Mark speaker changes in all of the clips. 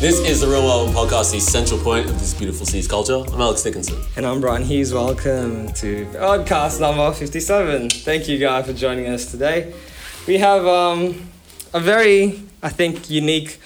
Speaker 1: This is the Real Wild Podcast, the central point of this beautiful city's culture. I'm Alex Dickinson.
Speaker 2: And I'm Brian Hughes. Welcome to podcast number 57. Thank you, guy, for joining us today. We have um, a very, I think, unique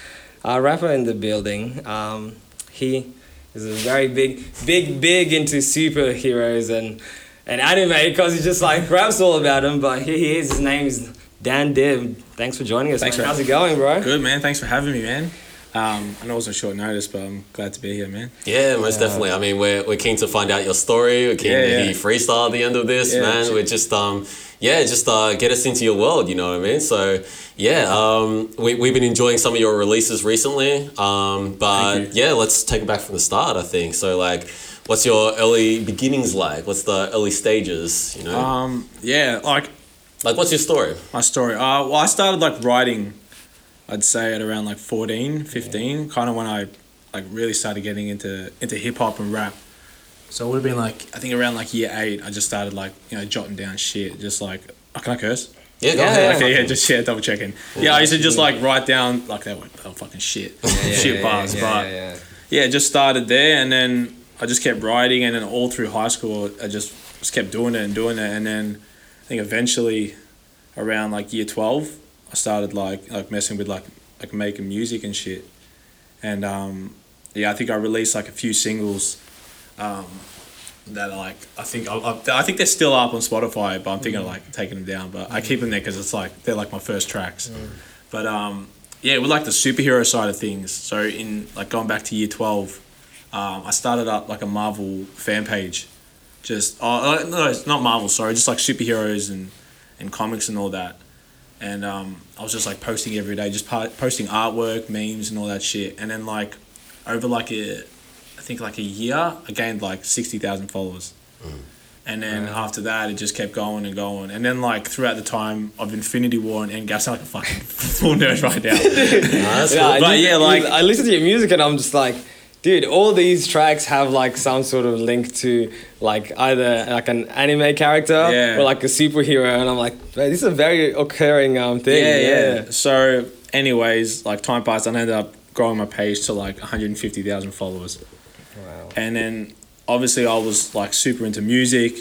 Speaker 2: uh, rapper in the building. Um, he is a very big, big, big into superheroes and, and anime because he just like raps all about them. But here he is. His name is Dan Dib. Thanks for joining us.
Speaker 3: Thanks
Speaker 2: man.
Speaker 3: for-
Speaker 2: How's it going, bro?
Speaker 3: Good man, thanks for having me, man. Um, I know it was on short notice, but I'm glad to be here, man.
Speaker 1: Yeah, most definitely. I mean, we're, we're keen to find out your story. We're keen
Speaker 3: Yeah,
Speaker 1: to
Speaker 3: yeah.
Speaker 1: hear your freestyle at the end of this,
Speaker 3: Yeah,
Speaker 1: man.
Speaker 3: sure.
Speaker 1: We're just, um, yeah, just uh, get us into your world, you know what I mean? So, yeah, um, we, we've been enjoying some of your releases recently. Um, but
Speaker 3: Thank
Speaker 1: yeah, let's take it back from the start, I think. So, like, what's your early beginnings like? What's the early stages, you know?
Speaker 3: Um, yeah, like
Speaker 1: like, what's your story?
Speaker 3: my story. Uh, well, I started like writing, I'd say at around like 14, 15, kind of when I like really started getting into into hip hop and rap. So it would have been like I think around like year eight, I just started like you know jotting down shit, just like oh, can I curse?
Speaker 1: Yeah, go
Speaker 2: Yeah,
Speaker 1: ahead.
Speaker 3: Okay, yeah, just yeah, double checking. Yeah, I used to just like write down like that went oh fucking shit, shit bars, but. yeah, it just started there, and then I just kept writing, and then all through high school, I just, just kept doing it and doing it, and then I think eventually, around like year twelve, I started like like messing with like like making music and shit, and um, yeah, I think I released like a few singles, um, that are, like I think I, I, I think they're still up on Spotify, but I'm thinking of like taking them down, but I keep them there because it's like they're like my first tracks, but um yeah, with like the superhero side of things. So in like going back to year twelve, um, I started up like a Marvel fan page. Just oh uh, no, it's not Marvel. Sorry, just like superheroes and and comics and all that. And um, I was just like posting every day, just po- posting artwork, memes, and all that shit. And then like over like a, I think like a year, I gained like sixty thousand followers. And then after that, it just kept going and going. And then, like, throughout the time of Infinity War and Endgame, I sound like a fucking full nerd right now.
Speaker 1: Nice.
Speaker 2: Yeah, I
Speaker 3: But
Speaker 2: just-
Speaker 3: yeah, like-
Speaker 2: I listen to your music and I'm just like, dude, all these tracks have like some sort of link to like either like an anime character
Speaker 3: Yeah.
Speaker 2: or like a superhero, and I'm like, "Man, this is a very occurring um thing.
Speaker 3: yeah, yeah, So, anyways, like time passed, and I ended up growing my page to like 150,000 followers.
Speaker 2: Wow.
Speaker 3: And then obviously, I was like super into music,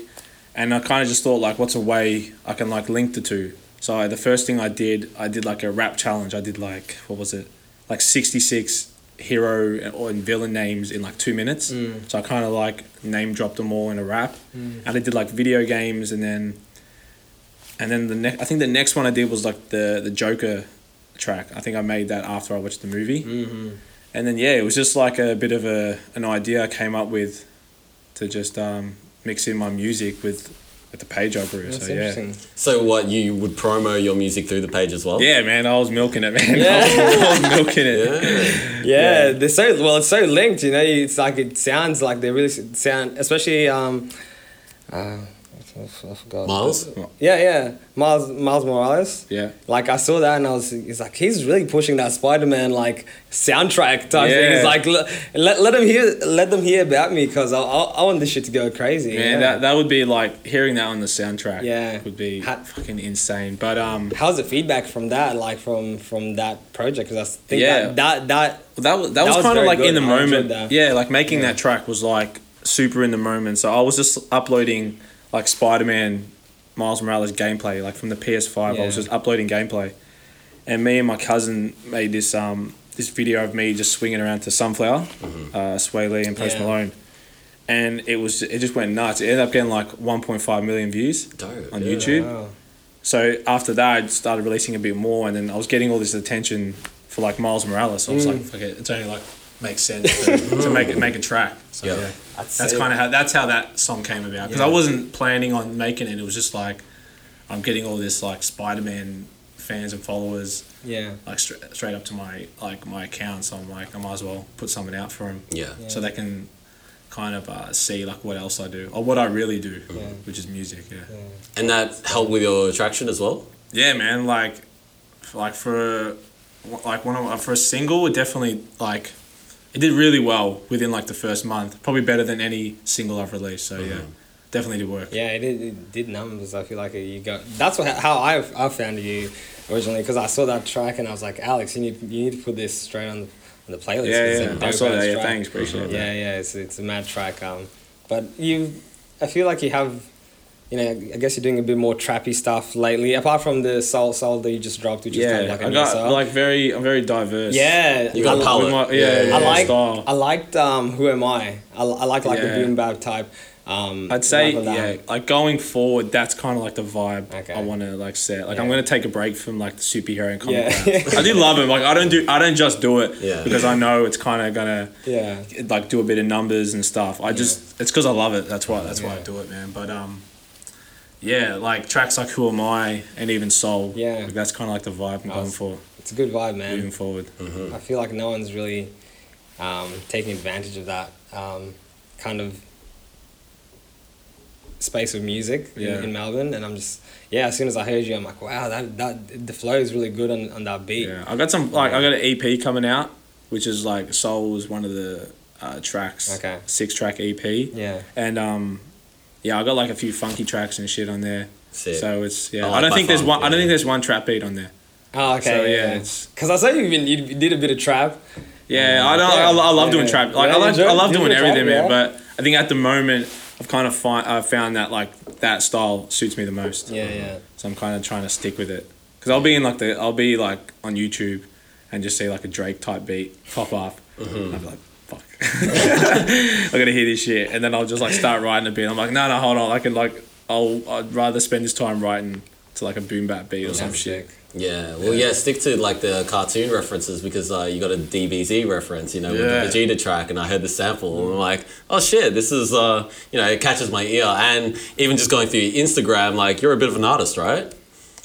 Speaker 3: and I kind of just thought, like, what's a way I can like link the two? So, I, the first thing I did, I did like a rap challenge. I did like, what was it? Like 66 hero and- or and villain names in like two minutes. So, I kind of like name dropped them all in a rap. And I did like video games and then. And then the next, I think the next one I did was like the the Joker track. I think I made that after I watched the movie. Mm-hmm. And then yeah, it was just like a bit of a an idea I came up with to just um, mix in my music with with the page I grew.
Speaker 2: That's
Speaker 3: so yeah,
Speaker 2: interesting.
Speaker 1: So, what, you would promo your music through the page as well?
Speaker 3: yeah, man, I was milking it, man.
Speaker 2: Yeah.
Speaker 3: I, was, I was milking it.
Speaker 1: Yeah.
Speaker 2: Yeah. they're so well, it's so linked, you know. It's like it sounds like they really s- sound, especially um, uh, I forgot.
Speaker 1: Miles?
Speaker 2: Yeah, yeah, Miles Miles Morales.
Speaker 3: Yeah.
Speaker 2: Like I saw that and I was, he's like, he's really pushing that Spider Man like soundtrack type thing. He's
Speaker 3: Yeah.
Speaker 2: like, "Let- let, let them hear, let them hear about me because I, I, I want this shit to go crazy.
Speaker 3: Man, that, that would be like hearing that on the soundtrack.
Speaker 2: Yeah.
Speaker 3: would be
Speaker 2: Ha-
Speaker 3: fucking insane. But um,
Speaker 2: How's the feedback from that? Like from from that project? Because I think
Speaker 3: Yeah.
Speaker 2: that that that
Speaker 3: Well, that was that,
Speaker 2: That
Speaker 3: was,
Speaker 2: was
Speaker 3: kind of
Speaker 2: very
Speaker 3: like in
Speaker 2: good.
Speaker 3: the
Speaker 2: I enjoyed
Speaker 3: moment.
Speaker 2: that.
Speaker 3: Yeah, like making that track was like super in the moment. So I was just uploading like Spider Man, Miles Morales gameplay, like from the PS5. I was
Speaker 2: Yeah.
Speaker 3: just uploading gameplay, and me and my cousin made this um this video of me just swinging around to Sunflower, uh, Sway Lee and Post
Speaker 2: Mm-hmm. Yeah.
Speaker 3: Malone, and it was it just went nuts. It ended up getting like 1.5 million views
Speaker 1: Dope,
Speaker 3: on
Speaker 1: yeah.
Speaker 3: YouTube.
Speaker 2: Wow.
Speaker 3: So after that, I started releasing a bit more, and then I was getting all this attention for like Miles Morales. So I was like, okay, it's only like makes sense to, to make it make a track. So
Speaker 1: Yeah.
Speaker 3: yeah,
Speaker 2: That's
Speaker 3: that's,
Speaker 2: sick.
Speaker 3: kind of how that's how that song came about because I
Speaker 2: Yeah.
Speaker 3: wasn't planning on making it. It was just like I'm getting all this like Spider Man fans and followers
Speaker 2: yeah.
Speaker 3: like straight, straight up to my like my account. So I'm like, I might as well put something out for them
Speaker 1: Yeah.
Speaker 3: so they can kind of uh, see like what else I do or what I really do,
Speaker 2: Yeah.
Speaker 3: which is music. yeah.
Speaker 1: And that helped with your attraction as well?
Speaker 3: Yeah, man. Like, like for like one of uh, for a single, it definitely like
Speaker 2: Mm-hmm.
Speaker 3: it did really well within like the first month. Probably better than any single I've released. So yeah, definitely did work.
Speaker 2: Yeah, it did, it did numbers. I feel like you got. That's what how I I found you originally because I saw that track and I was like, Alex, you need you need to put this straight on the, on the playlist. 'cause
Speaker 3: Yeah,
Speaker 2: it's a
Speaker 3: yeah.
Speaker 2: dope
Speaker 3: I saw
Speaker 2: ass
Speaker 3: that. Yeah,
Speaker 2: track.
Speaker 3: thanks. Appreciate
Speaker 2: Yeah,
Speaker 3: that.
Speaker 2: yeah. It's it's a mad track. Um, but you, I feel like you have, you know, I guess you're doing a bit more trappy stuff lately. Apart from the soul soul that you just dropped, which is kind
Speaker 3: Yeah,
Speaker 2: of like a
Speaker 3: I
Speaker 2: new
Speaker 3: got
Speaker 2: soul.
Speaker 3: like very, I'm very diverse.
Speaker 2: yeah,
Speaker 1: You got
Speaker 2: I-
Speaker 3: With
Speaker 1: palette.
Speaker 3: my-
Speaker 1: Yeah,
Speaker 3: yeah, yeah,
Speaker 2: I like
Speaker 3: style.
Speaker 2: I liked um Who Am I? I, I like like
Speaker 3: Yeah.
Speaker 2: the boom bap type. Um,
Speaker 3: I'd say
Speaker 2: rapper that-
Speaker 3: yeah, like going forward, that's kind of like the vibe
Speaker 2: Okay.
Speaker 3: I want to like set. Like I'm
Speaker 2: Yeah.
Speaker 3: gonna take a break from like the superhero and comic.
Speaker 2: Yeah.
Speaker 3: rap. I do love it. Like I don't do I don't just do it
Speaker 1: Yeah.
Speaker 3: because I know it's kind of gonna
Speaker 2: yeah.
Speaker 3: like do a bit of numbers and stuff. I just it's because I love it. That's why that's why I do it, man. But um, yeah, like tracks like Who Am I and even Soul.
Speaker 2: Yeah.
Speaker 3: like, that's kind of like the vibe I'm going
Speaker 2: Awesome.
Speaker 3: for
Speaker 2: It's a good vibe, man.
Speaker 3: moving forward.
Speaker 2: I feel like no one's really um, taking advantage of that um, kind of space of music in-
Speaker 3: Yeah.
Speaker 2: in, Melbourne. And I'm just, yeah, as soon as I heard you, I'm like, wow, that, that the flow is really good on, on that beat.
Speaker 3: Yeah, I got some like I got an EP coming out, which is like Soul is one of the uh, tracks.
Speaker 2: Okay.
Speaker 3: Six track EP.
Speaker 2: Yeah.
Speaker 3: and um, yeah, I got like a few funky tracks and shit on there.
Speaker 1: Sick.
Speaker 3: So it's yeah,
Speaker 1: I
Speaker 3: I,
Speaker 1: like
Speaker 3: don't
Speaker 1: my
Speaker 3: think there's
Speaker 1: funk,
Speaker 3: one. I don't
Speaker 1: yeah.
Speaker 3: think there's one trap beat on there.
Speaker 2: Oh, okay.
Speaker 3: So, yeah,
Speaker 2: yeah.
Speaker 3: it's-
Speaker 2: Cause I saw you even you did a bit of trap.
Speaker 3: Yeah, I don't. I, I love
Speaker 2: Yeah.
Speaker 3: doing trap. Like
Speaker 2: Yeah,
Speaker 3: I like,
Speaker 2: enjoy-
Speaker 3: I love
Speaker 2: you
Speaker 3: doing
Speaker 2: enjoy trap,
Speaker 3: everything, man.
Speaker 2: yeah.
Speaker 3: But I think at the moment, I've kind of find I found that like that style suits me the most.
Speaker 2: Yeah, yeah.
Speaker 3: So I'm kind of trying to stick with it because I'll be in like the I'll be like on YouTube and just see like a Drake type beat pop up.
Speaker 2: Mm-hmm.
Speaker 3: And I'll be like, fuck, I gotta hear this shit, and then I'll just like start writing a beat. I'm like, no, no, hold on, I can like I'll I'd rather spend this time writing to like a boom bap beat or some
Speaker 2: That's
Speaker 3: shit.
Speaker 2: sick.
Speaker 1: Yeah, well, yeah, stick to like the cartoon references because uh, you got a DBZ reference, you know,
Speaker 3: Yeah.
Speaker 1: with the Vegeta track, and I heard the sample, and I'm like, oh shit, this is, uh, you know, it catches my ear. And even just going through your Instagram, like, you're a bit of an artist, right?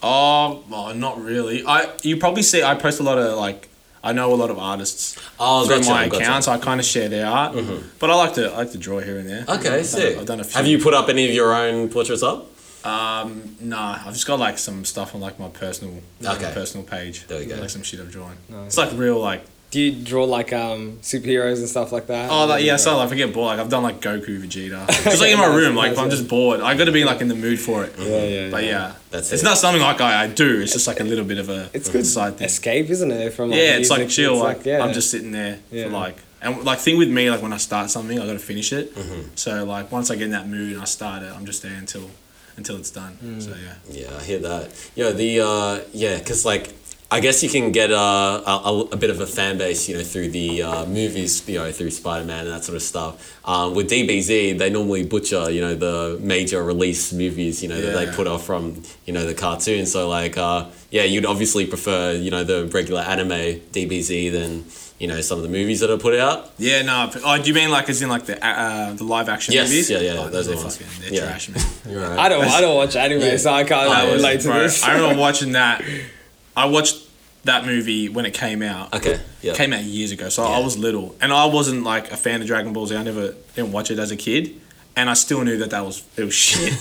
Speaker 3: Oh, well, not really. I you probably see I post a lot of like I know a lot of artists
Speaker 1: Oh,
Speaker 3: through
Speaker 1: gotcha,
Speaker 3: my
Speaker 1: gotcha. Mm-hmm.
Speaker 3: account, so I kind of share their art. But I like to I like to draw here and there. I've
Speaker 1: Okay,
Speaker 3: done-
Speaker 1: sick.
Speaker 3: I've done a few.
Speaker 1: Have you put up any of your own portraits up?
Speaker 3: Um, nah, I've just got like some stuff on like my personal like, my
Speaker 1: Okay.
Speaker 3: personal page.
Speaker 1: There you go.
Speaker 3: Like some shit I've drawn. It's like real like
Speaker 2: Do you draw like um superheroes and stuff like that?
Speaker 3: oh like, yeah, so like, if I get bored, like I've done like Goku, Vegeta, just like in my
Speaker 2: Nice,
Speaker 3: room. Like if
Speaker 2: nice,
Speaker 3: I'm just bored, I got to be like in the mood for it.
Speaker 2: Yeah, yeah,
Speaker 3: But
Speaker 2: yeah.
Speaker 3: yeah,
Speaker 1: Mm-hmm. That's
Speaker 3: it's
Speaker 1: it.
Speaker 3: not something like I, I do. It's just like a little bit of a
Speaker 2: It's good
Speaker 3: side thing.
Speaker 2: escape, isn't it? From like,
Speaker 3: yeah, it's like
Speaker 2: music?
Speaker 3: chill.
Speaker 2: It's
Speaker 3: like,
Speaker 2: yeah.
Speaker 3: I'm just sitting there
Speaker 2: Yeah.
Speaker 3: for like, and like thing with me, like when I start something, I gotta finish it.
Speaker 1: Mm-hmm.
Speaker 3: So like once I get in that mood and I start it, I'm just there until until it's done.
Speaker 2: Mm.
Speaker 3: So yeah.
Speaker 1: Yeah, I hear that. Yeah, the uh, yeah, because like I guess you can get uh, a, a, a bit of a fan base, you know, through the uh, movies, you know, through Spider Man and that sort of stuff. Um, with DBZ, they normally butcher, you know, the major release movies, you know, that they
Speaker 3: Yeah.
Speaker 1: put off from, you know, the cartoon. So like, uh, yeah, you'd obviously prefer, you know, the regular anime DBZ than, you know, some of the movies that are put out.
Speaker 3: Yeah, no. but- Oh, do you mean like as in like the uh, the live action
Speaker 1: Yes,
Speaker 3: movies?
Speaker 1: yeah, yeah,
Speaker 3: Oh,
Speaker 1: those are
Speaker 3: they're
Speaker 1: the ones.
Speaker 3: fucking, they're
Speaker 1: Yeah.
Speaker 3: trash, man.
Speaker 1: You're right.
Speaker 2: I don't I don't watch anime, so I can't
Speaker 1: I
Speaker 2: like,
Speaker 1: was-
Speaker 2: relate to
Speaker 3: Bro,
Speaker 2: this.
Speaker 3: I remember watching that. I watched that movie when it came out.
Speaker 1: Okay. Yeah.
Speaker 3: Came out years ago, so I
Speaker 1: Yeah.
Speaker 3: was little, and I wasn't like a fan of Dragon Ball Z. I never didn't watch it as a kid, and I still knew that that was it was shit.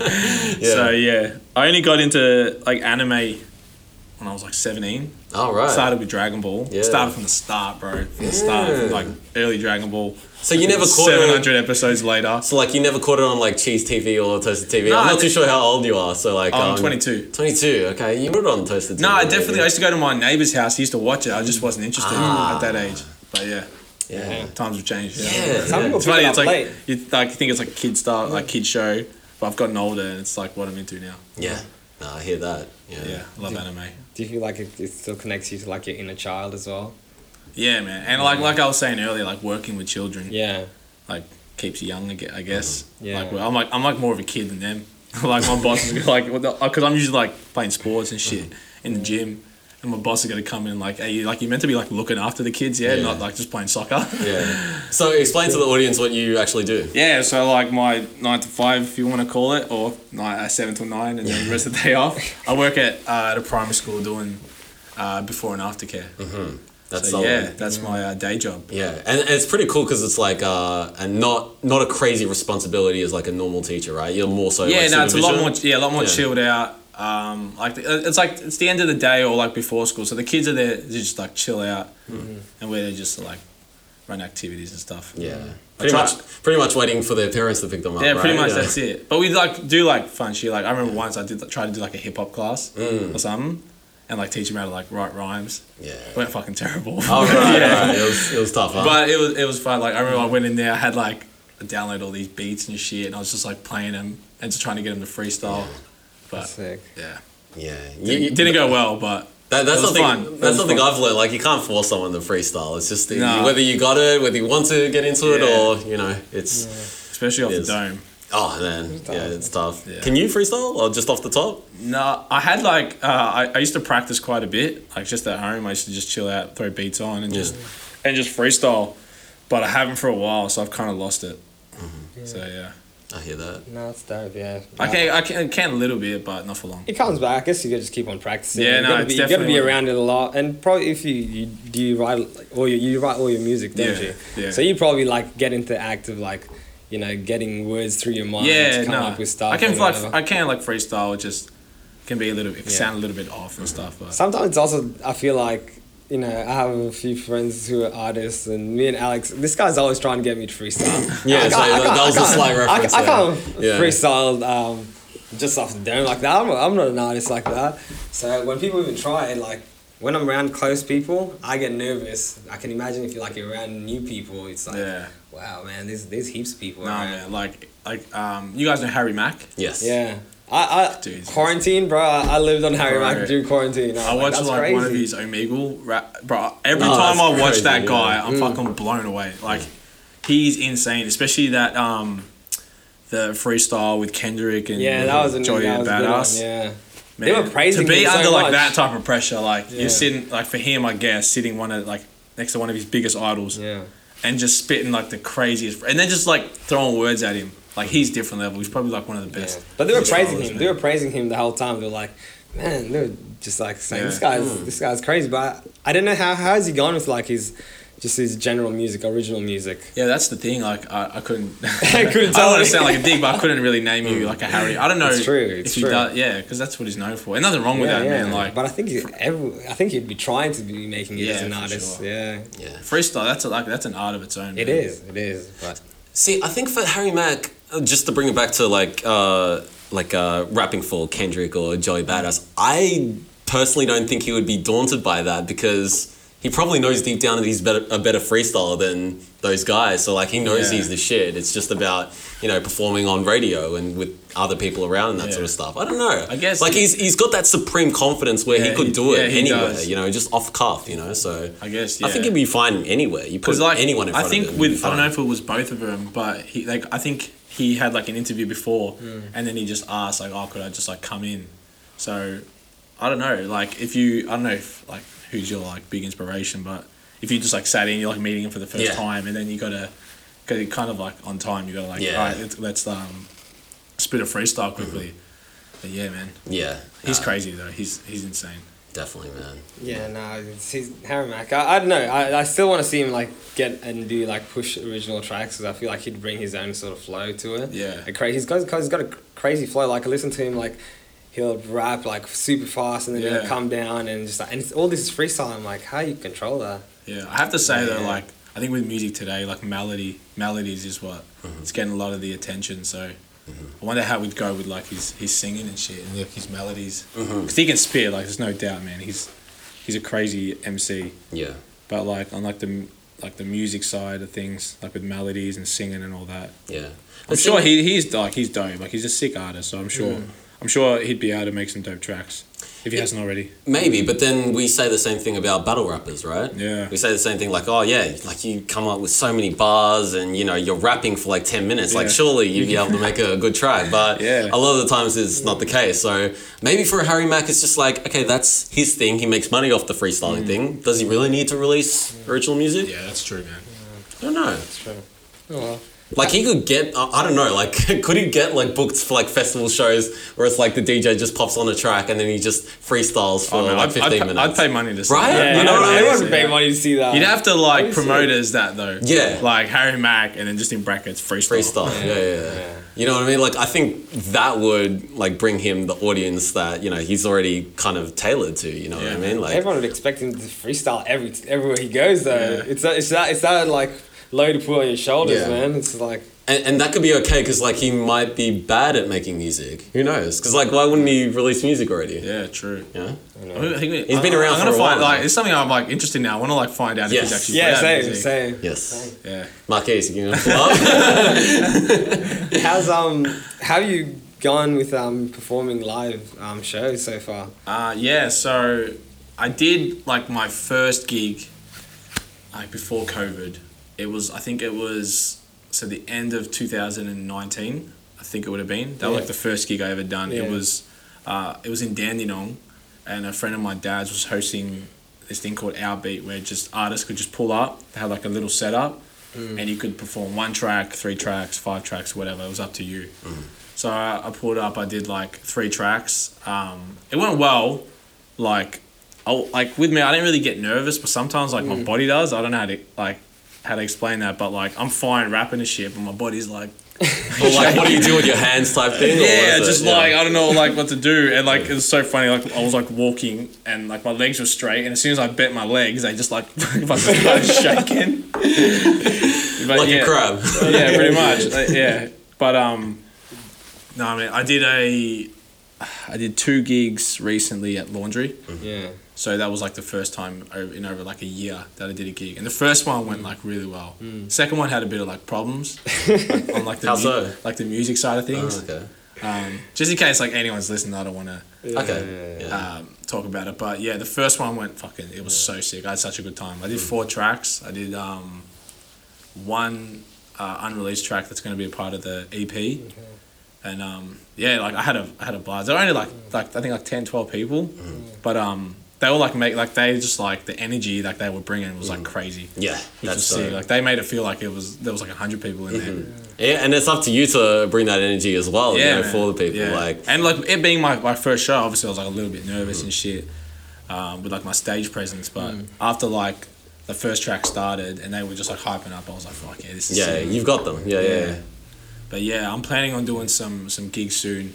Speaker 1: Yeah.
Speaker 3: So yeah, I only got into like anime when I was like seventeen.
Speaker 1: All right.
Speaker 3: Started with Dragon Ball.
Speaker 1: Yeah.
Speaker 3: Started from the start, bro. From the start, from, like early Dragon Ball.
Speaker 1: so you never caught
Speaker 3: Seven
Speaker 1: it on-
Speaker 3: hundred episodes later.
Speaker 1: So like you never caught it on like Cheese TV or Toasted TV.
Speaker 3: No,
Speaker 1: I'm not
Speaker 3: I-
Speaker 1: too sure how old you are. So like
Speaker 3: Oh, I'm
Speaker 1: um,
Speaker 3: 22.
Speaker 1: 22. Okay, you put it on Toasted.
Speaker 3: No,
Speaker 1: TV,
Speaker 3: I
Speaker 1: right?
Speaker 3: definitely. I used to go to my neighbor's house. He used to watch it. I just wasn't interested
Speaker 1: Ah.
Speaker 3: at that age. But yeah,
Speaker 1: Yeah.
Speaker 3: times have changed.
Speaker 1: Yeah.
Speaker 2: Some people
Speaker 3: It's funny.
Speaker 2: pick it
Speaker 3: It's
Speaker 2: up late.
Speaker 3: like you like you think it's like a kid star, like kid show, but I've gotten older and it's like what I'm into now.
Speaker 1: Yeah. No, I hear that. Yeah.
Speaker 3: Yeah, I love anime.
Speaker 2: Do you feel like it, it still connects you to like your inner child as well?
Speaker 3: Yeah, man. And like like I was saying earlier, like working with children.
Speaker 2: Yeah.
Speaker 3: like keeps you young, I gue- I guess.
Speaker 2: Yeah.
Speaker 3: Like well, I'm like I'm like more of a kid than them. like my boss is like because I'm usually like playing sports and shit in the gym. And my boss is gonna come in like, hey, you like you're meant to be like looking after the kids, yeah,
Speaker 1: Yeah.
Speaker 3: not like just playing soccer.
Speaker 1: Yeah. So explain to the audience what you actually do.
Speaker 3: yeah, so like my nine to five, if you want to call it, or nine, uh, seven to nine, and then the rest of the day off. I work at uh, at a primary school doing uh, before and after care.
Speaker 1: That's
Speaker 3: So
Speaker 1: solid.
Speaker 3: yeah, that's my uh, day job.
Speaker 1: Yeah, and, and it's pretty cool because it's like uh, and not not a crazy responsibility as like a normal teacher, right? You're more so
Speaker 3: Yeah,
Speaker 1: like,
Speaker 3: no, it's a lot more.
Speaker 1: supervision.
Speaker 3: Yeah, a lot more
Speaker 1: Yeah.
Speaker 3: chilled out. Um, like the, it's like it's the end of the day or like before school, so the kids are there to just like chill out, and we're there just to, like run activities and stuff.
Speaker 1: Mm-hmm. Yeah.
Speaker 3: Pretty
Speaker 1: Pretty much,
Speaker 3: much-
Speaker 1: pretty much waiting for their parents to pick them up.
Speaker 3: Yeah, pretty
Speaker 1: right?
Speaker 3: much that's it. But we like do like fun shit. Like I remember once I did like, try to do like a hip hop class
Speaker 1: Mm.
Speaker 3: or something, and like teach them how to like write rhymes.
Speaker 1: Yeah.
Speaker 3: It went fucking terrible.
Speaker 1: Oh, right,
Speaker 3: Yeah.
Speaker 1: right. It was, it was tough, huh?
Speaker 3: But it was it was fun. Like I remember I went in there, I had like I downloaded all these beats and shit, and I was just like playing them and just trying to get them to freestyle. But
Speaker 2: Sick.
Speaker 3: yeah,
Speaker 1: yeah. You- you-
Speaker 3: it didn't go well. But
Speaker 1: That, that's
Speaker 3: It was
Speaker 1: something.
Speaker 3: fun. It
Speaker 1: That's
Speaker 3: was
Speaker 1: something
Speaker 3: fun.
Speaker 1: I've learned. Like you can't force someone to freestyle. It's just
Speaker 3: No.
Speaker 1: whether you got it, whether you want to get into it,
Speaker 3: Yeah.
Speaker 1: or you know, it's.
Speaker 3: especially off
Speaker 1: Yes.
Speaker 3: the dome.
Speaker 1: Oh man, yeah, it's tough.
Speaker 3: Yeah.
Speaker 1: Can you freestyle or just off the top?
Speaker 3: No, I had like uh, I, I used to practice quite a bit, like just at home. I used to just chill out, throw beats on, and just and just freestyle. But I haven't for a while, so I've kind of lost it. So Mm-hmm. yeah,
Speaker 1: I hear that.
Speaker 2: No, it's dope. Yeah.
Speaker 3: I can I can, can a little bit, but not for long.
Speaker 2: It comes back. I guess you gotta just keep on practicing.
Speaker 3: Yeah,
Speaker 2: you
Speaker 3: no,
Speaker 2: gotta
Speaker 3: it's
Speaker 2: be, you gotta be
Speaker 3: definitely-
Speaker 2: around it a lot, and probably if you, you do you write like, all your you write all your music, don't
Speaker 3: Yeah,
Speaker 2: you?
Speaker 3: yeah.
Speaker 2: So you probably like get into the act of like, you know, getting words through your mind.
Speaker 3: yeah,
Speaker 2: to come
Speaker 3: no,
Speaker 2: up with stuff.
Speaker 3: I can
Speaker 2: and
Speaker 3: like
Speaker 2: whatever.
Speaker 3: I can like freestyle. It just can be a little it sound a little bit off and stuff. But
Speaker 2: Sometimes it's also I feel like you know I have a few friends who are artists, and me and Alex, this guy's always trying to get me to freestyle.
Speaker 1: Yeah,
Speaker 2: I
Speaker 1: so
Speaker 2: can't- I
Speaker 1: that,
Speaker 2: can't-
Speaker 1: that was
Speaker 2: I
Speaker 1: a
Speaker 2: can't-
Speaker 1: slight reference.
Speaker 2: I, I
Speaker 1: there.
Speaker 2: can't
Speaker 1: Yeah.
Speaker 2: freestyle um, just off the dome like that. I'm not, I'm not an artist like that. So when people even try it, like when I'm around close people, I get nervous. I can imagine if you're like you're around new people, it's like,
Speaker 3: Yeah.
Speaker 2: wow, man, there's there's heaps of people.
Speaker 3: no,
Speaker 2: around.
Speaker 3: man, like like um, you guys know Harry Mack.
Speaker 1: Yes.
Speaker 2: Yeah. I, I
Speaker 3: Dude.
Speaker 2: quarantine, bro. I, I lived on Harry
Speaker 3: Bro.
Speaker 2: Mack during quarantine.
Speaker 3: I watched
Speaker 2: that's
Speaker 3: like one of
Speaker 2: crazy.
Speaker 3: his Omegle rap, bro. Every
Speaker 1: Oh,
Speaker 3: time
Speaker 1: that's
Speaker 3: I watch
Speaker 1: crazy,
Speaker 3: that
Speaker 1: yeah.
Speaker 3: guy,
Speaker 2: Mm.
Speaker 3: I'm fucking blown away. Like, he's insane, especially that um, the freestyle with Kendrick and
Speaker 2: Yeah, that was a
Speaker 3: Joey
Speaker 2: that
Speaker 3: and
Speaker 2: was a good one,
Speaker 3: Badass.
Speaker 2: Yeah.
Speaker 3: Man,
Speaker 2: They were praising
Speaker 3: to be
Speaker 2: him so
Speaker 3: under like
Speaker 2: much.
Speaker 3: that type of pressure. Like
Speaker 2: Yeah.
Speaker 3: you're sitting like for him, I guess sitting one of like next to one of his biggest idols
Speaker 2: Yeah.
Speaker 3: and just spitting like the craziest, and then just like throwing words at him. Like he's different level. He's probably like one of the best.
Speaker 2: Yeah. But they were
Speaker 3: freestylers,
Speaker 2: praising him.
Speaker 3: man.
Speaker 2: They were praising him the whole time. They were like, man, they were just like saying this
Speaker 3: Yeah. Hmm.
Speaker 2: guy's this guy's crazy. But I don't know how how has he gone with like his just his general music, original music.
Speaker 3: Yeah, that's the thing. Like I, I couldn't.
Speaker 2: I couldn't
Speaker 3: I
Speaker 2: tell
Speaker 3: don't want
Speaker 2: you.
Speaker 3: to sound like a dick, but I couldn't really name you like a Harry. I don't know.
Speaker 2: It's true, it's
Speaker 3: if you
Speaker 2: true.
Speaker 3: do- yeah, because that's what he's known for. And nothing wrong with that, man. Like
Speaker 2: but I think he, every, I think he'd be trying to be making it
Speaker 3: Yeah,
Speaker 2: as an
Speaker 3: for
Speaker 2: artist.
Speaker 3: sure.
Speaker 2: Yeah,
Speaker 1: Yeah.
Speaker 3: freestyle, that's a, like that's an art of its own.
Speaker 2: it
Speaker 3: man.
Speaker 2: is. It is. But
Speaker 1: See, I think for Harry Mack, uh, just to bring it back to like uh, like uh, rapping for Kendrick or Joey Badass, I personally don't think he would be daunted by that because he probably knows deep down that he's better, a better freestyler than those guys. So like he knows
Speaker 3: Yeah.
Speaker 1: he's the shit. It's just about you know performing on radio and with other people around and that
Speaker 3: Yeah.
Speaker 1: sort of stuff. I don't know.
Speaker 3: I guess
Speaker 1: like
Speaker 3: he-
Speaker 1: he's he's got that supreme confidence where
Speaker 3: Yeah,
Speaker 1: he could
Speaker 3: he-
Speaker 1: do it
Speaker 3: yeah, he
Speaker 1: anywhere.
Speaker 3: does.
Speaker 1: You know, just off cuff. You know, so.
Speaker 3: I guess. Yeah.
Speaker 1: I think he'd be fine anywhere. You put
Speaker 3: because like
Speaker 1: anyone in front
Speaker 3: I think
Speaker 1: of him, he'd be
Speaker 3: with I don't
Speaker 1: fine.
Speaker 3: know if it was both of them, but he like I think he had like an interview before, and then he just asked like, "Oh, could I just like come in?" So I don't know. Like if you I don't know if like who's your like big inspiration, but if you just like sat in, you're like meeting him for the first
Speaker 1: Yeah.
Speaker 3: time, and then you gotta because it kind of like on time. You gotta like
Speaker 1: Yeah.
Speaker 3: all right, let's, let's um spit a freestyle quickly. But yeah, man,
Speaker 1: Yeah,
Speaker 3: he's
Speaker 1: Mm-hmm. nah,
Speaker 3: crazy though. He's he's insane.
Speaker 1: Definitely, man.
Speaker 2: yeah, no, it's, he's Harry Mack. I, I don't know. I, I still want to see him like get and do like push original tracks because I feel like he'd bring his own sort of flow to it.
Speaker 3: Yeah.
Speaker 2: a crazy. He's got, he's got a cr- crazy flow. Like I listen to him, like he'll rap like super fast, and then he'll
Speaker 3: Yeah.
Speaker 2: come down and just like, and it's, all this is freestyle. I'm like, how you control that?
Speaker 3: Yeah, I have to say though,
Speaker 2: Yeah.
Speaker 3: like I think with music today, like melody, melodies is what
Speaker 1: Mm-hmm.
Speaker 3: it's getting a lot of the attention. So I wonder how we'd go with like his his singing and shit, and like his melodies, because
Speaker 1: Mm-hmm.
Speaker 3: he can spit. Like there's no doubt, man. He's he's a crazy MC,
Speaker 1: Yeah,
Speaker 3: but like on like the like the music side of things, like with melodies and singing and all that.
Speaker 1: yeah.
Speaker 3: I'm sure he he's like he's dope. Like he's a sick artist, so I'm sure
Speaker 1: Mm.
Speaker 3: I'm sure he'd be able to make some dope tracks if he hasn't already.
Speaker 1: maybe, but then we say the same thing about battle rappers, right?
Speaker 3: Yeah.
Speaker 1: We say the same thing, like, oh yeah, like you come up with so many bars, and you know you're rapping for like ten minutes. Like
Speaker 3: Yeah.
Speaker 1: surely you'd be able to make a good track, but
Speaker 3: Yeah.
Speaker 1: a lot of the times it's not the case. So maybe for Harry Mack, it's just like, okay, that's his thing. He makes money off the
Speaker 3: Mm.
Speaker 1: freestyling thing. Does he really need to release original music?
Speaker 3: that's true, man.
Speaker 1: I don't know.
Speaker 2: Oh well.
Speaker 1: Like he could get, I I don't know, like could he get like booked for like festival shows where it's like the DJ just pops on a track and then he just freestyles for
Speaker 3: Oh, man,
Speaker 1: like
Speaker 3: I'd, I'd,
Speaker 1: 15
Speaker 3: pa-
Speaker 1: minutes?
Speaker 3: I'd pay money to see
Speaker 1: Right?
Speaker 3: that.
Speaker 1: Yeah, You know what I mean?
Speaker 2: I would pay money to see that.
Speaker 3: You'd have to like
Speaker 2: Obviously.
Speaker 3: promote it as that though.
Speaker 1: Yeah.
Speaker 3: Like Harry Mack and then just in brackets freestyle.
Speaker 1: freestyle. Yeah, yeah, yeah. You know what I mean? Like I think that would like bring him the audience that you know he's already kind of tailored to. You know
Speaker 3: Yeah.
Speaker 1: what I mean? Like
Speaker 2: Everyone would expect him to freestyle every everywhere he goes though.
Speaker 3: Yeah.
Speaker 2: It's that it's that it's that like load to put on your shoulders,
Speaker 1: Yeah.
Speaker 2: man. It's like
Speaker 1: and, and that could be okay because like he might be bad at making music. Who knows? Because like why wouldn't he release music already?
Speaker 3: Yeah, true.
Speaker 1: Yeah.
Speaker 3: I think-
Speaker 1: He's been
Speaker 3: I-
Speaker 1: around
Speaker 3: I'm gonna
Speaker 1: for a
Speaker 3: find
Speaker 1: while
Speaker 3: like
Speaker 1: now.
Speaker 3: it's something I'm like interested now. I want to like find out
Speaker 1: Yes.
Speaker 3: if he's actually
Speaker 2: yeah,
Speaker 3: playing
Speaker 2: same,
Speaker 3: music.
Speaker 2: same.
Speaker 1: Yes.
Speaker 3: Yeah.
Speaker 1: Marquez, you know. Love?
Speaker 2: How's um how have you gone with um performing live um shows so far?
Speaker 3: Uh, yeah, so I did like my first gig like before COVID. It was I think it was so the end of 2019. I think it would have been that was like the first gig I ever done.
Speaker 2: Yeah.
Speaker 3: It was uh, it was in Dandenong, and a friend of my dad's was hosting this thing called Our Beat, where just artists could just pull up. They had like a little setup, and you could perform one track, three tracks, five tracks, whatever. It was up to you. So I, I pulled up. I did like three tracks. Um, it went well. Like, I like with me, I didn't really get nervous, but sometimes like
Speaker 1: Mm.
Speaker 3: my body does. I don't know how to like how to explain that, but like I'm fine rapping and shit, but my body's like,
Speaker 1: or like what do you do with your hands type thing? or
Speaker 3: yeah,
Speaker 1: what is
Speaker 3: just
Speaker 1: it? Yeah.
Speaker 3: like I don't know like what to do, and like it was so funny. Like I was like walking, and like my legs were straight, and as soon as I bent my legs, they just like fucking started shaking. But,
Speaker 1: like
Speaker 3: yeah
Speaker 1: a crab.
Speaker 3: yeah, pretty much. Uh, yeah, but um, no, I mean, I did a, I did two gigs recently at Laundry,
Speaker 2: Yeah.
Speaker 3: so that was like the first time o- in over like a year that I did a gig, and the first one went like really well. Second one had a bit of like problems, like, on like the
Speaker 1: Hmm. How
Speaker 3: mu-
Speaker 1: so?
Speaker 3: like the music side of
Speaker 1: Oh,
Speaker 3: things.
Speaker 1: okay.
Speaker 3: um, just in case like anyone's listening, I don't want to
Speaker 1: Okay. Ah, Yeah.
Speaker 3: um, talk about it. But yeah, the first one went fucking. It was so sick. I had such a good time. I did four tracks. I did um, one uh, unreleased track that's going to be a part of the EP. And um, yeah, like I had a I had a blast. There were only like like I think like 10, 12 people, but um, they were like make like they just like the energy like they were bringing was like crazy.
Speaker 1: Yeah,
Speaker 3: Which
Speaker 1: that's
Speaker 3: was
Speaker 1: so.
Speaker 3: sick. Like they made it feel like it was there was like hundred people in there.
Speaker 1: Yeah, and it's up to you to bring that energy as well, you know,
Speaker 3: man.
Speaker 1: Oh, for the people.
Speaker 3: Yeah.
Speaker 1: Like,
Speaker 3: and like it being my, my first show, obviously I was like a little bit nervous and shit um, with like my stage presence. But after like the first track started and they were just like hyping up, I was like, fuck yeah, this is
Speaker 1: yeah,
Speaker 3: sick.
Speaker 1: you've got them. Yeah, yeah. yeah.
Speaker 3: But yeah, I'm planning on doing some some gigs soon.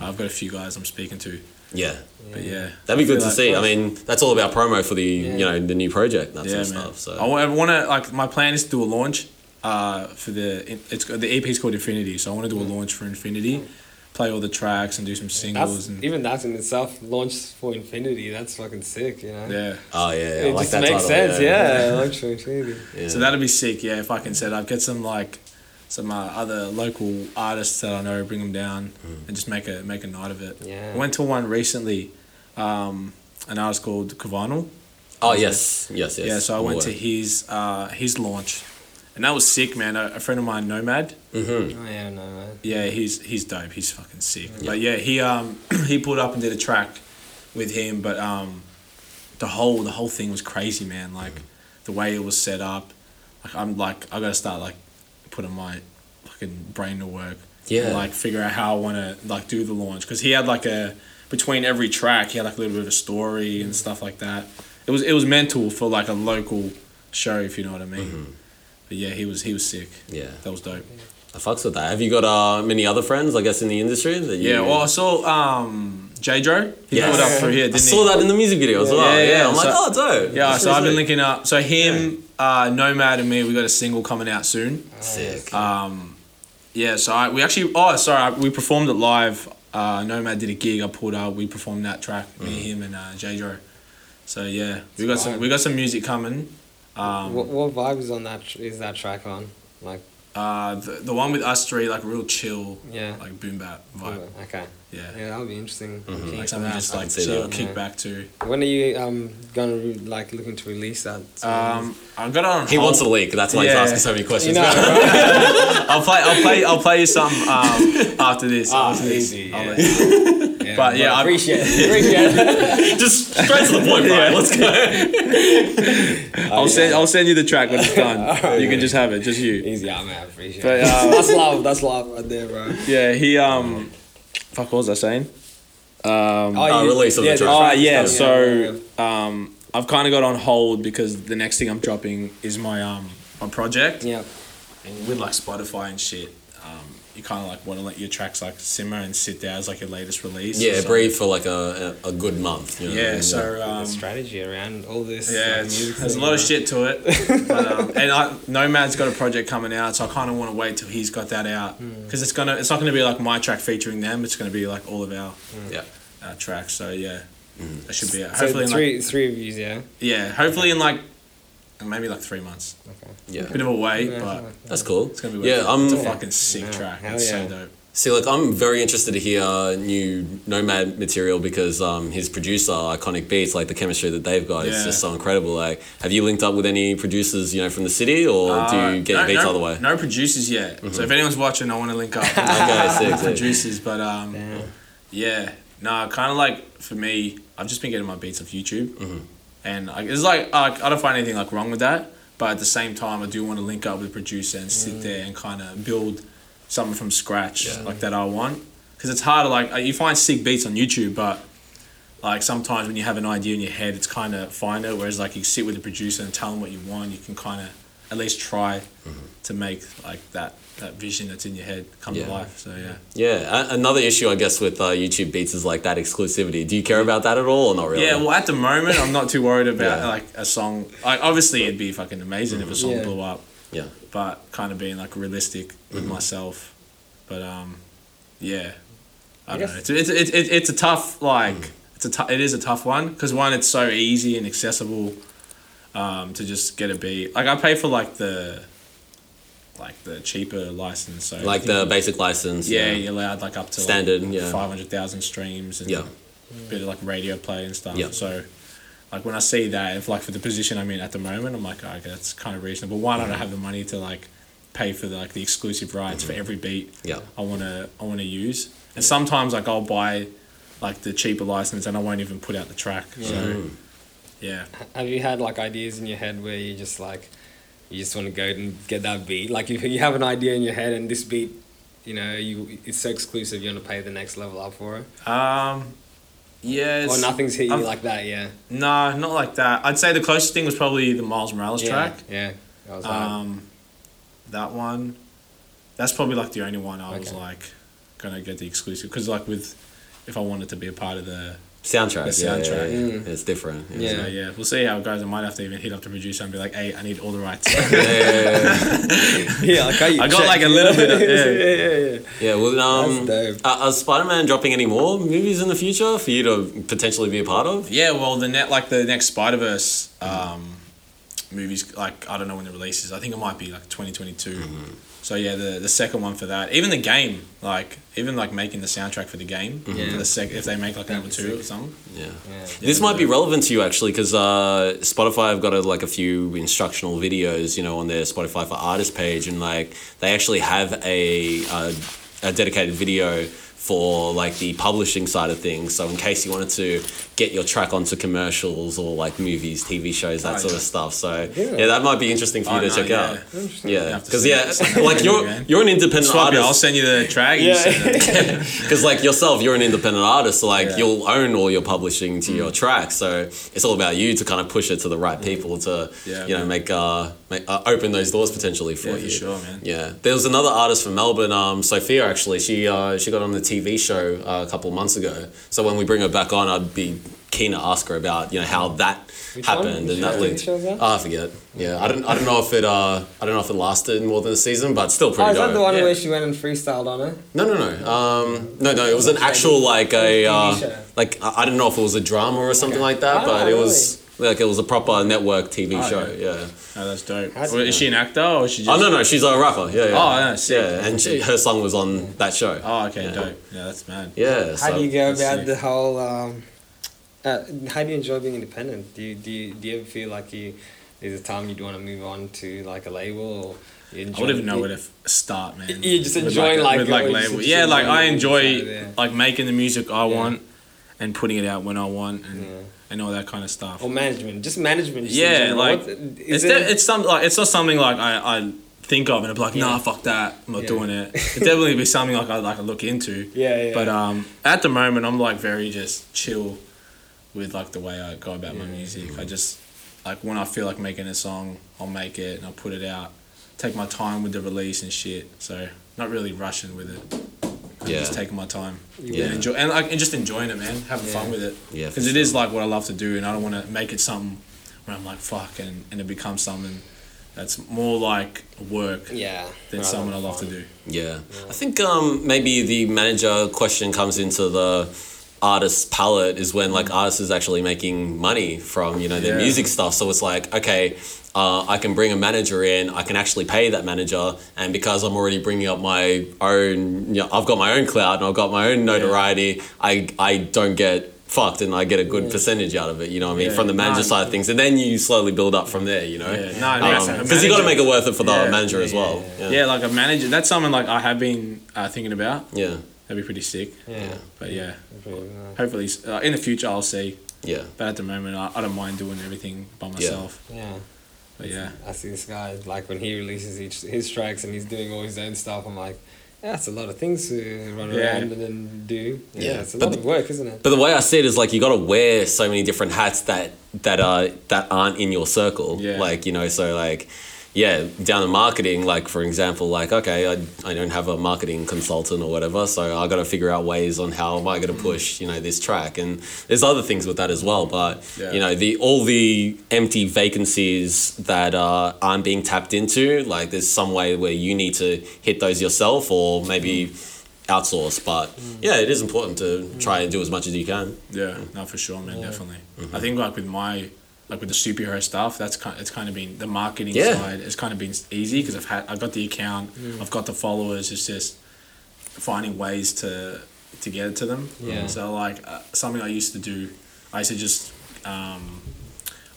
Speaker 3: I've got a few guys I'm speaking to.
Speaker 1: Yeah.
Speaker 3: But yeah,
Speaker 1: Mm-hmm. That'd be good to
Speaker 3: like-
Speaker 1: see. I mean, that's all about promo for the you know the new project and that
Speaker 3: yeah, man.
Speaker 1: sort of stuff. So
Speaker 3: I, want to like my plan is to do a launch. Uh, for the it's the EP is called Infinity, so I want to
Speaker 1: Mm.
Speaker 3: do a launch for Infinity, play all the tracks and do some singles
Speaker 2: That's
Speaker 3: and
Speaker 2: even that in itself launched for infinity. That's fucking sick, you know.
Speaker 3: yeah.
Speaker 1: oh yeah, yeah, I
Speaker 2: It
Speaker 1: like
Speaker 2: just
Speaker 1: that
Speaker 2: makes
Speaker 1: title,
Speaker 2: sense, yeah. Launch for infinity.
Speaker 1: Yeah.
Speaker 3: So that'd be sick, yeah. If I can set up, get some like some uh, other local artists that I know, bring them down, and just make a make a night of it.
Speaker 2: Yeah.
Speaker 3: I went to one recently, um, an artist called Kavanal.
Speaker 1: oh yes, yes, yes.
Speaker 3: Yeah, so I
Speaker 1: I'm
Speaker 3: went to
Speaker 1: aware.
Speaker 3: his uh, his launch, and that was sick, man. A, a friend of mine, Nomad. Hmm.
Speaker 2: Oh yeah, no man.
Speaker 3: Yeah, he's he's dope. He's fucking sick. But yeah, he um he pulled up and did a track with him, but um the whole the whole thing was crazy, man. Like the way it was set up, like I'm like I gotta start like putting my fucking brain to work.
Speaker 1: Yeah.
Speaker 3: And, like figure out how I want to like do the launch because he had like a between every track he had like a little bit of a story and stuff like that. It was it was mental for like a local show if you know what I mean. But yeah, he was he was sick.
Speaker 1: Mm-hmm. Yeah.
Speaker 3: That was dope.
Speaker 1: I fucks with that. Have you got uh, many other friends? I guess in the industry that you
Speaker 3: Yeah, well, I saw um, J Dro. He
Speaker 1: Yes.
Speaker 3: pulled up through here, didn't
Speaker 1: I saw
Speaker 3: he?
Speaker 1: that in the music video as well.
Speaker 3: Yeah,
Speaker 1: Yeah,
Speaker 3: yeah,
Speaker 1: I'm like,
Speaker 3: so-
Speaker 1: oh, dope.
Speaker 3: Yeah,
Speaker 1: That's
Speaker 3: so I've been
Speaker 1: really
Speaker 3: linking up. So him, uh, Nomad, and me, we got a single coming out soon.
Speaker 2: Oh,
Speaker 1: sick. Sick.
Speaker 3: Um, yeah, so I, we actually, oh, sorry, I- we performed it live. Uh, Nomad did a gig. I pulled up. We performed that track.
Speaker 1: Mm.
Speaker 3: Me, him, and uh, J Dro. So yeah, we got some.
Speaker 2: fine.
Speaker 3: We got some music coming. Um,
Speaker 2: what what vibe is on that? tr- Is that track on? Like
Speaker 3: uh, the, the one with us three, like real chill,
Speaker 2: yeah.
Speaker 3: like boom bap vibe.
Speaker 2: okay.
Speaker 3: Yeah,
Speaker 2: Yeah, that'll be interesting.
Speaker 1: Mm-hmm.
Speaker 2: Keen
Speaker 3: like
Speaker 2: for
Speaker 3: something
Speaker 2: that.
Speaker 3: just
Speaker 1: I can
Speaker 3: like
Speaker 1: see
Speaker 3: chill,
Speaker 1: that.
Speaker 3: kick
Speaker 2: Yeah.
Speaker 3: back to.
Speaker 2: When are you um gonna re- like looking to release that?
Speaker 3: Um, I got it on.
Speaker 1: He
Speaker 3: hold.
Speaker 1: wants a leak. That's why he's
Speaker 3: Yeah.
Speaker 1: asking so many
Speaker 2: you
Speaker 1: questions.
Speaker 2: know, right?
Speaker 3: I'll play. I'll play. I'll play you some um, after this.
Speaker 2: Ah,
Speaker 3: after this.
Speaker 2: easy,
Speaker 3: I'll
Speaker 2: yeah.
Speaker 3: let you-
Speaker 2: yeah,
Speaker 3: But yeah, I-
Speaker 2: appreciate it. Appreciate it.
Speaker 1: Just straight to the point, Brian. Let's go.
Speaker 3: I'll send I'll send you the track when it's done. you can just have it, just you.
Speaker 2: Easy, yeah, man. Appreciate
Speaker 3: But
Speaker 2: it.
Speaker 3: um,
Speaker 2: uh, That's love. That's love right there, bro.
Speaker 3: yeah, he um, fuck, what was I saying? Um,
Speaker 1: Uh, release of the track.
Speaker 3: Oh
Speaker 1: Oh,
Speaker 3: yeah,
Speaker 2: stuff.
Speaker 3: so um, I've kind of got on hold because the next thing I'm dropping is my um my project.
Speaker 2: yeah.
Speaker 3: And with like Spotify and shit, um, you kind of like want to let your tracks like simmer and sit there as like your latest release.
Speaker 1: Yeah,
Speaker 3: So-
Speaker 1: breathe for like a, a, a good month. You know,
Speaker 3: Yeah,
Speaker 1: and, uh,
Speaker 3: so
Speaker 2: The
Speaker 3: um,
Speaker 2: strategy around all this. like,
Speaker 3: yeah, it's,
Speaker 2: music
Speaker 3: there's a
Speaker 2: thing,
Speaker 3: lot of
Speaker 2: bro.
Speaker 3: shit to it. But, um, and I, Nomad's got a project coming out, so I kind of want to wait till he's got that out
Speaker 2: Hmm.
Speaker 3: because it's gonna it's not gonna be like my track featuring them. It's gonna be like all of our
Speaker 1: yeah.
Speaker 3: our tracks. So yeah,
Speaker 1: Hmm.
Speaker 3: that should be it.
Speaker 2: So
Speaker 3: Hopefully, in, like,
Speaker 2: three, three reviews, yeah.
Speaker 3: yeah, hopefully in like maybe like three months.
Speaker 1: Yeah.
Speaker 3: Bit of a wait,
Speaker 2: Yeah.
Speaker 3: but.
Speaker 1: That's cool.
Speaker 3: It's gonna be
Speaker 1: yeah,
Speaker 3: worth it.
Speaker 1: I'm
Speaker 3: it's a fucking sick
Speaker 2: Yeah.
Speaker 3: track.
Speaker 2: Hell
Speaker 3: It's
Speaker 2: yeah.
Speaker 3: so dope.
Speaker 1: See, like I'm very interested to hear new Nomad material because um, his producer, Iconic Beats, like the chemistry that they've got, is
Speaker 3: Yeah.
Speaker 1: just so incredible. Like, have you linked up with any producers, you know, from the city, or do you get
Speaker 3: Uh,
Speaker 1: your
Speaker 3: no,
Speaker 1: beats
Speaker 3: no,
Speaker 1: all the way? Mm-hmm.
Speaker 3: No producers yet. So if anyone's watching, I want to link up.
Speaker 1: Okay, sick, sick.
Speaker 3: producers, but um, yeah, no, kind of like for me, I've just been getting my beats off YouTube, and I, it's like I, I don't find anything like wrong with that. But at the same time, I do want to link up with a producer and sit there and kind of build something from scratch like that I want. Because it's harder, like uh, you find sick beats on YouTube, but like sometimes when you have an idea in your head, it's kind of find it. Whereas like you sit with the producer and tell them what you want, you can kind of at least try
Speaker 1: Mm-hmm.
Speaker 3: to make like that that vision that's in your head come
Speaker 1: Yeah.
Speaker 3: to life. So yeah.
Speaker 1: Yeah, a- another issue I guess with uh, YouTube Beats is like that exclusivity. Do you care about that at all, or not really?
Speaker 3: Yeah, well, at the moment, I'm not too worried about
Speaker 1: Yeah.
Speaker 3: like a song. Like, obviously, it'd be fucking amazing if a song
Speaker 2: Yeah.
Speaker 3: blew up,
Speaker 1: yeah,
Speaker 3: but kind of being like realistic with myself. But um, yeah, I,
Speaker 2: I
Speaker 3: don't know.
Speaker 2: guess-
Speaker 3: It's it's it's, it's it's a tough like it's a t- it is a tough one because one it's so easy and accessible, um, to just get a beat. Like I pay for like the, like the cheaper license. So I
Speaker 1: like
Speaker 3: think-
Speaker 1: the basic license.
Speaker 3: yeah, you're allowed like up to
Speaker 1: Standard,
Speaker 3: like,
Speaker 1: yeah.
Speaker 3: five hundred thousand streams and
Speaker 1: Yeah.
Speaker 3: a bit of like radio play and stuff.
Speaker 1: Yeah.
Speaker 3: So like when I see that, if like for the position I'm in at the moment, I'm like, oh, okay, that's kind of reasonable. Why don't I
Speaker 1: Mm-hmm.
Speaker 3: have the money to like pay for the, like the exclusive rights for every beat
Speaker 1: Yeah.
Speaker 3: I wanna I wanna use? And sometimes like I'll buy like the cheaper license and I won't even put out the track. So
Speaker 1: Mm.
Speaker 3: yeah.
Speaker 2: Have you had like ideas in your head where you just like, you just want to go and get that beat? Like if you have an idea in your head and this beat, you know, you it's so exclusive, you want to pay the next level up for it,
Speaker 3: Um yeah,
Speaker 2: or
Speaker 3: it's-
Speaker 2: nothing's hit you
Speaker 3: I've-
Speaker 2: like that, yeah.
Speaker 3: No, not like that. I'd say the closest thing was probably the Miles Morales track.
Speaker 2: Yeah. yeah. I was like,
Speaker 3: Um, that one, that's probably like the only one I was
Speaker 2: Okay.
Speaker 3: like gonna get the exclusive because like with if I wanted to be a part of the
Speaker 1: soundtrack.
Speaker 3: The
Speaker 1: yeah, yeah,
Speaker 3: soundtrack.
Speaker 1: yeah, yeah.
Speaker 2: Mm.
Speaker 1: it's different.
Speaker 2: Yeah.
Speaker 3: yeah. yeah we'll see how it goes. I might have to even hit up the producer and be like, hey, I need all the rights.
Speaker 1: yeah, yeah, yeah, yeah.
Speaker 2: yeah, like, I
Speaker 3: I got, like, a little bit of- yeah.
Speaker 2: yeah, yeah, yeah.
Speaker 1: Yeah, well, um,
Speaker 2: That's dope.
Speaker 1: are, are Spider-Man dropping any more movies in the future for you to potentially be a part of?
Speaker 3: yeah, well, the net like the next Spider Verse um, movies like I don't know when the release is. I think it might be like twenty twenty two.
Speaker 2: Mm-hmm.
Speaker 3: So yeah, the the second one for that, even the game, like even like making the soundtrack for the game,
Speaker 2: Yeah.
Speaker 3: for the sec- if they make like
Speaker 2: That'd
Speaker 3: number
Speaker 2: be
Speaker 3: two
Speaker 2: Mm-hmm. sick.
Speaker 3: or something.
Speaker 1: Yeah.
Speaker 2: Yeah.
Speaker 1: This might be relevant to you actually, because uh, Spotify have got a, like a few instructional videos, you know, on their Spotify for Artists page, and like they actually have a a, a dedicated video for like the publishing side of things. So in case you wanted to get your track onto commercials or like movies, TV shows, that
Speaker 3: Oh,
Speaker 1: sort of
Speaker 3: yeah.
Speaker 1: stuff. So
Speaker 2: Yeah.
Speaker 1: yeah. that might be interesting for you
Speaker 3: Oh,
Speaker 1: to
Speaker 3: no,
Speaker 1: check
Speaker 3: yeah.
Speaker 1: out.
Speaker 2: Interesting.
Speaker 1: Yeah,
Speaker 3: have to
Speaker 1: because
Speaker 3: see
Speaker 1: yeah,
Speaker 3: it.
Speaker 1: like you're
Speaker 3: Okay.
Speaker 1: you're an independent
Speaker 3: Swap it, I'll
Speaker 1: artist.
Speaker 3: send you the track. and you send it.
Speaker 1: Because like yourself, you're an independent artist. So like
Speaker 3: Yeah.
Speaker 1: you'll own all your publishing to
Speaker 2: Mm.
Speaker 1: your tracks. So it's all about you to kind of push it to the right people to
Speaker 3: Yeah,
Speaker 1: you know
Speaker 3: man.
Speaker 1: make uh, make uh open those doors potentially for
Speaker 3: Yeah, for
Speaker 1: you.
Speaker 3: sure, man.
Speaker 1: Yeah, there was another artist from Melbourne, um, Sophia. Actually, she uh, she got on the TV show uh, a couple of months ago. So when we bring her back on, I'd be keen to ask her about you know how that
Speaker 2: one?
Speaker 1: happened
Speaker 2: Mm. Which
Speaker 1: and that
Speaker 2: show-
Speaker 1: linked.
Speaker 2: which show was that?
Speaker 1: Ah, I forget. Yeah, I don't I don't know if it uh I don't know if it lasted more than a season, but still pretty.
Speaker 2: Oh, is that
Speaker 1: dope.
Speaker 2: the one
Speaker 3: yeah.
Speaker 2: where she went and freestyled on it?
Speaker 1: No, no, no. Um, no, no. It was an actual like a uh,
Speaker 2: TV show.
Speaker 1: like I I don't know if it was a drama or something
Speaker 2: Okay.
Speaker 1: like that,
Speaker 2: Ah,
Speaker 1: but it was like it was a proper network TV
Speaker 3: Oh,
Speaker 1: show. Yeah.
Speaker 3: Oh, that's dope.
Speaker 2: How's
Speaker 3: Well,
Speaker 2: it
Speaker 3: is she an actor or is she
Speaker 1: Oh
Speaker 3: just?
Speaker 1: no, no. She's a rapper. Yeah, yeah.
Speaker 3: Oh, yeah, sick.
Speaker 1: yeah. And she, her song was on that show.
Speaker 3: Oh, okay,
Speaker 1: Yeah.
Speaker 3: dope. Yeah, that's mad.
Speaker 1: Yeah.
Speaker 2: How
Speaker 1: so-
Speaker 2: do you go
Speaker 3: let's see.
Speaker 2: about the whole? Um, uh, how do you enjoy being independent? Do you do you, do you ever feel like you there's a time you'd want to move on to like a label or you enjoy?
Speaker 3: I wouldn't even know
Speaker 2: you-
Speaker 3: where to f- start, man.
Speaker 2: You're just
Speaker 3: With
Speaker 2: enjoying,
Speaker 3: a-
Speaker 2: like, oh,
Speaker 3: with like
Speaker 2: what you
Speaker 3: label.
Speaker 2: said,
Speaker 3: Yeah, like
Speaker 2: enjoying
Speaker 3: I
Speaker 2: the
Speaker 3: enjoy
Speaker 2: inside, yeah.
Speaker 3: like making the music I want. and putting it out when I want and, and all that kind of stuff.
Speaker 2: or management, just management. just in
Speaker 3: yeah,
Speaker 2: general.
Speaker 3: like
Speaker 2: What-
Speaker 3: it's
Speaker 2: is
Speaker 3: de-
Speaker 2: there-
Speaker 3: it's some like it's not something like I, I think of and I'm like nah fuck that I'm not
Speaker 2: Yeah.
Speaker 3: doing it. It definitely be something like I like I look into.
Speaker 2: Yeah, yeah.
Speaker 3: But um, at the moment I'm like very just chill with like the way I go about my music. I just like when I feel like making a song, I'll make it and I'll put it out. Take my time with the release and shit. So not really rushing with it. I'm
Speaker 1: Yeah.
Speaker 3: Just taking my time.
Speaker 1: Yeah.
Speaker 3: And enjoy and like and just enjoying it, man. Having fun with it.
Speaker 1: Yeah, for
Speaker 3: Because it is like what I love to do, and I don't want to make it something where I'm like fuck, and, and it becomes something that's more like work
Speaker 2: yeah.
Speaker 3: than
Speaker 2: Rather
Speaker 3: something I
Speaker 2: than
Speaker 3: love to
Speaker 2: fun.
Speaker 3: do.
Speaker 1: Yeah. I think um, maybe the manager question comes into the artist's palette is when like artists is actually making money from you know their
Speaker 3: Yeah.
Speaker 1: music stuff so it's like okay uh, i can bring a manager in i can actually pay that manager and because i'm already bringing up my own you know, i've got my own clout and i've got my own notoriety i i don't get fucked and i get a good percentage out of it you know what i mean
Speaker 3: Yeah.
Speaker 1: from the manager
Speaker 3: Nah,
Speaker 1: side of things and then you slowly build up from there you know
Speaker 3: Yeah.
Speaker 1: because
Speaker 3: No, no, that's- a
Speaker 1: you got to
Speaker 3: manager-
Speaker 1: make it worth it for the
Speaker 3: Yeah,
Speaker 1: manager as well
Speaker 3: Yeah. like a manager. That's something like I have been uh, thinking about.
Speaker 1: yeah
Speaker 3: That'd be pretty sick.
Speaker 2: Yeah.
Speaker 3: But yeah,
Speaker 2: Pretty nice.
Speaker 3: hopefully uh, in the future I'll see.
Speaker 1: yeah
Speaker 3: But at the moment, I, I don't mind doing everything by myself.
Speaker 2: Yeah.
Speaker 3: But yeah,
Speaker 2: I see this guy like when he releases each his tracks and he's doing all his own stuff. I'm like, yeah, that's a lot of things to run
Speaker 3: Yeah.
Speaker 2: around and then do. Yeah,
Speaker 1: Yeah.
Speaker 2: it's a
Speaker 1: But
Speaker 2: lot of work, isn't it?
Speaker 1: But the way I see it is like you got to wear so many different hats that that are that aren't in your circle.
Speaker 3: Yeah.
Speaker 1: Like you know, so like yeah, down in marketing, like for example, like okay, I, I don't have a marketing consultant or whatever, so I got to figure out ways on how am I going to push you know this track, and there's other things with that as well. But
Speaker 3: Yeah.
Speaker 1: you know the all the empty vacancies that uh, aren't being tapped into, like there's some way where you need to hit those yourself, or maybe. Outsource, but yeah, it is important to try and do as much as you can.
Speaker 3: yeah, no, for sure, man, definitely.
Speaker 1: Mm-hmm.
Speaker 3: I think like with my like with the superhero stuff, that's kind. It's kind of been the marketing
Speaker 1: Yeah.
Speaker 3: side. It's kind of been easy because I've had I've got the account, I've got the followers. It's just finding ways to to get it to them.
Speaker 2: Yeah.
Speaker 3: So like uh, something I used to do, I used to just um,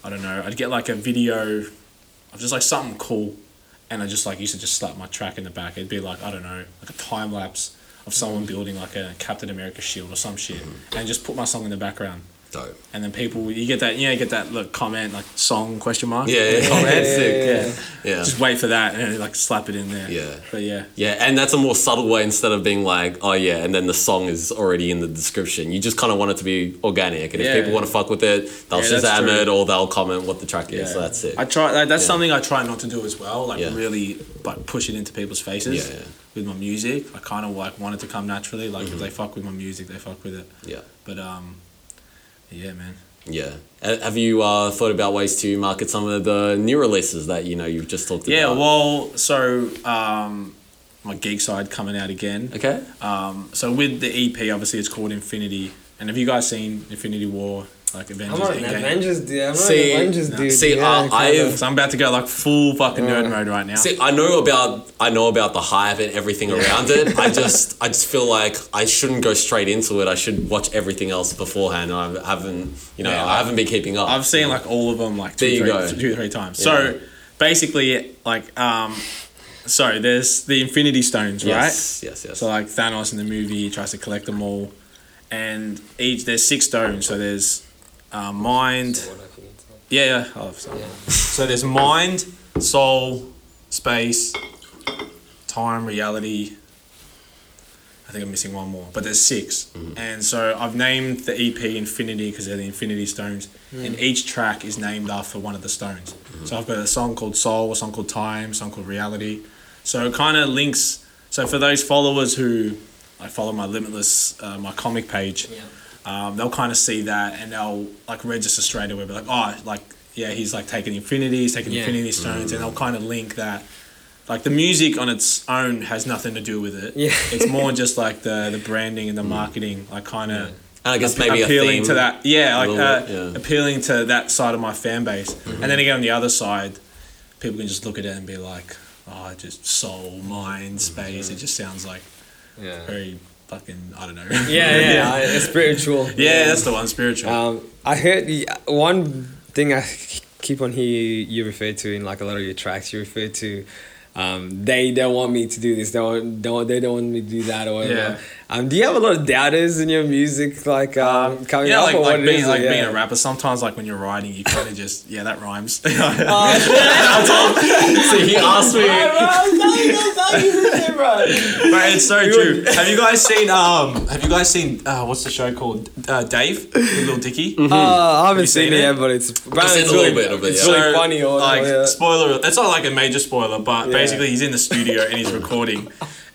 Speaker 3: I don't know. I'd get like a video of just like something cool, and I just like used to just slap my track in the back. It'd be like I don't know, like a time lapse of someone
Speaker 1: Mm-hmm.
Speaker 3: building like a Captain America shield or some shit, and just put my song in the background.
Speaker 1: Dope.
Speaker 3: And then people, you get that, you know, you get that look comment like song question mark.
Speaker 1: Yeah, yeah,
Speaker 3: comment.
Speaker 1: yeah, yeah, yeah,
Speaker 2: yeah.
Speaker 1: Yeah.
Speaker 3: Just wait for that and then, like slap it in there.
Speaker 1: Yeah.
Speaker 3: But yeah.
Speaker 1: Yeah, and that's a more subtle way instead of being like, oh yeah, and then the song is already in the description. You just kind of want it to be organic, and if
Speaker 3: Yeah.
Speaker 1: people want to fuck with it, they'll
Speaker 3: Yeah,
Speaker 1: just
Speaker 3: that's
Speaker 1: shazam
Speaker 3: true.
Speaker 1: it or they'll comment what the track is.
Speaker 3: Yeah.
Speaker 1: So that's it.
Speaker 3: I try. Like, that's
Speaker 1: Yeah.
Speaker 3: something I try not to do as well. Like
Speaker 1: Yeah.
Speaker 3: really, like push it into people's faces
Speaker 1: Yeah, Mm-hmm. yeah.
Speaker 3: with my music. I kind of like want it to come naturally. Like if they fuck with my music, they fuck with it.
Speaker 1: yeah,
Speaker 3: But um, yeah, man.
Speaker 1: yeah. A- Have you uh, thought about ways to market some of the new releases that you know you've just talked
Speaker 3: Yeah.
Speaker 1: about?
Speaker 3: Well, so um, my geek side coming out again.
Speaker 1: okay.
Speaker 3: Um, so with the EP, obviously it's called Infinity. And have you guys seen Infinity War? Like
Speaker 2: I'm
Speaker 3: Avengers
Speaker 2: not an
Speaker 3: Endgame?
Speaker 2: Avengers dude. I'm not
Speaker 1: See,
Speaker 2: an Avengers
Speaker 1: no.
Speaker 2: dude.
Speaker 1: See,
Speaker 2: yeah,
Speaker 1: uh,
Speaker 2: kinda.
Speaker 1: I've-
Speaker 3: So I'm about to go like full fucking nerd mode right now.
Speaker 1: See, I know about I know about the hype and everything around it. I just I just feel like I shouldn't go straight into it. I should watch everything else beforehand. I haven't, you know,
Speaker 3: Yeah,
Speaker 1: I
Speaker 3: I-
Speaker 1: haven't been keeping up.
Speaker 3: I've seen like all of them like
Speaker 1: There
Speaker 3: two,
Speaker 1: you
Speaker 3: three,
Speaker 1: go.
Speaker 3: two, three times.
Speaker 1: Yeah.
Speaker 3: So basically, like, um, so there's the Infinity Stones,
Speaker 1: yes,
Speaker 3: right?
Speaker 1: yes, yes.
Speaker 3: So like Thanos in the movie he tries to collect them all, and each there's six stones. So there's uh, mind. Yeah, yeah. I'll have some.
Speaker 2: Yeah.
Speaker 3: So there's mind, soul, space, time, reality. I think I'm missing one more, but there's 6 And so I've named the EP Infinity because they're the Infinity Stones, and each track is named after one of the stones. So I've got a song called Soul, a song called Time, a song called Reality. So it kind of links. So for those followers who I follow my Limitless, uh, my comic page, um, they'll kind of see that and they'll like register straight away, be like, oh, like yeah, he's like taking Infinity, he's taking
Speaker 2: Yeah.
Speaker 3: Infinity Stones, and they'll kind of link that. Like the music on its own has nothing to do with it.
Speaker 2: Yeah.
Speaker 3: it's more just like the the branding and the marketing, like kind of.
Speaker 1: And I guess Mm. maybe a
Speaker 3: appealing
Speaker 1: theme.
Speaker 3: to that, yeah, like
Speaker 1: little
Speaker 3: uh,
Speaker 1: bit, yeah. Mm-hmm.
Speaker 3: appealing to that side of my fan base, and then again on the other side, people can just look at it and be like, "Oh, just soul,
Speaker 1: Mm-hmm.
Speaker 3: mind, space." It just sounds like
Speaker 2: Yeah.
Speaker 3: very fucking, I don't know.
Speaker 2: Yeah, yeah, I- it's spiritual.
Speaker 3: yeah, that's the one spiritual.
Speaker 2: Um, I heard y- one thing I keep on hearing you refer to in like a lot of your tracks. You refer to um, they don't want me to do this. They don't, don't they don't want me to do that or whatever.
Speaker 3: Yeah.
Speaker 2: Um, do you have a lot of doubters in your music, like um, coming
Speaker 3: yeah,
Speaker 2: up
Speaker 3: like,
Speaker 2: or
Speaker 3: like,
Speaker 2: what
Speaker 3: being,
Speaker 2: it is?
Speaker 3: like
Speaker 2: yeah.
Speaker 3: being a rapper, sometimes like when you're writing, you kind of just, yeah, that rhymes.
Speaker 2: Oh,
Speaker 1: So he asked me.
Speaker 3: But it's so
Speaker 1: You-
Speaker 3: true. Have you guys seen um? Have you guys seen uh? What's the show called? Uh, Dave with Little Dicky.
Speaker 2: Uh, I haven't
Speaker 3: Hmm.
Speaker 2: seen
Speaker 3: you seen
Speaker 2: it
Speaker 3: it?
Speaker 2: yet, but it's
Speaker 1: seen
Speaker 2: it's
Speaker 1: a little
Speaker 2: really-
Speaker 1: bit of it,
Speaker 2: It's
Speaker 1: yeah.
Speaker 2: really funny. Or
Speaker 3: like
Speaker 2: yeah.
Speaker 3: spoiler. That's not like a major spoiler, but
Speaker 2: Yeah.
Speaker 3: basically he's in the studio and he's recording,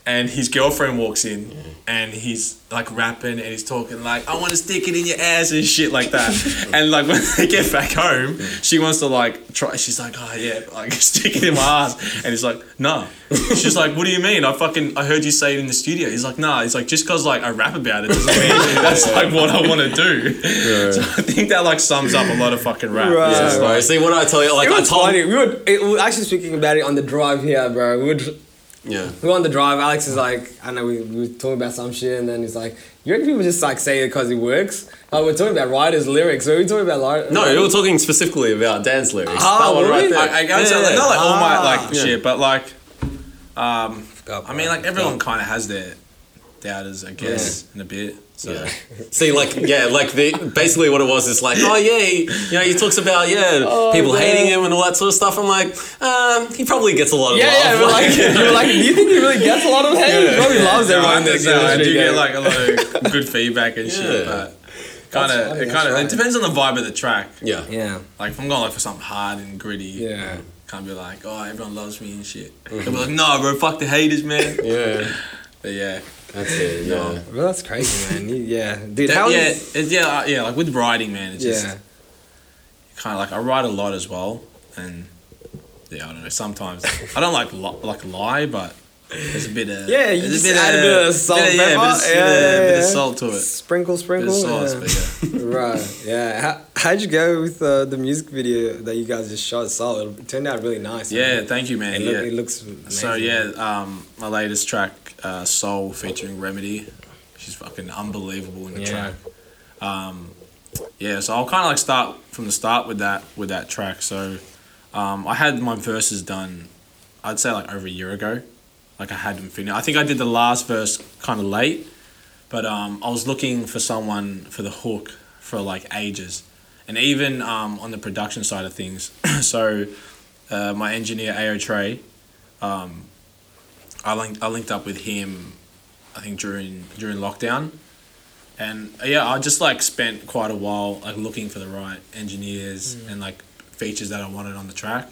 Speaker 3: and his girlfriend walks in and he's like rapping and he's talking like I want to stick it in your ass and shit like that. and like when they get back home, she wants to like try. She's like, oh yeah, like stick it in my ass, and he's like, no. She's like, what do you mean? I fucking I heard you say it in the studio. He's like, nah. He's like, just cause like I rap about it doesn't mean that's like what I want to do. So I think that like sums up a lot of fucking rap.
Speaker 2: Right.
Speaker 3: It's
Speaker 1: Yeah,
Speaker 3: just like-
Speaker 1: bro. See what I tell you? Like
Speaker 2: It
Speaker 1: I
Speaker 2: was
Speaker 1: told.
Speaker 2: funny. We were, it, we were actually speaking about it on the drive here, bro. We were, dr-
Speaker 1: Yeah.
Speaker 2: we were on the drive. Alex is like, I know we, we were talking about some shit, and then he's like, you reckon people just like say it because it works? Like, we're talking about writers' lyrics. Were we talking about lyrics?
Speaker 1: No, we were talking specifically about dance lyrics.
Speaker 2: Ah,
Speaker 1: that one
Speaker 2: were we?
Speaker 1: right there.
Speaker 3: I, I gotta say, like, not like all my like
Speaker 1: Yeah.
Speaker 3: shit, but like, um, I mean, like everyone kind of has their doubters, I guess, in a bit. So
Speaker 1: Yeah. See, like, yeah, like the basically what it was is like, oh yeah, he, you know, he talks about yeah, people
Speaker 2: Oh, man.
Speaker 1: hating him and all that sort of stuff. I'm like, um, he probably gets a lot of
Speaker 2: Yeah,
Speaker 1: love.
Speaker 2: yeah. We're like, we were like, do you think he really gets a lot of hate? He probably loves
Speaker 3: Yeah,
Speaker 2: everyone.
Speaker 3: I,
Speaker 2: in this
Speaker 3: think so. I
Speaker 2: industry,
Speaker 3: do
Speaker 2: yeah.
Speaker 3: get like a lot of good feedback and shit,
Speaker 1: Yeah.
Speaker 3: but
Speaker 2: That's
Speaker 3: kind of
Speaker 2: funny,
Speaker 3: it
Speaker 2: that's
Speaker 3: kind of
Speaker 2: right.
Speaker 3: it depends on the vibe of the track.
Speaker 1: yeah, yeah,
Speaker 2: yeah,
Speaker 3: Like if I'm going like for something hard and gritty,
Speaker 2: yeah. Mm-hmm.
Speaker 3: can't be like, oh, everyone loves me and shit. They'll be like, no, bro, fuck the haters, man.
Speaker 1: yeah.
Speaker 3: but yeah.
Speaker 1: That's it. Yeah.
Speaker 2: Well, that's crazy, man. You- Yeah, dude.
Speaker 3: That-
Speaker 2: How
Speaker 3: yeah,
Speaker 2: is?
Speaker 3: it's- yeah, uh, yeah. Like with writing, man, it's just
Speaker 2: Yeah.
Speaker 3: kind of like I write a lot as well, and yeah, I don't know. Sometimes I don't like li- like lie, but there's a bit of
Speaker 2: Yeah, you
Speaker 3: there's
Speaker 2: just add a bit of salt,
Speaker 3: yeah, yeah,
Speaker 2: pepper.
Speaker 3: a bit of-
Speaker 2: Yeah,
Speaker 3: yeah, a bit
Speaker 2: yeah,
Speaker 3: of
Speaker 2: yeah.
Speaker 3: salt to it,
Speaker 2: Sprinkle,
Speaker 3: a bit of
Speaker 2: sprinkle.
Speaker 3: sauce.
Speaker 2: yeah.
Speaker 3: But yeah.
Speaker 2: right. Yeah. How, how'd you go with uh, the music video that you guys just shot? Solid. It turned out really nice.
Speaker 3: yeah,
Speaker 2: man.
Speaker 3: thank you, man.
Speaker 2: It,
Speaker 3: yeah.
Speaker 2: look, it looks. Amazing.
Speaker 3: so yeah, um, my latest track, uh, Soul, featuring Remedy, she's fucking unbelievable in the
Speaker 2: Yeah.
Speaker 3: track. Um, Yeah, so I'll kind of like start from the start with that with that track. So, um, I had my verses done, I'd say like over a year ago. Like I had them finished. I think I did the last verse kind of late, but um, I was looking for someone for the hook for like ages, and even um, on the production side of things. so, uh, my engineer Ao Trey, um, I linked I linked up with him, I think during during lockdown and uh, yeah, I just like spent quite a while like looking for the right engineers
Speaker 2: Mm.
Speaker 3: and like features that I wanted on the track,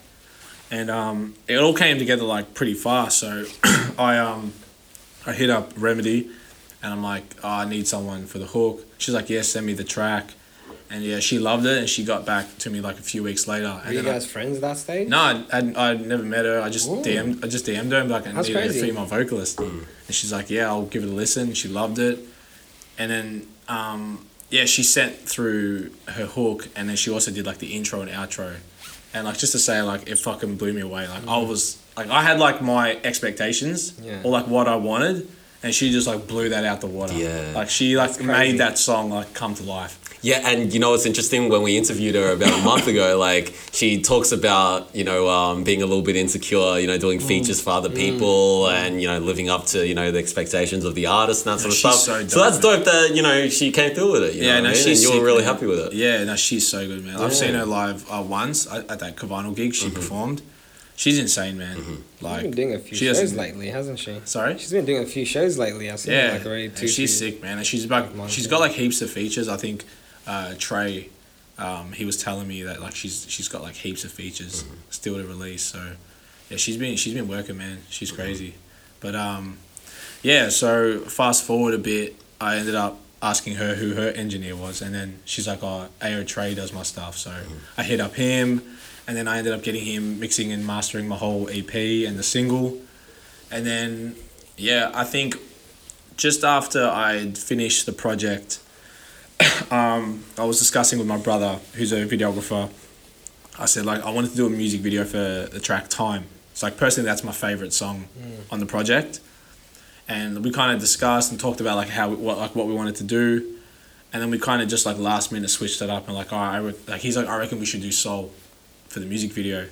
Speaker 3: and um, it all came together like pretty fast. So I um, I hit up Remedy, and I'm like, oh, I need someone for the hook. She's like, yeah, send me the track, and yeah, she loved it, and she got back to me like a few weeks later.
Speaker 2: Were
Speaker 3: And
Speaker 2: you
Speaker 3: then I-
Speaker 2: guys friends that stage?
Speaker 3: no, I, I, I never met her. I just
Speaker 2: Ooh.
Speaker 3: DM'd, I just DM'd her and be like, I
Speaker 2: That's
Speaker 3: needed
Speaker 2: crazy.
Speaker 3: a female vocalist. And she's like, yeah, I'll give it a listen. She loved it. And then, um, yeah, she sent through her hook and then she also did like the intro and outro. And like, just to say, like, it fucking blew me away. Like, I was, like, I had like my expectations
Speaker 2: Mm-hmm. Yeah.
Speaker 3: or like what I wanted. And she just like blew that out the water.
Speaker 1: Yeah.
Speaker 3: Like, she like
Speaker 2: crazy.
Speaker 3: made that song like come to life.
Speaker 1: Yeah, and you know what's interesting? When we interviewed her about a month ago, like she talks about you know um, being a little bit insecure, you know, doing
Speaker 3: Mm.
Speaker 1: features for other people, and you know, living up to you know the expectations of the artist and that sort of
Speaker 3: she's
Speaker 1: stuff.
Speaker 3: so dope,
Speaker 1: that's dope that you know she came through with it. You
Speaker 3: Yeah,
Speaker 1: know what
Speaker 3: no,
Speaker 1: I mean?
Speaker 3: she's
Speaker 1: and you
Speaker 3: sick,
Speaker 1: were really
Speaker 3: man.
Speaker 1: happy with it.
Speaker 3: Yeah, no, she's so good, man. I've seen her live uh, once at, at that Cavanal gig.
Speaker 1: Mm-hmm.
Speaker 3: She performed. She's insane, man. Like
Speaker 2: She's been doing a few
Speaker 3: she
Speaker 2: shows
Speaker 3: hasn't-
Speaker 2: lately, hasn't she?
Speaker 3: Sorry.
Speaker 2: She's been doing a few shows lately. I've seen
Speaker 3: yeah,
Speaker 2: like already
Speaker 3: and
Speaker 2: two.
Speaker 3: she's
Speaker 2: three-
Speaker 3: sick, man. And she's about.
Speaker 2: months,
Speaker 3: she's
Speaker 2: yeah.
Speaker 3: got like heaps of features. I think uh, Trey, um, he was telling me that like she's she's got like heaps of features
Speaker 2: Mm-hmm.
Speaker 3: still to release. So yeah, she's been she's been working, man. She's
Speaker 2: Mm-hmm.
Speaker 3: crazy. But um, yeah. So fast forward a bit, I ended up asking her who her engineer was, and then she's like, "Oh, Ao Trey does my stuff." So
Speaker 2: Mm-hmm.
Speaker 3: I hit up him, and then I ended up getting him mixing and mastering my whole EP and the single, and then yeah, I think just after I'd finished the project, um, I was discussing with my brother, who's a videographer. I said like I wanted to do a music video for the track "Time." It's like personally, that's my favorite song
Speaker 2: Mm.
Speaker 3: on the project, and we kind of discussed and talked about like how what like what we wanted to do, and then we kind of just like last minute switched it up and like all right, I re- like he's like I reckon we should do soul for the music video.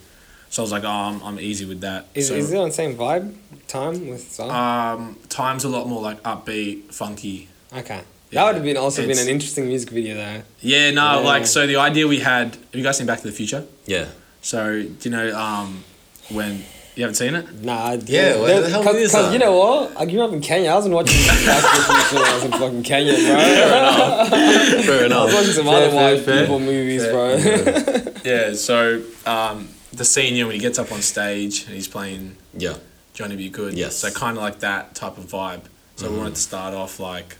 Speaker 3: So I was like, oh, I'm, I'm easy with that.
Speaker 2: Is,
Speaker 3: so,
Speaker 2: is it on the same vibe time with Sun?
Speaker 3: um, time's a lot more like upbeat, funky.
Speaker 2: okay.
Speaker 3: yeah,
Speaker 2: that would have been also been
Speaker 3: it's-
Speaker 2: an interesting music video though.
Speaker 3: Yeah, no,
Speaker 2: Yeah.
Speaker 3: like so the idea we had. Have you guys seen Back to the Future?
Speaker 1: Yeah.
Speaker 3: So do you know um, when you haven't seen it?
Speaker 2: Nah, I
Speaker 1: Yeah, what the hell
Speaker 2: cause,
Speaker 1: is
Speaker 2: 'cause
Speaker 1: that?
Speaker 2: you know what? I grew up in Kenya. I wasn't watching Back to the Future when I was in fucking Kenya, bro.
Speaker 1: Fair
Speaker 2: I
Speaker 1: enough.
Speaker 2: was watching some
Speaker 3: Fair,
Speaker 2: other
Speaker 3: fair,
Speaker 2: white
Speaker 3: fair.
Speaker 2: people movies,
Speaker 3: Fair.
Speaker 2: bro.
Speaker 3: Yeah. So um, the senior when he gets up on stage and he's playing
Speaker 1: Yeah.
Speaker 3: Johnny Be Good.
Speaker 1: Yes.
Speaker 3: So kind of like that type of vibe. So we
Speaker 2: Mm-hmm.
Speaker 3: wanted to start off like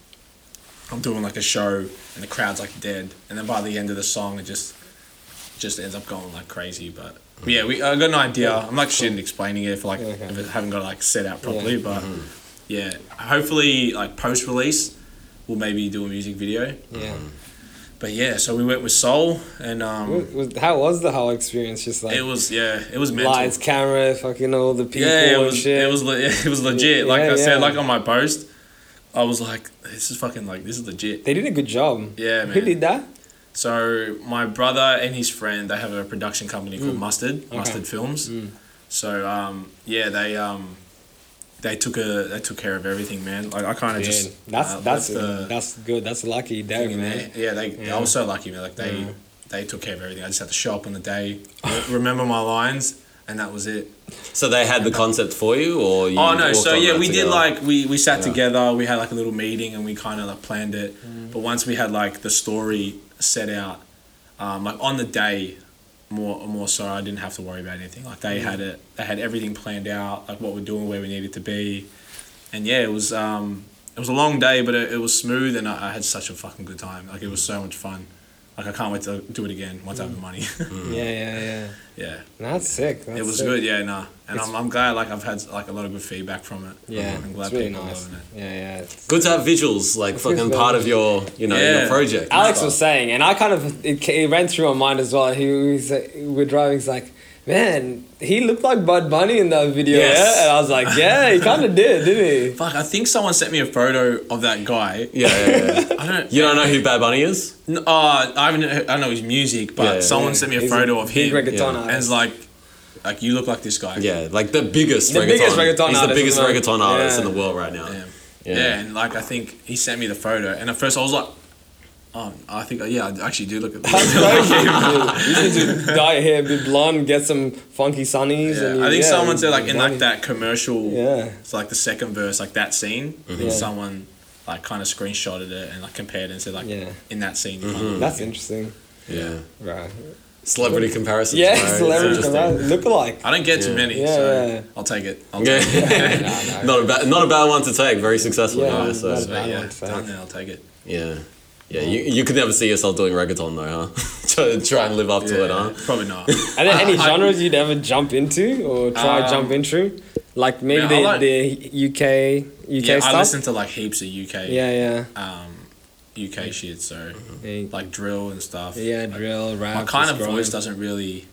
Speaker 3: I'm doing like a show and the crowd's like dead, and then by the end of the song it just just ends up going like crazy. But yeah, we I got an idea. I'm like shit at explaining it for like
Speaker 2: Yeah, okay. Mm-hmm.
Speaker 3: if I haven't got it, like set out properly, but yeah, hopefully like post release we'll maybe do a music video.
Speaker 2: yeah.
Speaker 3: But yeah, so we went with Soul and um,
Speaker 2: Was- was- How was the whole experience? Just like
Speaker 3: it was yeah it was mental.
Speaker 2: lights, camera, fucking all the people
Speaker 3: Yeah, it
Speaker 2: and
Speaker 3: was
Speaker 2: shit.
Speaker 3: it was le- it was legit.
Speaker 2: Yeah,
Speaker 3: Like I
Speaker 2: yeah.
Speaker 3: said, like on my post, I was like, this is fucking like this is legit.
Speaker 2: they did a good job.
Speaker 3: Yeah,
Speaker 2: Who
Speaker 3: man.
Speaker 2: did that?
Speaker 3: So my brother and his friend, they have a production company called
Speaker 2: Mm.
Speaker 3: Mustard
Speaker 2: Okay. Mm.
Speaker 3: Mustard Films. So um, yeah, they um, they took a they took care of everything, man. Like I kind of
Speaker 2: Dude,
Speaker 3: just
Speaker 2: that's
Speaker 3: uh,
Speaker 2: that's
Speaker 3: left the-
Speaker 2: that's good. That's lucky, day,
Speaker 3: thing in
Speaker 2: man.
Speaker 3: there. Yeah, they,
Speaker 2: Yeah. Mm.
Speaker 3: I was so lucky, man. Like they
Speaker 2: Yeah.
Speaker 3: they took care of everything. I just had to show up on the day, re- remember my lines, and that was it.
Speaker 1: So they had the concept for you, or you
Speaker 3: Oh no!
Speaker 1: walked
Speaker 3: So
Speaker 1: on
Speaker 3: yeah,
Speaker 1: that
Speaker 3: we did
Speaker 1: together?
Speaker 3: like we we sat together. We had like a little meeting and we kind of like planned it.
Speaker 1: Mm.
Speaker 3: But once we had like the story set out, um, like on the day, more more so, I didn't have to worry about anything. Like
Speaker 1: Mm.
Speaker 3: they had it, they had everything planned out, like what we're doing, where we needed to be, and yeah, it was um, it was a long day, but it, it was smooth, and I, I had such a fucking good time. Like it was so much fun. Like I can't wait to do it again once I have the money.
Speaker 1: Mm.
Speaker 2: Yeah, yeah, yeah.
Speaker 3: yeah,
Speaker 2: That's sick. That's
Speaker 3: it was
Speaker 2: sick.
Speaker 3: good. Yeah, nah, and
Speaker 2: It's-
Speaker 3: I'm, I'm glad like I've had like a lot of good feedback from it.
Speaker 2: Yeah,
Speaker 3: I'm glad
Speaker 2: it's really
Speaker 3: people are
Speaker 2: nice.
Speaker 3: loving it.
Speaker 2: Yeah, yeah. it's-
Speaker 1: good to have visuals, like fucking
Speaker 2: good.
Speaker 1: part of your, you know, your
Speaker 3: Yeah.
Speaker 1: project. and
Speaker 2: Alex
Speaker 1: stuff.
Speaker 2: was saying, and I kind of it, ca- it ran through my mind as well. He was like, we're driving. He's like, man, he looked like Bud Bunny in that video.
Speaker 1: Yes.
Speaker 2: Yeah, and I was like, yeah, he kind of did, didn't he?
Speaker 3: Fuck, I think someone sent me a photo of that guy.
Speaker 1: Yeah, yeah, yeah.
Speaker 3: I don't.
Speaker 1: you don't know who Bad Bunny is?
Speaker 3: N- Uh, I haven't. I don't know his music, but
Speaker 1: Yeah, yeah.
Speaker 3: someone
Speaker 2: Yeah,
Speaker 3: sent me a
Speaker 2: he's
Speaker 3: photo of
Speaker 2: big
Speaker 3: him,
Speaker 2: reggaeton
Speaker 1: yeah.
Speaker 2: artist.
Speaker 3: and it's like, like you look like this guy.
Speaker 1: Yeah, like the biggest
Speaker 2: The
Speaker 1: reggaeton.
Speaker 2: biggest reggaeton
Speaker 1: He's the
Speaker 2: artist
Speaker 1: biggest
Speaker 2: in the world.
Speaker 1: reggaeton artist
Speaker 2: Yeah.
Speaker 1: in the world right now.
Speaker 3: Yeah.
Speaker 1: Yeah.
Speaker 3: Yeah, and like I think he sent me the photo, and at first I was like, um, I think yeah, I actually do look at
Speaker 2: That's
Speaker 3: this.
Speaker 2: crazy. Dude. You need to dye your hair, be blonde, get some funky sunnies.
Speaker 3: Yeah,
Speaker 2: and you-
Speaker 3: I think
Speaker 2: yeah,
Speaker 3: someone said like
Speaker 2: Bud
Speaker 3: in
Speaker 2: Bunny.
Speaker 3: like that commercial,
Speaker 2: Yeah.
Speaker 3: it's like the second verse, like that scene. I think
Speaker 2: Yeah.
Speaker 3: someone like kind of screenshotted it and like compared it and said like
Speaker 2: Yeah. Mm-hmm.
Speaker 3: in that scene. you kinda-
Speaker 2: That's interesting.
Speaker 1: Yeah.
Speaker 2: Right.
Speaker 1: Celebrity comparisons.
Speaker 2: Yeah,
Speaker 1: right? It's
Speaker 2: celebrity
Speaker 1: interesting.
Speaker 2: comparison. Look alike.
Speaker 3: I don't get too
Speaker 1: Yeah.
Speaker 3: many,
Speaker 2: Yeah,
Speaker 3: so
Speaker 2: yeah.
Speaker 3: I'll take it. I'll take it.
Speaker 1: Yeah. not a bad, not a bad one to take. Very successful.
Speaker 2: Yeah,
Speaker 1: Yeah.
Speaker 2: not
Speaker 1: So,
Speaker 2: bad.
Speaker 3: But
Speaker 2: I
Speaker 3: yeah,
Speaker 2: won't say.
Speaker 3: done then, I'll take it.
Speaker 1: yeah. Yeah, you, you could never see yourself doing reggaeton though, huh? try, try and live up to it, huh?
Speaker 3: Yeah, Probably not.
Speaker 2: Are there any
Speaker 3: I-
Speaker 2: genres you'd ever jump into or try
Speaker 3: Um,
Speaker 2: jump into? Like maybe
Speaker 3: yeah, I
Speaker 2: the,
Speaker 3: like-
Speaker 2: the UK UK
Speaker 3: yeah,
Speaker 2: stuff.
Speaker 3: I listen to like heaps of UK,
Speaker 2: yeah, yeah,
Speaker 3: um, UK shit. So
Speaker 2: yeah.
Speaker 3: like drill and stuff.
Speaker 2: Yeah,
Speaker 3: Like,
Speaker 2: drill, rap.
Speaker 3: My kind of
Speaker 2: scrolling.
Speaker 3: voice doesn't really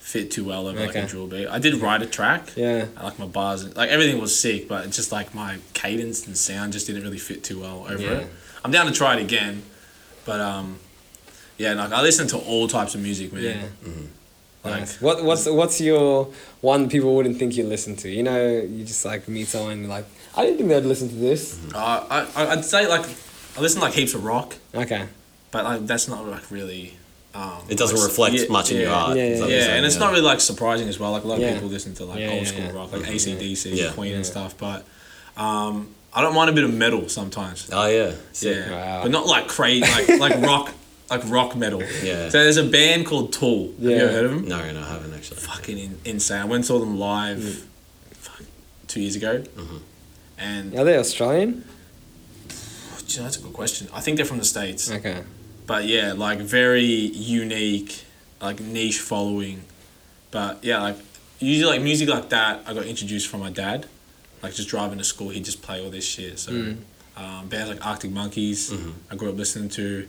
Speaker 3: fit too well over like
Speaker 2: Okay.
Speaker 3: a drill beat. I did write a track.
Speaker 2: Yeah.
Speaker 3: I like my bars, and, like everything was sick, but it's just like my cadence and sound just didn't really fit too well over
Speaker 2: Yeah.
Speaker 3: it. I'm down to try it again, but um, yeah, like I listen to all types of music, man.
Speaker 2: Yeah.
Speaker 3: Like
Speaker 2: Nice. What what's what's your one people wouldn't think you listen to? You know, you just like meet someone and you're like I didn't think they'd listen to this.
Speaker 3: uh, I, I, I'd say like I listen to like heaps of rock,
Speaker 2: Okay.
Speaker 3: but like that's not like really. Um,
Speaker 1: It doesn't
Speaker 3: like,
Speaker 1: reflect
Speaker 3: yeah,
Speaker 1: much in your
Speaker 3: yeah.
Speaker 1: art.
Speaker 2: Yeah,
Speaker 1: is
Speaker 2: yeah,
Speaker 1: that what
Speaker 3: Yeah,
Speaker 1: you're saying?
Speaker 3: and it's
Speaker 1: Yeah.
Speaker 3: not really like surprising as well. Like a lot of
Speaker 2: Yeah,
Speaker 3: people listen to like
Speaker 2: yeah,
Speaker 3: old
Speaker 2: yeah,
Speaker 3: school
Speaker 2: yeah.
Speaker 3: rock, like ACDC,
Speaker 1: Yeah.
Speaker 3: Queen and
Speaker 2: Yeah.
Speaker 3: stuff. But um, I don't mind a bit of metal sometimes.
Speaker 1: Oh yeah. Sick.
Speaker 3: Yeah,
Speaker 2: Wow.
Speaker 3: but not like crazy, like like rock, like rock metal.
Speaker 1: Yeah.
Speaker 3: So there's a band called Tool. Have
Speaker 2: Yeah.
Speaker 3: you ever heard of them?
Speaker 1: No, no, I haven't actually.
Speaker 3: Fucking in- insane. I went and saw them live, fuck, two years ago, and
Speaker 2: Are they Australian?
Speaker 3: oh, gee, that's a good question. I think they're from the states,
Speaker 2: Okay.
Speaker 3: but yeah, like very unique, like niche following, but yeah, like usually like music like that. I got introduced from my dad, like just driving to school. He'd just play all this shit. So
Speaker 2: Mm.
Speaker 3: um, bands like Arctic Monkeys,
Speaker 2: Mm-hmm.
Speaker 3: I grew up listening to.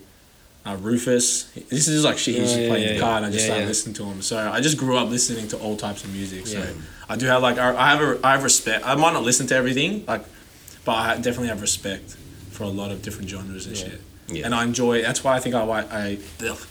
Speaker 3: uh, Rufus. This is just like shit. He's
Speaker 2: Yeah,
Speaker 3: just
Speaker 2: yeah,
Speaker 3: playing
Speaker 2: yeah.
Speaker 3: the car, and I just
Speaker 2: Yeah,
Speaker 3: started
Speaker 2: yeah.
Speaker 3: listening to him. So I just grew up listening to all types of music. So
Speaker 2: Yeah.
Speaker 3: I do have like I I have a, I have respect. I might not listen to everything, like, but I definitely have respect for a lot of different genres and shit.
Speaker 1: Yeah.
Speaker 3: And I enjoy. That's why I think I wi- I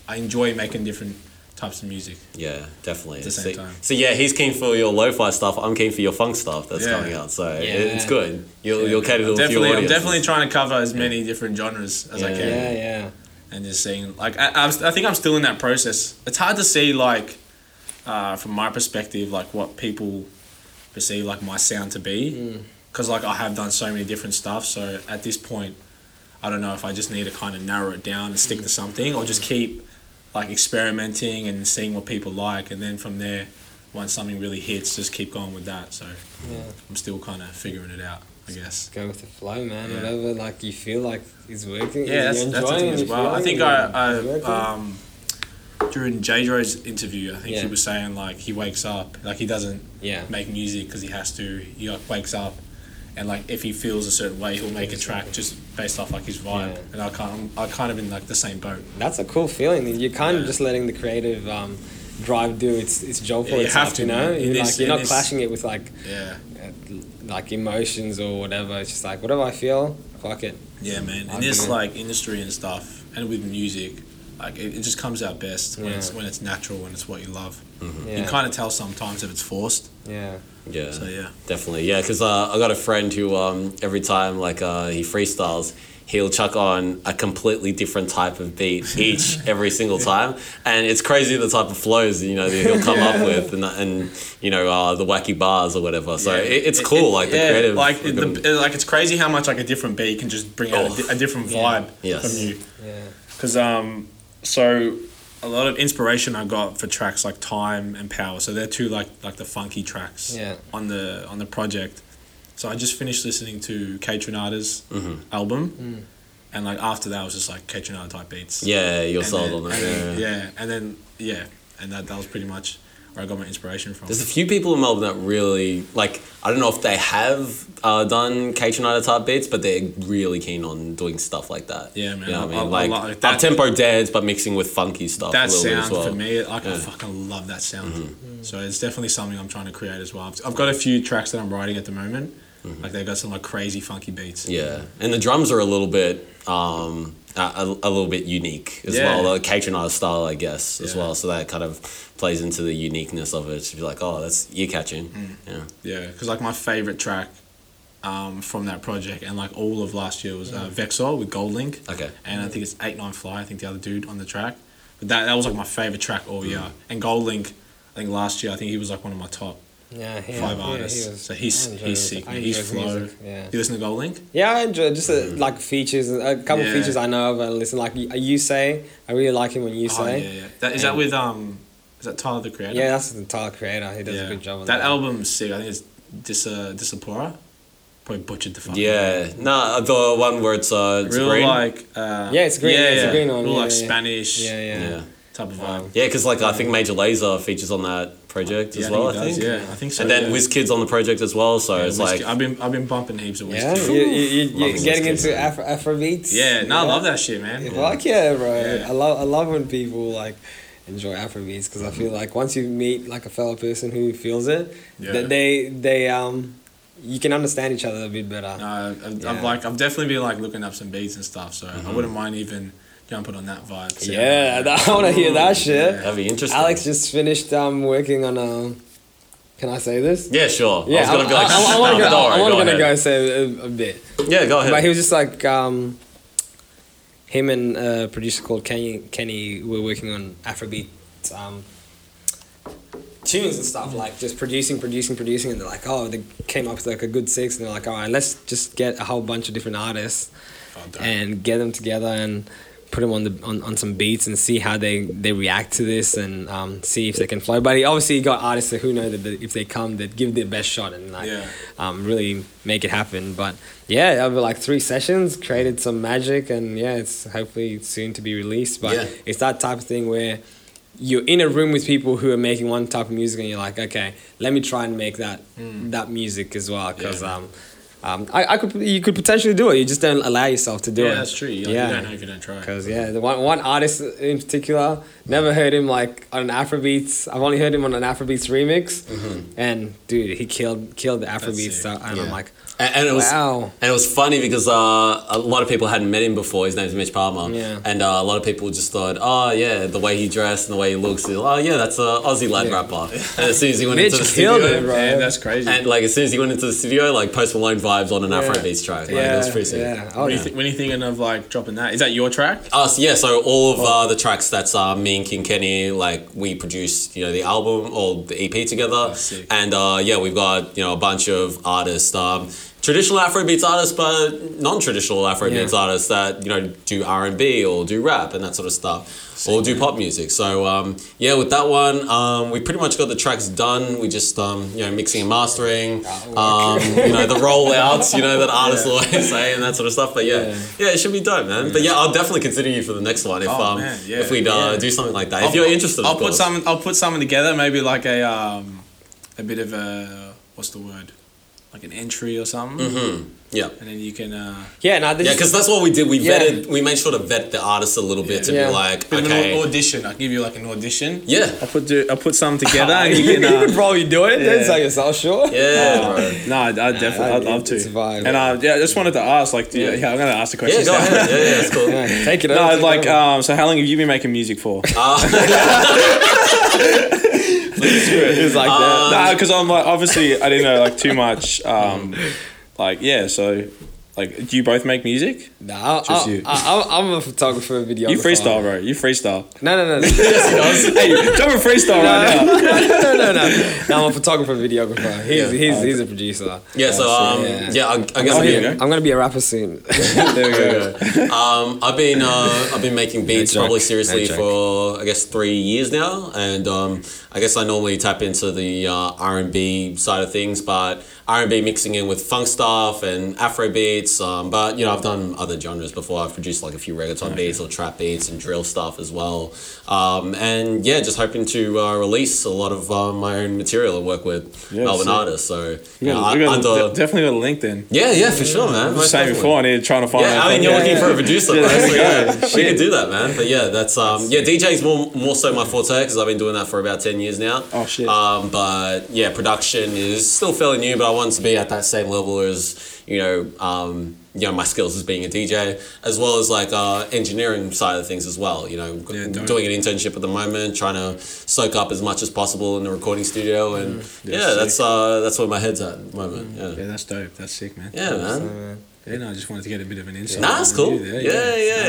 Speaker 3: I enjoy making different types of music.
Speaker 1: Yeah, definitely.
Speaker 3: At the
Speaker 1: so,
Speaker 3: same time.
Speaker 1: so yeah, he's keen for your lo-fi stuff. I'm keen for your funk stuff that's
Speaker 3: Yeah.
Speaker 1: coming out. So it-
Speaker 2: Yeah.
Speaker 1: it's good. You'll you'll cater to a few
Speaker 3: Definitely, I'm
Speaker 1: audiences.
Speaker 3: definitely trying to cover as many different genres as I
Speaker 1: Yeah.
Speaker 3: can,
Speaker 2: Yeah, yeah.
Speaker 3: and just seeing like I, I'm, I think I'm still in that process. It's hard to see like uh, from my perspective like what people perceive like my sound to be, because like I have done so many different stuff. So at this point, I don't know if I just need to kind of narrow it down and stick to something, or just keep like experimenting and seeing what people like, and then from there, once something really hits, just keep going with that. So
Speaker 2: Yeah.
Speaker 3: I'm still kind of figuring it out, I guess.
Speaker 2: Go with the flow, man.
Speaker 3: Yeah.
Speaker 2: Whatever like you feel like is working.
Speaker 3: Yeah,
Speaker 2: is
Speaker 3: that's,
Speaker 2: you
Speaker 3: that's the thing
Speaker 2: enjoying
Speaker 3: as
Speaker 2: it,
Speaker 3: well. I
Speaker 2: feeling
Speaker 3: think
Speaker 2: it,
Speaker 3: I,
Speaker 2: is it working?
Speaker 3: I um, during J Dro's interview, I think
Speaker 2: Yeah.
Speaker 3: he was saying like he wakes up, like he doesn't
Speaker 2: yeah.
Speaker 3: make music because he has to. He like wakes up, and like if he feels a certain way, he'll make a track just based off like his vibe.
Speaker 2: Yeah.
Speaker 3: And I kind, of, I kind of in like the same boat.
Speaker 2: That's a cool feeling. You're kind of
Speaker 3: Yeah.
Speaker 2: just letting the creative um, drive do its its job for
Speaker 3: Yeah, you
Speaker 2: itself.
Speaker 3: have to,
Speaker 2: you know,
Speaker 3: man.
Speaker 2: you're
Speaker 3: It
Speaker 2: like
Speaker 3: is-
Speaker 2: you're
Speaker 3: it
Speaker 2: not
Speaker 3: is-
Speaker 2: clashing it with like
Speaker 3: Yeah,
Speaker 2: uh, like emotions or whatever. It's just like whatever I feel, fuck it.
Speaker 3: yeah, man.
Speaker 2: I
Speaker 3: In this
Speaker 2: agree.
Speaker 3: like industry and stuff, and with music, like it, it just comes out best when
Speaker 2: Yeah.
Speaker 3: it's when it's natural and it's what you love.
Speaker 2: Yeah,
Speaker 3: You kind of tell sometimes if it's forced.
Speaker 2: yeah,
Speaker 1: Yeah.
Speaker 3: So yeah.
Speaker 1: Definitely, yeah. Because uh, I got a friend who um, every time like uh, he freestyles, he'll chuck on a completely different type of beat each every single time, and it's crazy the type of flows you know that he'll come up with, and, and you know uh, the wacky bars or whatever. So
Speaker 3: Yeah.
Speaker 1: it, it's
Speaker 3: It-
Speaker 1: cool,
Speaker 3: it-
Speaker 1: like the
Speaker 3: yeah,
Speaker 1: creative.
Speaker 3: Like it- the, like it's crazy how much like a different beat can just bring out a,
Speaker 1: Oh.
Speaker 3: di- a different vibe
Speaker 1: Yes.
Speaker 3: from you.
Speaker 2: yeah.
Speaker 3: Because um, so a lot of inspiration I got for tracks like Time and Power. So they're two like like the funky tracks
Speaker 2: Yeah.
Speaker 3: on the on the project. So I just finished listening to K Trinada's
Speaker 1: Mm-hmm.
Speaker 3: album, and like after that I was just like K Trinada type beats.
Speaker 1: yeah, you're
Speaker 3: And
Speaker 1: sold
Speaker 3: then-
Speaker 1: on that.
Speaker 3: and
Speaker 1: Yeah.
Speaker 3: then- yeah, and then yeah, and that that was pretty much where I got my inspiration from.
Speaker 1: There's a few people in Melbourne that really like. I don't know if they have uh, done Cage United type beats, but they're really keen on doing stuff like that.
Speaker 3: Yeah, man,
Speaker 1: You know what
Speaker 3: I- I- I
Speaker 1: I mean,
Speaker 3: like
Speaker 1: like
Speaker 3: that-
Speaker 1: up tempo dance, but mixing with funky stuff.
Speaker 3: that
Speaker 1: a little bit
Speaker 3: sound
Speaker 1: as well.
Speaker 3: for me like i
Speaker 1: Yeah. Mm-hmm.
Speaker 3: fucking love that sound so it's definitely something i'm trying to create as well I've- i've got a few tracks that i'm writing at the moment like they've got some like crazy funky beats
Speaker 1: Mm-hmm. Yeah, and the drums are a little bit, um, a, a, a little bit unique as
Speaker 3: Yeah.
Speaker 1: well, like Cajunada style, I guess, as
Speaker 3: Yeah.
Speaker 1: well. So that kind of plays into the uniqueness of it. To be like, oh, that's ear catching.
Speaker 3: Mm.
Speaker 1: Yeah,
Speaker 3: yeah because like my favorite track um, from that project and like all of last year was uh,
Speaker 1: Mm-hmm.
Speaker 3: vexor with gold link
Speaker 1: okay.
Speaker 3: and i think it's 8-9 fly i think the other dude on the track but that, that was like my favorite track all year
Speaker 1: Mm.
Speaker 3: and gold link i think last year i think he was like one of my top
Speaker 2: Yeah, yeah,
Speaker 3: five
Speaker 2: yeah,
Speaker 3: artists
Speaker 2: he was-
Speaker 3: so he's
Speaker 2: I enjoy
Speaker 3: he's
Speaker 2: his-
Speaker 3: sick
Speaker 2: I
Speaker 3: man. he's
Speaker 2: enjoy his
Speaker 3: flow
Speaker 2: music, Yeah,
Speaker 3: you listen to gold link
Speaker 2: yeah, I enjoy just uh, like features, a couple
Speaker 3: Mm. Yeah.
Speaker 2: features I know of. I listen like y- you say, I really like him when you
Speaker 3: Oh, yeah,
Speaker 2: say.
Speaker 3: yeah. That, is that
Speaker 2: And-
Speaker 3: with um? Is that Tyler the Creator?
Speaker 2: Yeah, that's the Tyler creator. He does a good job on
Speaker 3: that
Speaker 2: that.
Speaker 3: album's sick. I think it's Dis uh, Disapora. Probably butchered the fuck.
Speaker 1: Yeah, no, the one where it's uh, it's
Speaker 3: Real
Speaker 1: green.
Speaker 3: like. Uh,
Speaker 2: Yeah, it's green, yeah, it's a green one,
Speaker 3: Real
Speaker 2: yeah,
Speaker 3: like
Speaker 2: yeah.
Speaker 3: Spanish
Speaker 2: Yeah, yeah.
Speaker 1: yeah,
Speaker 3: type of vibe.
Speaker 2: Um,
Speaker 1: yeah, because like I think Major Laser features on that project
Speaker 3: Yeah,
Speaker 1: as well.
Speaker 3: he
Speaker 1: I
Speaker 3: does,
Speaker 1: think.
Speaker 3: Yeah, I think so.
Speaker 1: and then
Speaker 3: yeah.
Speaker 1: Wiz Kids on the project as well. So
Speaker 3: Yeah,
Speaker 1: it's
Speaker 3: Wiz
Speaker 1: like,
Speaker 3: Kid. I've been I've been bumping heaps of Wiz
Speaker 2: Yeah,
Speaker 3: Kid.
Speaker 2: you, you, you,
Speaker 1: Love
Speaker 2: you're
Speaker 1: his
Speaker 2: getting
Speaker 1: whiskey.
Speaker 2: into Afro, Afro beats.
Speaker 3: Yeah, no, I love that shit, man.
Speaker 2: Fuck yeah, bro.
Speaker 3: Yeah.
Speaker 2: I love I love when people like enjoy Afro beats because I feel like once you meet like a fellow person who feels it,
Speaker 3: Mm-hmm. Yeah.
Speaker 2: that they they um you can understand each other a bit better.
Speaker 3: No, I've, I've-
Speaker 2: Yeah. Mm-hmm.
Speaker 3: I've like I've definitely been like looking up some beats and stuff, so I wouldn't mind even jumping on that vibe. too.
Speaker 2: yeah, I want to hear that shit.
Speaker 3: Yeah.
Speaker 1: that'd be interesting.
Speaker 2: Alex just finished um working on a. Can I say this?
Speaker 1: Yeah, sure. I was
Speaker 2: I,
Speaker 1: gonna be like,
Speaker 2: I, I, I
Speaker 1: no,
Speaker 2: want to go.
Speaker 1: don't worry,
Speaker 2: I want
Speaker 1: go
Speaker 2: to go,
Speaker 1: ahead.
Speaker 2: say a, a bit.
Speaker 1: Yeah, go ahead.
Speaker 2: But he was just like um, him and a producer called Kenny Kenny were working on Afrobeat um, tunes and stuff, like just producing, producing, producing, and they're like, oh, they came up with like a good six, and they're like, all right, let's just get a whole bunch of different artists
Speaker 3: Oh, dope.
Speaker 2: and get them together and put them on the on, on some beats and see how they they react to this and um, see if they can flow. But he obviously got artists that who know that the- if they come, that give their best shot and like
Speaker 3: Yeah.
Speaker 2: um, really make it happen. But yeah, over like three sessions, created some magic, and yeah, it's hopefully soon to be released. But
Speaker 1: Yeah.
Speaker 2: it's that type of thing where you're in a room with people who are making one type of music and you're like okay let me try and make that that music as well because
Speaker 3: Hmm. Yeah.
Speaker 2: um um, I, I could you could potentially do it. You just don't allow yourself to do
Speaker 3: yeah,
Speaker 2: it.
Speaker 3: Oh, that's true. You, like,
Speaker 2: Yeah.
Speaker 3: you don't know if you don't try.
Speaker 2: Because yeah, the one one artist in particular never heard him like on an Afrobeats. I've only heard him on an Afrobeats remix, and dude, he killed killed the Afrobeats.
Speaker 3: sick.
Speaker 2: So, and I'm
Speaker 1: Yeah.
Speaker 2: like,
Speaker 1: And, and it was
Speaker 2: Wow.
Speaker 1: and it was funny because uh, a lot of people hadn't met him before. His name's Mitch Palmer,
Speaker 2: Yeah.
Speaker 1: and uh, a lot of people just thought, "Oh yeah, the way he dressed and the way he looks, oh yeah, that's a Aussie lad
Speaker 2: Yeah.
Speaker 1: rapper." And as soon as he went
Speaker 2: Mitch
Speaker 1: into the
Speaker 2: killed
Speaker 1: studio,
Speaker 2: it, bro.
Speaker 3: Yeah, that's crazy.
Speaker 1: and like as soon as he went into the studio, like Post Malone vibes on an
Speaker 2: Yeah.
Speaker 1: Afrobeats track. Like,
Speaker 2: yeah,
Speaker 1: it was pretty sick.
Speaker 2: yeah. Oh,
Speaker 3: when,
Speaker 2: yeah.
Speaker 3: you th- when you thinking of like dropping that, is that your track?
Speaker 1: Uh, so yeah, so all of uh, the tracks that's uh, me and King Kenny, like we produced, you know, the album or the EP together,
Speaker 3: sick.
Speaker 1: and uh, yeah, we've got you know a bunch of artists, um, traditional Afrobeats artists, but non-traditional Afrobeats
Speaker 2: Yeah.
Speaker 1: artists that you know do R and B or do rap and that sort of stuff, or do pop music. So um, yeah, with that one, um, we pretty much got the tracks done. We just um, you know mixing and mastering,
Speaker 3: Ah,
Speaker 1: um, you know the rollouts, you know that artists always say and that sort of stuff. But yeah,
Speaker 2: Yeah.
Speaker 1: yeah, it should be dope, man. But yeah, I'll definitely consider you for the next one if
Speaker 3: Oh,
Speaker 1: um
Speaker 3: man, yeah.
Speaker 1: if we uh,
Speaker 2: Yeah.
Speaker 1: do something like that. If you're interested,
Speaker 3: I'll
Speaker 1: of
Speaker 3: put
Speaker 1: course.
Speaker 3: some. I'll put something together. Maybe like a um, a bit of a what's the word, like an entry or something,
Speaker 1: Yeah.
Speaker 3: and then you can. Uh,
Speaker 2: yeah, no, this
Speaker 1: Yeah,
Speaker 2: is-
Speaker 1: because that's what we did. We
Speaker 2: Yeah.
Speaker 1: vetted, we made sure to vet the artist a little bit to
Speaker 2: Yeah.
Speaker 1: be like,
Speaker 3: bit of an au-
Speaker 1: okay,
Speaker 3: audition. I'll give you like an audition.
Speaker 1: yeah,
Speaker 3: I'll put do, I'll put something together and
Speaker 2: you,
Speaker 3: you
Speaker 2: you
Speaker 3: can.
Speaker 2: could
Speaker 3: Uh,
Speaker 2: probably do it. Don't
Speaker 3: yeah.
Speaker 2: sell yourself short.
Speaker 1: yeah,
Speaker 3: no,
Speaker 1: bro.
Speaker 3: I definitely, I'd
Speaker 2: it-
Speaker 3: love to.
Speaker 2: it's a vibe.
Speaker 3: and uh, yeah, I just wanted to ask, like, do you-
Speaker 1: Yeah.
Speaker 3: yeah. I'm gonna ask the question.
Speaker 1: yeah, go ahead. Yeah, yeah, it's cool.
Speaker 2: Yeah, take it.
Speaker 3: No,
Speaker 2: over,
Speaker 3: I'd
Speaker 2: take
Speaker 3: like,
Speaker 2: it over.
Speaker 3: um, so how long have you been making music for?
Speaker 1: Uh,
Speaker 2: it's like that.
Speaker 3: Nah, because I'm like obviously I didn't know like too much. Um, like yeah, so like do you both make music?
Speaker 2: Nah, I,
Speaker 3: just
Speaker 2: I,
Speaker 3: you.
Speaker 2: I, I, I'm a photographer, videographer.
Speaker 3: You freestyle, bro. You freestyle.
Speaker 2: No, no, no. yes, he does.
Speaker 3: hey, jump a freestyle right now.
Speaker 2: no, no, no. No, I'm a photographer, videographer. He's, he's, he's a producer.
Speaker 1: Yeah, so um,
Speaker 2: Yeah.
Speaker 1: yeah, I, I guess
Speaker 3: Oh,
Speaker 1: we-
Speaker 3: here we go.
Speaker 2: I'm gonna be a rapper soon.
Speaker 3: There we go.
Speaker 1: um, I've been uh, I've been making beats
Speaker 2: joke.
Speaker 1: probably
Speaker 2: No
Speaker 1: seriously
Speaker 2: joke.
Speaker 1: for I guess three years now, and um, I guess I normally tap into the uh, R and B side of things, but R and B mixing in with funk stuff and Afro beats. Um, but you know, I've done other genres before. I've produced like a few reggaeton beats or trap beats and drill stuff as well. Um, and yeah, just hoping to uh, release a lot of uh, my own material and work with
Speaker 3: Yeah,
Speaker 1: Melbourne
Speaker 3: sick.
Speaker 1: artists. So
Speaker 3: We
Speaker 1: you know,
Speaker 3: got,
Speaker 1: I-
Speaker 3: we got,
Speaker 1: under-
Speaker 3: de- definitely got a link then.
Speaker 1: yeah, yeah, for sure, man. Most
Speaker 3: Same
Speaker 1: definitely.
Speaker 3: before, I need trying to find.
Speaker 1: Yeah,
Speaker 3: that
Speaker 1: I mean, you're
Speaker 3: fucking-
Speaker 1: looking for a producer, bro.
Speaker 3: Yeah, there
Speaker 1: so
Speaker 3: we
Speaker 1: yeah,
Speaker 3: go.
Speaker 1: we could do that, man. But yeah, that's um, yeah, DJ's more more so my forte because I've been doing that for about ten years now.
Speaker 3: Oh, shit.
Speaker 1: Um, but yeah, production is still fairly new, but I want to be at that same level as you know, um, you know, my skills as being a DJ, as well as like uh, engineering side of things as well. You know,
Speaker 3: Yeah, dope.
Speaker 1: doing an internship at the moment, trying to soak up as much as possible in the recording studio, and yeah,
Speaker 3: Mm. sick.
Speaker 1: that's uh, that's where my head's at at the moment.
Speaker 3: Yeah,
Speaker 1: Yeah,
Speaker 3: that's dope. That's sick, man.
Speaker 1: yeah, man.
Speaker 3: Yeah, no, I just wanted to get a bit of an insight.
Speaker 1: Nah, that's
Speaker 3: from
Speaker 1: cool.
Speaker 3: you
Speaker 1: Yeah,
Speaker 3: there,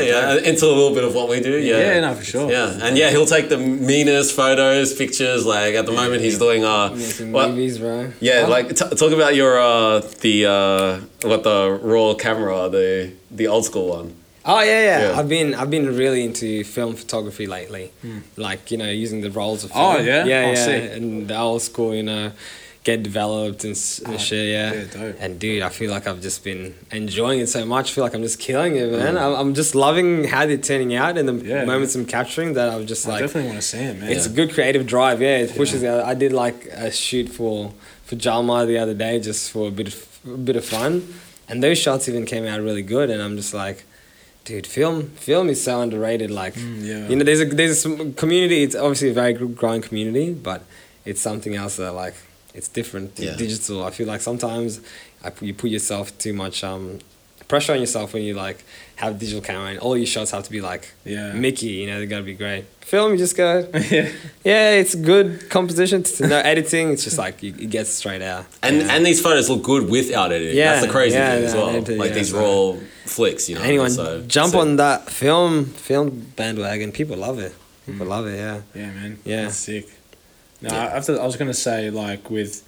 Speaker 1: yeah, yeah, Into a little bit of what we do. Yeah.
Speaker 3: Yeah, no, for sure.
Speaker 1: Yeah, and yeah, he'll take the meanest photos, pictures. Like at the moment, he's doing uh,
Speaker 2: Making
Speaker 1: what-
Speaker 2: movies, Oh. bro.
Speaker 1: yeah, like t- talk about your uh the uh what the raw camera the the old school one.
Speaker 2: Oh yeah, yeah,
Speaker 1: Yeah.
Speaker 2: I've been I've been really into film photography lately. Like you know, using the rolls of film.
Speaker 3: Hmm. Oh, yeah?
Speaker 2: yeah,
Speaker 3: Oh,
Speaker 2: yeah,
Speaker 3: sick.
Speaker 2: and the old school, you know, get developed and, s- and shit. Yeah.
Speaker 3: Ah, yeah, dope.
Speaker 2: And dude, I feel like I've just been enjoying it so much. I feel like I'm just killing it, man. I'm, I'm just loving how they're turning out and the
Speaker 3: Hmm. Yeah, Oh,
Speaker 2: moments I'm capturing. That I'm just
Speaker 3: I
Speaker 2: like,
Speaker 3: definitely want to see it, man.
Speaker 2: it's a good creative drive. Yeah, it pushes. Out. I did like a shoot for for Jalma the other day just for a bit of a bit of fun, and those shots even came out really good. And I'm just like, dude, film film is so underrated. Like,
Speaker 3: yeah.
Speaker 2: you know, there's a there's some community. It's obviously a very gr- growing community, but it's something else that like it's different.
Speaker 1: Yeah.
Speaker 2: Digital. I feel like sometimes I put, you put yourself too much. um Pressure on yourself when you like have digital camera and all your shots have to be like
Speaker 3: Yeah.
Speaker 2: Mickey, you know they gotta be great. Film, you just go
Speaker 3: yeah.
Speaker 2: yeah, it's good composition. It's no editing. It's just like you- it gets straight out.
Speaker 1: And and these photos look good without editing.
Speaker 2: Yeah,
Speaker 1: that's the crazy
Speaker 2: yeah,
Speaker 1: thing as
Speaker 2: yeah,
Speaker 1: well.
Speaker 2: they do,
Speaker 1: like
Speaker 2: yeah,
Speaker 1: these
Speaker 2: so-
Speaker 1: raw flicks, you know.
Speaker 2: Anyone
Speaker 1: so
Speaker 2: jump
Speaker 1: sick.
Speaker 2: on that film film bandwagon. People love it. People love it. Yeah.
Speaker 3: Yeah, man.
Speaker 2: Yeah.
Speaker 3: That's sick. No, I I, to, I was gonna say like with,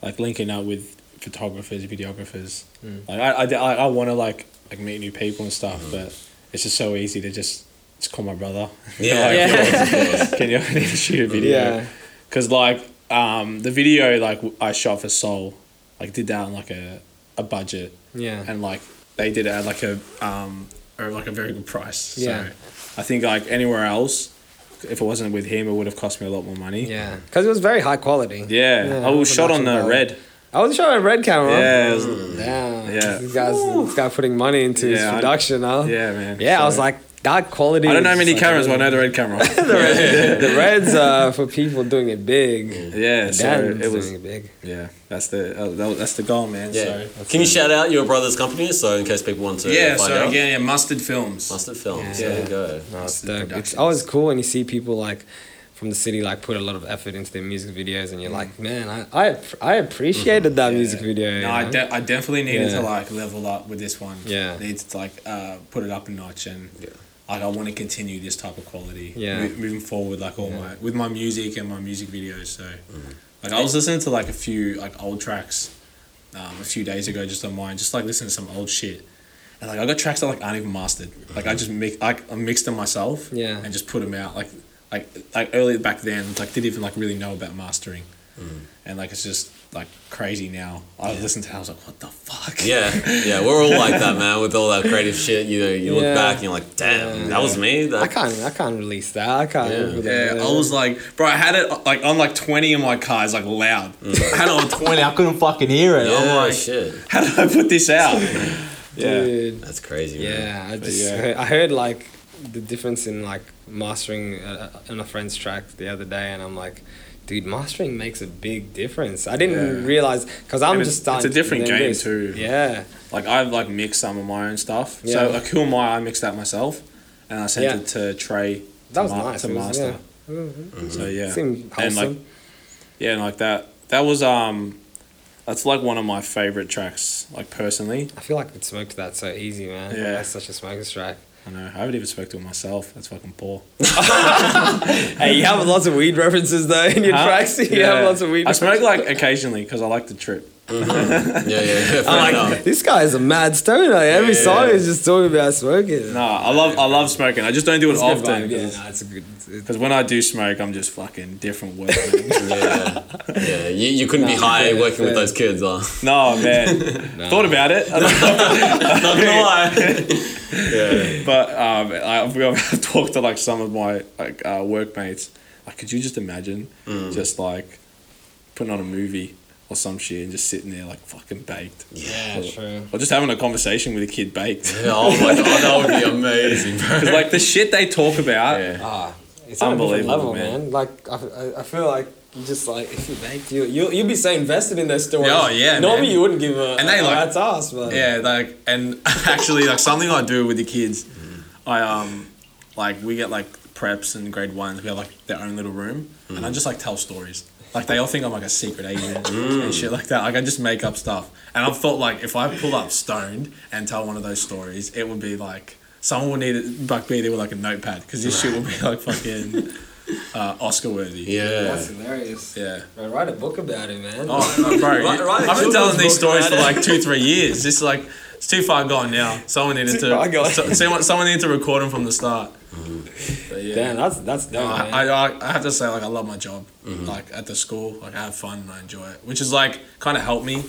Speaker 3: like linking up with photographers, videographers. Like I, I, I, I want to like like meet new people and stuff, but it's just so easy to just just call my brother.
Speaker 1: Yeah,
Speaker 3: Like,
Speaker 1: of
Speaker 2: Yeah.
Speaker 1: course, of course.
Speaker 3: Can you I need to shoot a video?
Speaker 2: Yeah.
Speaker 3: Cause like um the video like w- I shot for Soul, like did that on like a a budget
Speaker 2: Yeah.
Speaker 3: and like they did it at like a um or like a very good price. So
Speaker 2: Yeah.
Speaker 3: I think like anywhere else, if it wasn't with him, it would have cost me a lot more money.
Speaker 2: Yeah. Because it was very high quality.
Speaker 3: Yeah, I was shot on
Speaker 2: production
Speaker 3: the
Speaker 2: value.
Speaker 3: red.
Speaker 2: I wasn't sure I read Cameron.
Speaker 3: Yeah, it was-
Speaker 2: Mm. Damn.
Speaker 3: Yeah.
Speaker 2: This guy's this guy putting money into his
Speaker 3: Yeah, I-
Speaker 2: production, huh?
Speaker 3: yeah, man.
Speaker 2: Yeah, I was
Speaker 3: So-
Speaker 2: like, that quality.
Speaker 3: I don't know
Speaker 2: is
Speaker 3: many
Speaker 2: like-
Speaker 3: cameras, but I know the red camera.
Speaker 2: the Reds are for people doing it big.
Speaker 3: yeah, so
Speaker 2: Dan's
Speaker 3: it was.
Speaker 2: doing it big.
Speaker 3: Yeah, that's the uh, that was, that's the goal, man.
Speaker 1: Yeah.
Speaker 3: So.
Speaker 1: Can you shout out your brother's company so in case people want to
Speaker 3: Yeah,
Speaker 1: find
Speaker 3: so
Speaker 1: out?
Speaker 3: again, yeah, mustard films.
Speaker 1: Mustard Films.
Speaker 3: Yeah.
Speaker 1: There you go.
Speaker 2: It's
Speaker 3: Mustard
Speaker 2: dope. It's
Speaker 3: Productions.
Speaker 2: always cool when you see people like from the city like put a lot of effort into their music videos, and you're like, man, I I, I appreciated that music video. you
Speaker 3: Mm. Mm-hmm. No, I,
Speaker 2: know?
Speaker 3: de- I definitely needed
Speaker 2: Yeah.
Speaker 3: to like level up with this one.
Speaker 2: Yeah.
Speaker 3: need to like uh, put it up a notch and
Speaker 1: Yeah.
Speaker 3: like I want to continue this type of quality.
Speaker 2: Yeah.
Speaker 3: mo- moving forward, like all my with my music and my music videos. So,
Speaker 2: Mm-hmm.
Speaker 3: like I was listening to like a few like old tracks, um, a few days ago just on mine, just like listening to some old shit. And like I got tracks that like aren't even mastered. Like I just mix, I, I mixed them myself.
Speaker 2: Mm-hmm. Yeah.
Speaker 3: And just put them out. Like, like, like early back then, like didn't even like really know about mastering. And like it's just like crazy now. I listened to it, I was like, what the fuck?
Speaker 1: Yeah, yeah, we're all like that, man. With all that creative shit, you know, you
Speaker 2: Yeah.
Speaker 1: look back and you're like, damn, that was me. That
Speaker 2: I can't I can't release that. I can't.
Speaker 1: Yeah.
Speaker 2: really-
Speaker 3: Yeah, I was like, bro, I had it like on like twenty in my car. It's like loud.
Speaker 2: Mm.
Speaker 3: I had it on twenty. I couldn't fucking hear it.
Speaker 1: Yeah,
Speaker 3: I'm like,
Speaker 1: shit.
Speaker 3: how did I put this out? yeah,
Speaker 2: dude.
Speaker 1: That's crazy. Man.
Speaker 2: Yeah, I just
Speaker 3: yeah.
Speaker 2: Heard, I heard like the difference in like mastering uh, on a friend's track the other day, and I'm like, dude, mastering makes a big difference. I didn't
Speaker 3: Yeah.
Speaker 2: realize because I'm
Speaker 3: And it's-
Speaker 2: just starting.
Speaker 3: it's a different
Speaker 2: learn
Speaker 3: game
Speaker 2: this.
Speaker 3: too.
Speaker 2: Yeah,
Speaker 3: like I've like mixed some of my own stuff.
Speaker 2: Yeah.
Speaker 3: So like, who am I? I mixed that myself, and I sent
Speaker 2: Yeah.
Speaker 3: it to Trey.
Speaker 2: that
Speaker 3: to
Speaker 2: was
Speaker 3: ma-
Speaker 2: nice.
Speaker 3: to
Speaker 2: It was- Mm-hmm.
Speaker 3: master. So yeah,
Speaker 2: yeah. Seemed
Speaker 3: and
Speaker 2: wholesome.
Speaker 3: like yeah, and like that. That was um, that's like one of my favorite tracks. Like personally,
Speaker 2: I feel like we smoked that so easy, man.
Speaker 3: Yeah.
Speaker 2: that's such a smoker's track.
Speaker 3: I know I haven't even spoke to it myself. That's fucking poor.
Speaker 2: Hey, you have lots of weed references though in your
Speaker 3: Huh?
Speaker 2: tracks. You have lots of weed.
Speaker 3: I smoke like occasionally because I like the trip.
Speaker 1: Yeah, yeah, yeah. fair enough.
Speaker 2: this guy is a mad stoner. Every
Speaker 3: Yeah.
Speaker 2: song is just talking about smoking.
Speaker 3: No, I love I love smoking. I just don't do it
Speaker 2: It's a good
Speaker 3: often.
Speaker 2: vibe, Yeah,
Speaker 3: Because
Speaker 2: no, it's a good. it's-
Speaker 3: when I do smoke, I'm just fucking different world. man.
Speaker 1: yeah, yeah. You, you couldn't be
Speaker 2: Nah,
Speaker 1: high
Speaker 2: fair,
Speaker 1: working
Speaker 2: fair.
Speaker 1: with those kids, huh?
Speaker 3: no man, thought about it,
Speaker 1: Not gonna lie. yeah.
Speaker 3: but um, I've, I've talked to like some of my like uh, workmates. Like, could you just imagine
Speaker 2: Mm.
Speaker 3: just like putting on a movie or some shit and just sitting there like fucking baked,
Speaker 2: Yeah, true.
Speaker 3: or just having a conversation with a kid baked.
Speaker 1: Yeah, Oh my god, that would be amazing, bro.
Speaker 3: 'Cause, like the shit they talk about.
Speaker 1: yeah.
Speaker 2: Ah, it's on a different
Speaker 3: Unbelievable,
Speaker 2: level, man.
Speaker 3: man.
Speaker 2: Like I, I, I feel like you just like if you baked, you you you'd be so invested in their stories.
Speaker 3: Yeah, yeah,
Speaker 2: Normally
Speaker 3: man.
Speaker 2: you wouldn't give a
Speaker 3: And they,
Speaker 2: a
Speaker 3: like-
Speaker 2: rat's ass, but
Speaker 3: Yeah, like and actually like something I do with the kids, I um like we get like preps and grade ones, we have like their own little room and I just like tell stories. Like they all think I'm like a secret agent and shit like that. Like I just make up stuff. And I've thought like if I pull up stoned and tell one of those stories, it would be like someone would need it like be there with like a notepad because this shit would be like fucking uh, Oscar worthy.
Speaker 1: Yeah.
Speaker 2: that's hilarious.
Speaker 3: Yeah.
Speaker 2: Bro, write a book about it, man.
Speaker 3: Oh, bro,
Speaker 1: Right- right,
Speaker 3: I've
Speaker 1: children's
Speaker 3: been telling these
Speaker 1: book
Speaker 3: stories for
Speaker 1: about
Speaker 3: like two, three years. It's like it's too far gone now. Someone needed
Speaker 2: Too far gone.
Speaker 3: to so, someone, someone needed to record them from the start. But yeah,
Speaker 2: Damn, that's that's dope,
Speaker 3: I,
Speaker 2: man. Mm-hmm.
Speaker 3: I, I- I have to say like I love my job. Like at the school, like I have fun and I enjoy it, which is like kind of helped me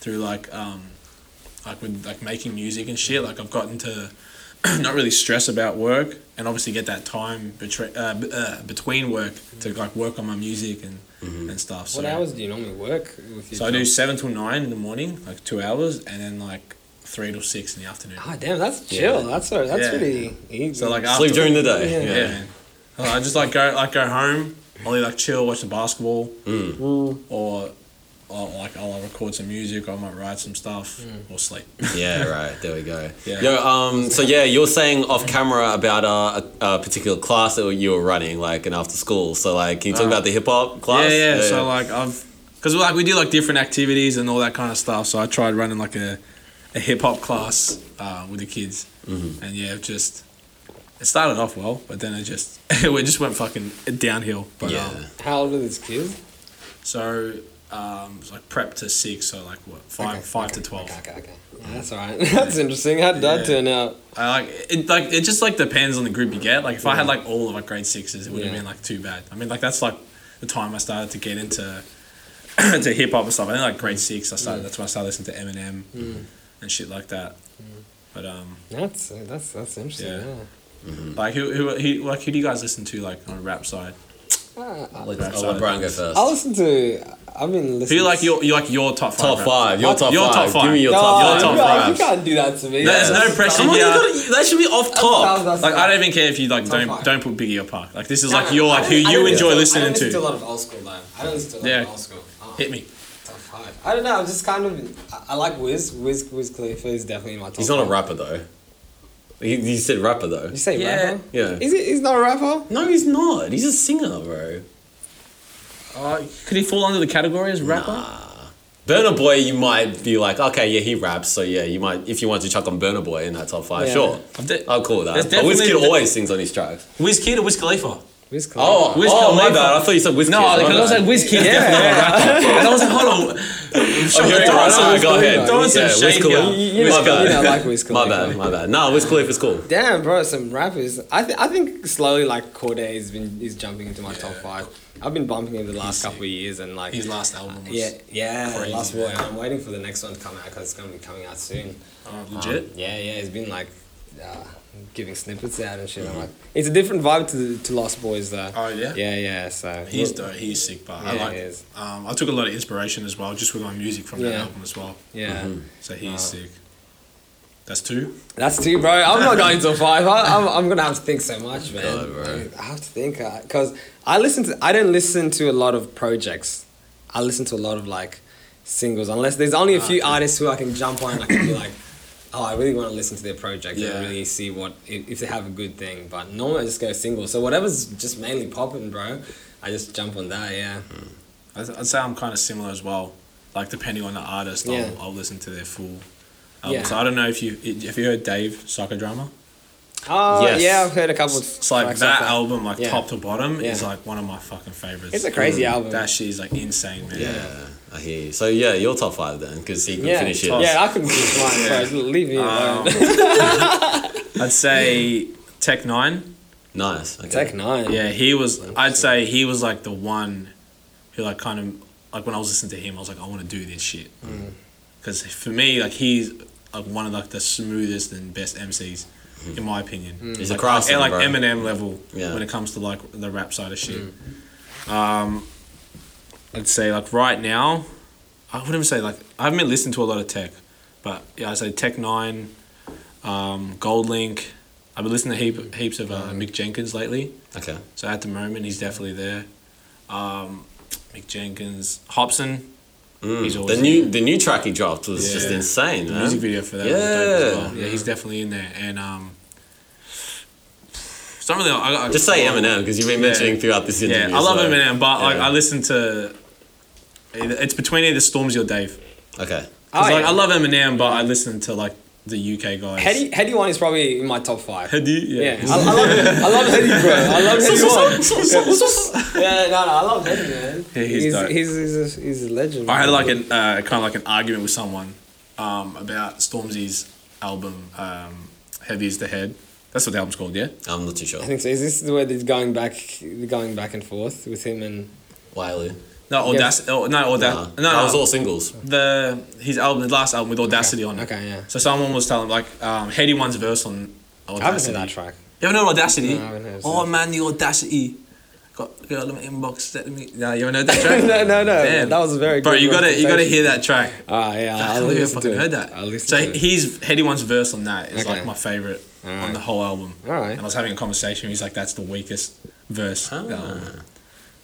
Speaker 3: through like um like with like making music and shit. Like I've gotten to not really stress about work and obviously get that time between uh, b- uh, between work to like work on my music and
Speaker 2: Mm-hmm.
Speaker 3: and stuff. So
Speaker 2: what hours do you normally work? With your
Speaker 3: so I do
Speaker 2: job?
Speaker 3: seven till nine in the morning, like two hours, and then like three till six in the afternoon.
Speaker 2: Ah, damn, that's chill. That's so, that's
Speaker 3: Yeah.
Speaker 2: really easy.
Speaker 3: So like after,
Speaker 1: Sleep during the day.
Speaker 3: yeah, man. So I just like go like go home, I'll either, like chill, watch the basketball, Mm. or I'll, like I'll record some music, or I might write some stuff, or sleep.
Speaker 1: Yeah, right. There we go.
Speaker 3: Yeah.
Speaker 1: Yo, um, so yeah, you were saying off camera about uh, a, a particular class that you were running, like an after school. So like, can you talk about the hip hop class?
Speaker 3: Yeah, Uh, yeah, So like I've, cause like we do like different activities and all that kind of stuff. So I tried running like a, a hip hop class uh, with the kids,
Speaker 1: Mm-hmm.
Speaker 3: and yeah, it just it started off well, but then it just it just went fucking downhill. But
Speaker 1: yeah,
Speaker 3: um,
Speaker 2: how old are these kids?
Speaker 3: Oh. so um, it's like prep to six, so like what five
Speaker 2: Okay,
Speaker 3: five
Speaker 2: okay,
Speaker 3: to twelve.
Speaker 2: Okay, okay, okay. Yeah, that's all right. that's interesting. How did that
Speaker 3: Yeah.
Speaker 2: turn out?
Speaker 3: I like it. Like it just like depends on the group you get. Like if I had like all of like grade sixes, it would have
Speaker 2: Yeah.
Speaker 3: been like too bad. I mean, like that's like the time I started to get into to hip hop and stuff. I think like grade six, I
Speaker 4: Mm.
Speaker 3: started. That's when I started listening to Eminem and shit like that.
Speaker 4: Mm.
Speaker 3: But um,
Speaker 2: That's that's that's interesting.
Speaker 3: Yeah.
Speaker 2: yeah.
Speaker 1: Mm.
Speaker 3: like who who, who like who do you guys listen to like on a rap side?
Speaker 2: Ah,
Speaker 1: Let,
Speaker 3: Right,
Speaker 1: I'll let
Speaker 3: so-
Speaker 1: Brian go first.
Speaker 2: I listen to I've been listening.
Speaker 3: Who like your you like your top five?
Speaker 1: Top
Speaker 3: rap?
Speaker 1: five. Your top
Speaker 3: Your top
Speaker 1: five.
Speaker 3: five.
Speaker 1: Give me your
Speaker 2: No,
Speaker 1: top
Speaker 3: your
Speaker 1: five.
Speaker 3: top
Speaker 2: you, can't- you
Speaker 1: raps.
Speaker 2: can't do that to me.
Speaker 3: There's
Speaker 2: That's-
Speaker 3: no pressure
Speaker 1: Come on, you
Speaker 3: here.
Speaker 1: gotta- that should be off top.
Speaker 2: that was-
Speaker 3: Like I don't even care if you like
Speaker 2: Top
Speaker 3: don't
Speaker 2: five.
Speaker 3: don't put Biggie or Park. Like this is
Speaker 4: No,
Speaker 3: like
Speaker 4: no,
Speaker 3: your
Speaker 4: I
Speaker 3: like who
Speaker 4: don't- I
Speaker 3: you
Speaker 4: don't
Speaker 3: enjoy
Speaker 4: listen to- I
Speaker 3: listening
Speaker 4: don't listen to a
Speaker 3: to.
Speaker 4: lot of old school, man. I don't listen to a lot
Speaker 3: Yeah.
Speaker 4: of old school. Oh,
Speaker 3: Hit me.
Speaker 4: Top five.
Speaker 2: Ah, I don't know. I'm just kind of. I, I like Wiz. Wiz. Wiz Khalifa is definitely in my top.
Speaker 1: He's not a
Speaker 2: five.
Speaker 1: rapper though. You, you said rapper though.
Speaker 2: You say
Speaker 3: Yeah.
Speaker 2: rapper?
Speaker 1: Yeah.
Speaker 2: Is he, he's not a rapper?
Speaker 1: No, he's not. He's a singer, bro.
Speaker 3: Uh, could he fall under the category as rapper?
Speaker 1: Burner Boy, you might be like, okay, yeah, he raps, so yeah, you might if you want to chuck on Burner Boy in that top five,
Speaker 2: Yeah.
Speaker 1: sure.
Speaker 3: I've de-
Speaker 1: I'll call
Speaker 3: There's
Speaker 1: Oh, that. But Wizkid
Speaker 3: definitely-
Speaker 1: always sings on his tracks.
Speaker 3: Wizkid or Wiz Khalifa?
Speaker 2: Wiz Khalifa.
Speaker 1: Oh,
Speaker 3: Wiz
Speaker 1: oh my
Speaker 3: Khalifa.
Speaker 1: bad. I thought you said Wizkid.
Speaker 3: No,
Speaker 1: My
Speaker 3: because I was
Speaker 1: bad.
Speaker 3: like Wizkid. Yeah, and I was like, hold on. Sure,
Speaker 1: Okay,
Speaker 3: throw
Speaker 1: alright,
Speaker 3: us some-
Speaker 1: alright, go ahead.
Speaker 3: Throw us some
Speaker 1: Yeah, Wiz
Speaker 3: shade
Speaker 1: Khalifa.
Speaker 2: You,
Speaker 3: here.
Speaker 2: you, you, know,
Speaker 1: My bad.
Speaker 2: you know, I like Wiz
Speaker 1: My
Speaker 2: Khalifa.
Speaker 1: bad, my bad. No, Wiz Khalifa's cool.
Speaker 2: Damn, bro, some rappers. I th- I think slowly like Corday has been is jumping into my top five. I've been bumping him the last couple of years and like
Speaker 4: His last album was
Speaker 2: yeah yeah
Speaker 4: Crazy,
Speaker 2: last one.
Speaker 4: man.
Speaker 2: I'm waiting for the next one to come out because it's gonna be coming out soon.
Speaker 3: Oh,
Speaker 2: Um,
Speaker 3: Legit.
Speaker 2: yeah, yeah. It's been like uh, giving snippets out and shit. I'm like, it's a different vibe to to Lost Boys though.
Speaker 3: Oh, yeah?
Speaker 2: Yeah, yeah. So
Speaker 3: He's dope. He's sick, but I
Speaker 2: Yeah,
Speaker 3: like.
Speaker 2: he is.
Speaker 3: Um, I took a lot of inspiration as well, just with my music from that
Speaker 2: Yeah.
Speaker 3: album as well.
Speaker 2: yeah.
Speaker 3: So he's sick. That's two.
Speaker 2: That's two, bro. I'm not going to five. I, I'm, I'm gonna have to think so much, man.
Speaker 1: God, bro.
Speaker 2: Dude, I have to think because I listen to. I don't listen to a lot of projects. I listen to a lot of like singles, unless there's only a few artists who I can jump on. and I can be like, oh, I really want to listen to their project
Speaker 3: Yeah.
Speaker 2: and really see what if, if they have a good thing. But normally I just go single. So whatever's just mainly popping, bro. I just jump on that. Yeah.
Speaker 3: I'd, I'd say I'm kind of similar as well. Like depending on the artist,
Speaker 2: Yeah.
Speaker 3: I'll, I'll listen to their full. Album.
Speaker 2: Yeah.
Speaker 3: So I don't know if you if you heard Dave Psychodrama.
Speaker 2: Oh
Speaker 1: Yes.
Speaker 2: yeah, I've heard a couple.
Speaker 3: It's like
Speaker 2: tracks
Speaker 3: that
Speaker 2: off
Speaker 3: album, like
Speaker 2: Yeah.
Speaker 3: top to bottom, is
Speaker 2: Yeah.
Speaker 3: like one of my fucking favorites.
Speaker 2: It's a crazy album.
Speaker 3: That shit is like insane, man.
Speaker 1: Yeah, I hear you. So yeah, your top five then, because he can
Speaker 2: Yeah,
Speaker 1: finish it.
Speaker 2: yeah, I couldn't choose one,
Speaker 3: Yeah.
Speaker 2: bro. Leave me alone.
Speaker 3: I'd say Tech Nine.
Speaker 1: Nice. Okay.
Speaker 2: Take nine.
Speaker 3: Yeah, he was. I'd say he was like the one who like kind of like when I was listening to him, I was like, I want to do this shit. Because for me, like he's like one of like the smoothest and best MCs, in my opinion.
Speaker 1: He's a
Speaker 3: like,
Speaker 1: craftsman,
Speaker 3: at, like
Speaker 1: bro.
Speaker 3: Eminem level
Speaker 1: Yeah.
Speaker 3: when it comes to like the rap side of shit. Um, I'd say like right now, I wouldn't even say like I haven't been listening to a lot of tech, but yeah, I'd say Tech Nine, um, Gold Link. I've been listening to heap, heaps of uh, Mick Jenkins lately.
Speaker 1: Okay.
Speaker 3: So at the moment, he's definitely there. Um, Mick Jenkins, Hobson. He's
Speaker 1: Mm. The new the new track he dropped was
Speaker 3: Yeah.
Speaker 1: just insane,
Speaker 3: the
Speaker 1: man.
Speaker 3: music video for that. was dope as
Speaker 1: Yeah.
Speaker 3: well. yeah, he's definitely in there. And um, it's not really. I, I,
Speaker 1: Just say Eminem because you've been
Speaker 3: Yeah.
Speaker 1: mentioning throughout this interview.
Speaker 3: Yeah, I love
Speaker 1: so-
Speaker 3: Eminem, but like
Speaker 1: Yeah.
Speaker 3: I listen to. It's between either Stormzy or Dave.
Speaker 1: Okay.
Speaker 3: 'Cause,
Speaker 2: Oh,
Speaker 3: like,
Speaker 2: yeah.
Speaker 3: I love Eminem, but I listen to like the UK guys.
Speaker 2: Heady, Heady One is probably in my top five.
Speaker 3: Heady,
Speaker 2: Yeah,
Speaker 3: yeah.
Speaker 2: I, I love, I love Heady, bro. I love Heady One.
Speaker 3: I
Speaker 2: Yeah, no, no, I love Heady, man.
Speaker 3: Yeah, he's
Speaker 2: he's,
Speaker 3: dope.
Speaker 2: he's, he's, a, he's a legend.
Speaker 3: had
Speaker 2: man.
Speaker 3: like an uh, kind of like an argument with someone um, about Stormzy's album um, "Heavy Is the Head." That's what the album's called, yeah.
Speaker 1: I'm not too sure.
Speaker 2: I think so. Is this where they're going back, going back and forth with him and?
Speaker 1: Wiley.
Speaker 3: No,
Speaker 2: Yes.
Speaker 3: audacity. Oh, no,
Speaker 1: Nah.
Speaker 3: audacity.
Speaker 1: that
Speaker 3: No,
Speaker 1: was
Speaker 3: no,
Speaker 1: all singles.
Speaker 3: the his album, the last album with audacity on it.
Speaker 2: Okay, yeah.
Speaker 3: So someone was telling like um, Heady One's verse on audacity.
Speaker 2: I haven't heard that track.
Speaker 3: You haven't heard Audacity?
Speaker 2: No, I haven't heard
Speaker 3: oh
Speaker 2: it.
Speaker 3: man, the Audacity. Got girl in my inbox. Let me. No, you haven't heard that track.
Speaker 2: no, no, no.
Speaker 3: Damn.
Speaker 2: That was a very.
Speaker 3: Bro,
Speaker 2: good
Speaker 3: you gotta you gotta hear that track.
Speaker 2: Ah, yeah,
Speaker 3: I
Speaker 2: I'll
Speaker 3: can't believe you
Speaker 2: listen
Speaker 3: fucking
Speaker 2: to it.
Speaker 3: heard that.
Speaker 2: I'll listen
Speaker 3: so
Speaker 2: to it.
Speaker 3: he's Heady One's verse on that is
Speaker 2: Okay.
Speaker 3: like my favorite
Speaker 2: Alright.
Speaker 3: on the whole album.
Speaker 2: Alright.
Speaker 3: And I was having a conversation. He's like, that's the weakest verse. of the album."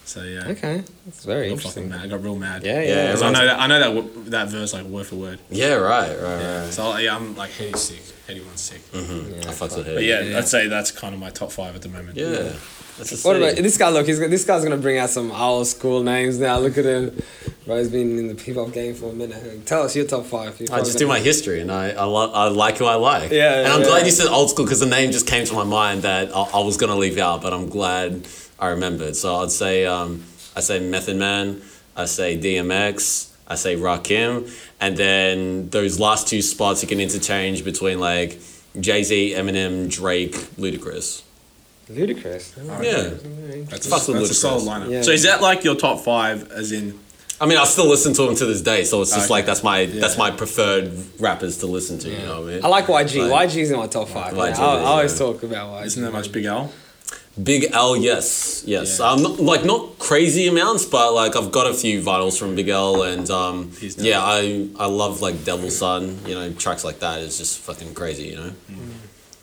Speaker 3: So yeah.
Speaker 2: Ah. Okay, that's very
Speaker 3: I got fucking
Speaker 2: interesting.
Speaker 3: mad. I got real mad.
Speaker 2: Yeah, yeah.
Speaker 1: Yeah,
Speaker 2: yeah.
Speaker 3: Because I know that I know that w- that verse like word for word.
Speaker 1: Yeah, right, right, right.
Speaker 3: So yeah, I'm like Heady's sick. Heady One's sick.
Speaker 1: I fucks with her.
Speaker 3: But yeah,
Speaker 2: Mm-hmm. Yeah.
Speaker 3: I'd say that's kind of my top five at the moment.
Speaker 1: Yeah. That's a
Speaker 2: What about
Speaker 1: sick.
Speaker 2: this guy? Look, he's, this guy's gonna bring out some old school names now. Look at him, bro. He's been in the hip hop game for a minute. Tell us your top five. You're
Speaker 1: I
Speaker 2: probably
Speaker 1: just do
Speaker 2: gonna-
Speaker 1: my history, and I I, lo- I like who I like.
Speaker 2: Yeah, yeah,
Speaker 1: and I'm
Speaker 2: yeah.
Speaker 1: glad you said old school because the name just came to my mind that I, I was gonna leave out, but I'm glad I remembered. So I'd say um, I say Method Man, I say DMX, I say Rakim, and then those last two spots you can interchange between like Jay Z, Eminem, Drake, Ludacris.
Speaker 2: Ludicrous. Oh,
Speaker 1: Yeah.
Speaker 3: That's, a,
Speaker 1: Fucking
Speaker 3: that's a
Speaker 1: ludicrous.
Speaker 3: solid lineup.
Speaker 2: Yeah.
Speaker 3: So is that like your top five? As in,
Speaker 1: I mean, I still listen to him to this day, so it's just
Speaker 3: Okay.
Speaker 1: like that's my that's my preferred rappers to listen to. You know what I mean?
Speaker 2: I like YG.
Speaker 1: Like-
Speaker 2: YG's in my top five.
Speaker 1: YG,
Speaker 2: yeah. I, I always
Speaker 1: yeah.
Speaker 2: talk about YG.
Speaker 3: isn't that much Big L?
Speaker 1: Big L, yes, yes.
Speaker 3: Yeah.
Speaker 1: Um, not- like not crazy amounts, but like I've got a few vinyls from Big L, and um,
Speaker 3: He's done
Speaker 1: yeah, I I love like Devil Son. You know, tracks like that is just fucking crazy. You know.
Speaker 3: Mm.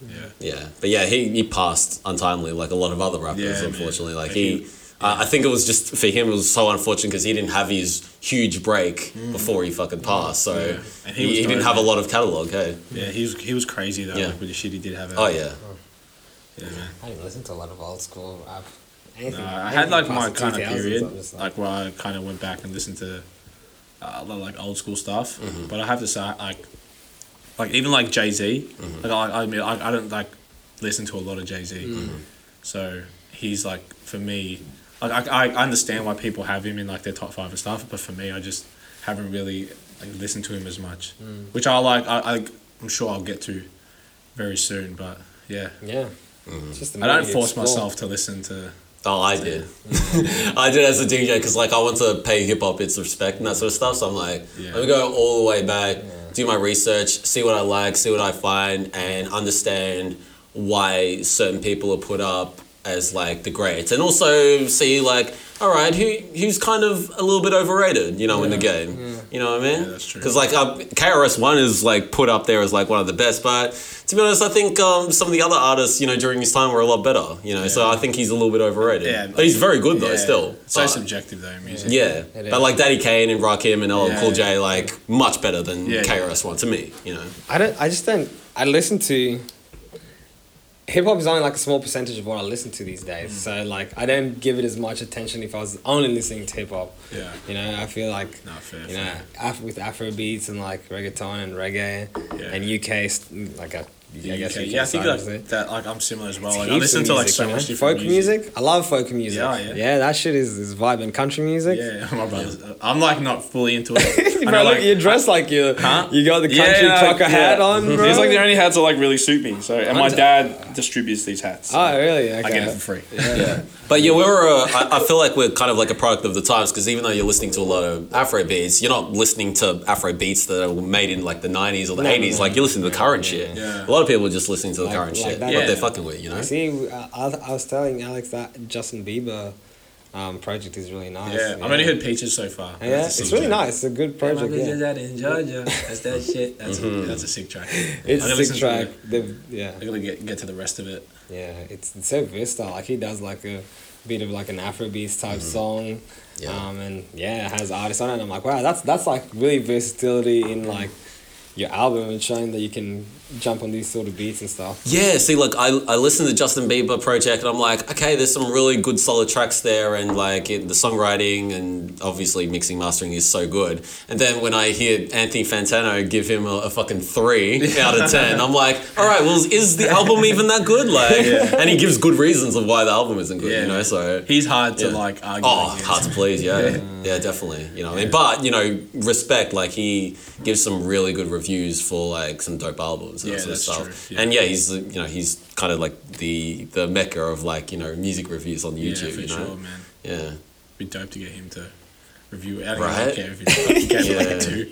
Speaker 3: Yeah.
Speaker 1: Yeah, but yeah, he, he passed untimely, like a lot of other rappers,
Speaker 3: Yeah, man.
Speaker 1: unfortunately. Like
Speaker 3: I
Speaker 1: he,
Speaker 3: think-
Speaker 1: uh, I think it was just for him, it was so unfortunate because he didn't have his huge break before he fucking passed. So
Speaker 3: Mm. Yeah. And he
Speaker 1: he,
Speaker 3: was
Speaker 1: he didn't
Speaker 3: dope,
Speaker 1: have a
Speaker 3: man.
Speaker 1: lot of catalog. Hey,
Speaker 3: Yeah, he was he was crazy though
Speaker 1: Yeah.
Speaker 3: like, with the shit he did have. out.
Speaker 1: oh yeah,
Speaker 3: yeah man.
Speaker 4: I don't even listen to a lot of old school rap.
Speaker 3: No,
Speaker 4: Anything,
Speaker 3: I had like
Speaker 4: anything
Speaker 3: my
Speaker 4: past the
Speaker 3: kind of
Speaker 4: 2000s,
Speaker 3: period,
Speaker 4: I'm just
Speaker 3: like where I kind of went back and listened to uh, a lot of like old school stuff.
Speaker 4: Mm-hmm.
Speaker 3: But I have to say, like, like even like Jay Z,
Speaker 4: Mm-hmm.
Speaker 3: like I, I mean, I, I don't like listen to a lot of Jay Z,
Speaker 4: Mm-hmm.
Speaker 3: so he's like for me, like I, I understand why people have him in like their top five and stuff, but for me, I just haven't really like listened to him as much,
Speaker 4: Mm.
Speaker 3: which I like. I, I I'm sure I'll get to very soon, but yeah,
Speaker 4: yeah.
Speaker 1: Mm.
Speaker 4: It's just the
Speaker 3: I don't
Speaker 4: movie
Speaker 3: force
Speaker 4: explore.
Speaker 3: myself to listen to.
Speaker 1: Oh, I did. I did as a DJ because like I want to pay hip hop its respect and that sort of stuff. So I'm like,
Speaker 3: Yeah.
Speaker 1: let me go all the way back, do my research, see what I like, see what I find, and understand why certain people are put up as like the greats, and also see like, all right, who who's kind of a little bit overrated, you know, in the game. You know what I mean?
Speaker 3: Yeah, that's true.
Speaker 1: Because like uh, KRS One is like put up there as like one of the best, but to be honest, I think um, some of the other artists, you know, during his time were a lot better. You know, so I think he's a little bit overrated.
Speaker 3: Yeah,
Speaker 1: but he's very good though.
Speaker 3: Yeah.
Speaker 1: Still,
Speaker 3: It's so
Speaker 1: But-
Speaker 3: subjective though, music.
Speaker 1: Yeah,
Speaker 4: It
Speaker 1: but
Speaker 4: is.
Speaker 1: like Daddy Kane and Rakim and LL
Speaker 3: Yeah.
Speaker 1: Cool J, like much better than
Speaker 3: Yeah.
Speaker 1: KRS One to me. You know.
Speaker 2: I don't. I just don't. I listen to. Hip hop is only like a small percentage of what I listen to these days.
Speaker 3: Mm.
Speaker 2: So like, I don't give it as much attention if I was only listening to hip hop.
Speaker 3: Yeah.
Speaker 2: You know, I feel like.
Speaker 3: No, fair.
Speaker 2: You know,
Speaker 3: fair.
Speaker 2: Af- with Afro beats and like reggaeton and reggae
Speaker 3: Yeah.
Speaker 2: and UK, st- like a, I guess
Speaker 3: Okay,
Speaker 2: UK
Speaker 3: yeah, I think
Speaker 2: side,
Speaker 3: like
Speaker 2: isn't it?
Speaker 3: that. Like I'm similar as well.
Speaker 2: It's
Speaker 3: Like, I
Speaker 2: heaps
Speaker 3: Oh, listen
Speaker 2: of
Speaker 3: to like
Speaker 2: music,
Speaker 3: so
Speaker 2: you know?
Speaker 3: much different
Speaker 2: folk music. I love folk music.
Speaker 3: Yeah, yeah.
Speaker 2: that shit is is vibe and country music.
Speaker 3: Yeah, my brother's. I'm like not fully into it. I
Speaker 2: Bro,
Speaker 3: know,
Speaker 2: look,
Speaker 3: like,
Speaker 2: you're dressed like you.
Speaker 3: Huh?
Speaker 2: You got the
Speaker 3: Yeah,
Speaker 2: country
Speaker 3: yeah,
Speaker 2: trucker
Speaker 3: yeah.
Speaker 2: hat on, bro.
Speaker 3: It's like the only hats that like really suit me. So, and my
Speaker 2: Mine's-
Speaker 3: dad distributes these hats. so
Speaker 2: Oh, really? Okay.
Speaker 3: I get it for free.
Speaker 1: But yeah, we're. Uh, I, I feel like we're kind of like a product of the times because even though you're listening to a lot of Afro beats, you're not listening to Afro beats that were made in like the '90s or the
Speaker 2: No, no,
Speaker 1: '80s.
Speaker 2: no.
Speaker 1: Like you're listening to the current shit.
Speaker 3: Yeah.
Speaker 1: A lot of people are just listening to the
Speaker 2: Like-
Speaker 1: current
Speaker 2: like
Speaker 1: shit,
Speaker 2: that.
Speaker 1: what
Speaker 3: Yeah.
Speaker 1: they're fucking with. You know.
Speaker 2: See, I, I I was telling Alex that Justin Bieber um, project is really nice.
Speaker 3: Yeah, I've only heard peaches so far.
Speaker 2: Yeah,
Speaker 3: That's a
Speaker 2: it's
Speaker 3: sick
Speaker 2: really
Speaker 3: track.
Speaker 2: nice. It's a good project. Yeah, Mm-hmm.
Speaker 4: out in Georgia. That's that shit. That's
Speaker 3: That's a sick track.
Speaker 2: it's
Speaker 3: I'm
Speaker 2: a
Speaker 3: gonna
Speaker 2: sick
Speaker 3: listen to
Speaker 2: track.
Speaker 3: it.
Speaker 2: They've- Yeah,
Speaker 3: I'm gonna get get to the rest of it.
Speaker 2: yeah, it's, it's so versatile. Like he does like a bit of like an Afrobeats type
Speaker 3: Mm-hmm.
Speaker 2: song.
Speaker 1: Yeah.
Speaker 2: Um, and yeah, it has artists on it. And I'm like, wow, that's that's like really versatility
Speaker 1: Mm.
Speaker 2: in like your album and showing that you can jump on these sort of beats and stuff.
Speaker 1: Yeah, see, look, I, I listened to Justin Bieber project, and I'm like, okay, there's some really good solid tracks there, and like it, the songwriting and obviously mixing mastering is so good. And then when I hear Anthony Fantano give him a, a fucking three out of ten, I'm like, all right, well, is the album even that good? Like, and he gives good reasons of why the album isn't good,
Speaker 3: Yeah.
Speaker 1: you know. So
Speaker 3: He's hard to
Speaker 1: Yeah.
Speaker 3: like argue.
Speaker 1: Oh,
Speaker 3: against.
Speaker 1: hard to please, yeah. yeah. definitely. You know what I mean? But, you know, respect, like, he gives some really good reviews for, like, some dope albums and
Speaker 3: Yeah,
Speaker 1: that sort
Speaker 3: that's
Speaker 1: of stuff.
Speaker 3: true, yeah.
Speaker 1: And, yeah, he's, the- you know, he's kind of like the the mecca of, like, you know, music reviews on
Speaker 3: Yeah,
Speaker 1: YouTube,
Speaker 3: for
Speaker 1: you know?
Speaker 3: sure, man.
Speaker 1: Yeah.
Speaker 3: Be dope to get him to review. it. I don't
Speaker 1: Right?
Speaker 3: care if he cares
Speaker 1: Yeah.
Speaker 3: like two.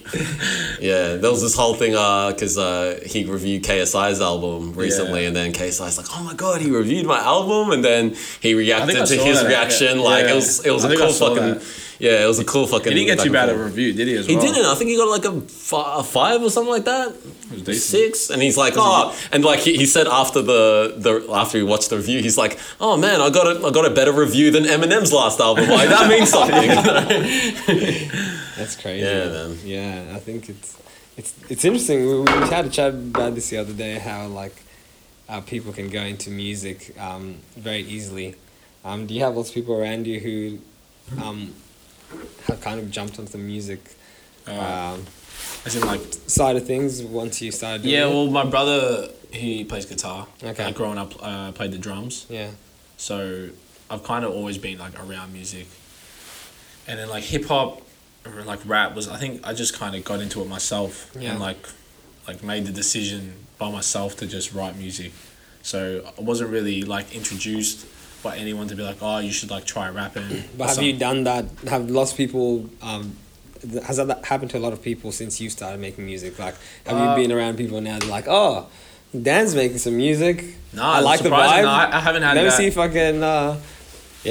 Speaker 1: Yeah, there was this whole thing because uh, he reviewed KSI's album recently,
Speaker 3: Yeah.
Speaker 1: and then KSI's like, "Oh my god, he reviewed my album," and then he reacted
Speaker 3: I
Speaker 1: to
Speaker 3: saw
Speaker 1: his
Speaker 3: that,
Speaker 1: reaction.
Speaker 3: yeah.
Speaker 1: Like
Speaker 3: Yeah.
Speaker 1: it was, it was
Speaker 3: I
Speaker 1: a
Speaker 3: think I
Speaker 1: cool
Speaker 3: saw
Speaker 1: fucking,
Speaker 3: that.
Speaker 1: yeah, it was a cool fucking.
Speaker 3: He didn't get
Speaker 1: back
Speaker 3: too
Speaker 1: and
Speaker 3: bad a
Speaker 1: forth.
Speaker 3: review, did he? As
Speaker 1: He
Speaker 3: well?
Speaker 1: didn't. I think he got like a, fi- a five or something like that,
Speaker 3: It was decent.
Speaker 1: six. And he's like, oh, and like he, he said after the, the after he watched the review, he's like, oh man, I got a, I got a better review than Eminem's last album. Like that means something.
Speaker 2: That's crazy.
Speaker 1: Yeah, man.
Speaker 2: Yeah, I think it's it's it's interesting. We, we had a chat about this the other day. How like uh, people can go into music um, very easily. Um, do you have lots of people around you who um, have kind of jumped onto the music
Speaker 1: Uh,
Speaker 2: um,
Speaker 3: As in, like,
Speaker 2: side of things once you started? Doing
Speaker 3: Yeah,
Speaker 2: it?
Speaker 3: well, my brother he plays guitar.
Speaker 2: Okay.
Speaker 3: Like growing up, uh, I played the drums,
Speaker 2: yeah,
Speaker 3: so I've kind of always been like around music. And then like hip hop, or like rap was I think I just kind of got into it myself
Speaker 2: Yeah.
Speaker 3: and like, like made the decision by myself to just write music. So I wasn't really like introduced by anyone to be like, oh, you should like try rapping.
Speaker 2: but have you done that? Have lots of people? Um, th-
Speaker 3: Uh,
Speaker 2: has that happened to a lot of people since you started making music? Like, have you been around people now? They're like, oh. Dan's making some music.
Speaker 3: No,
Speaker 2: I like the
Speaker 3: surprising.
Speaker 2: vibe.
Speaker 3: No, I, I haven't had
Speaker 2: Let me
Speaker 3: that.
Speaker 2: see if I can. Uh,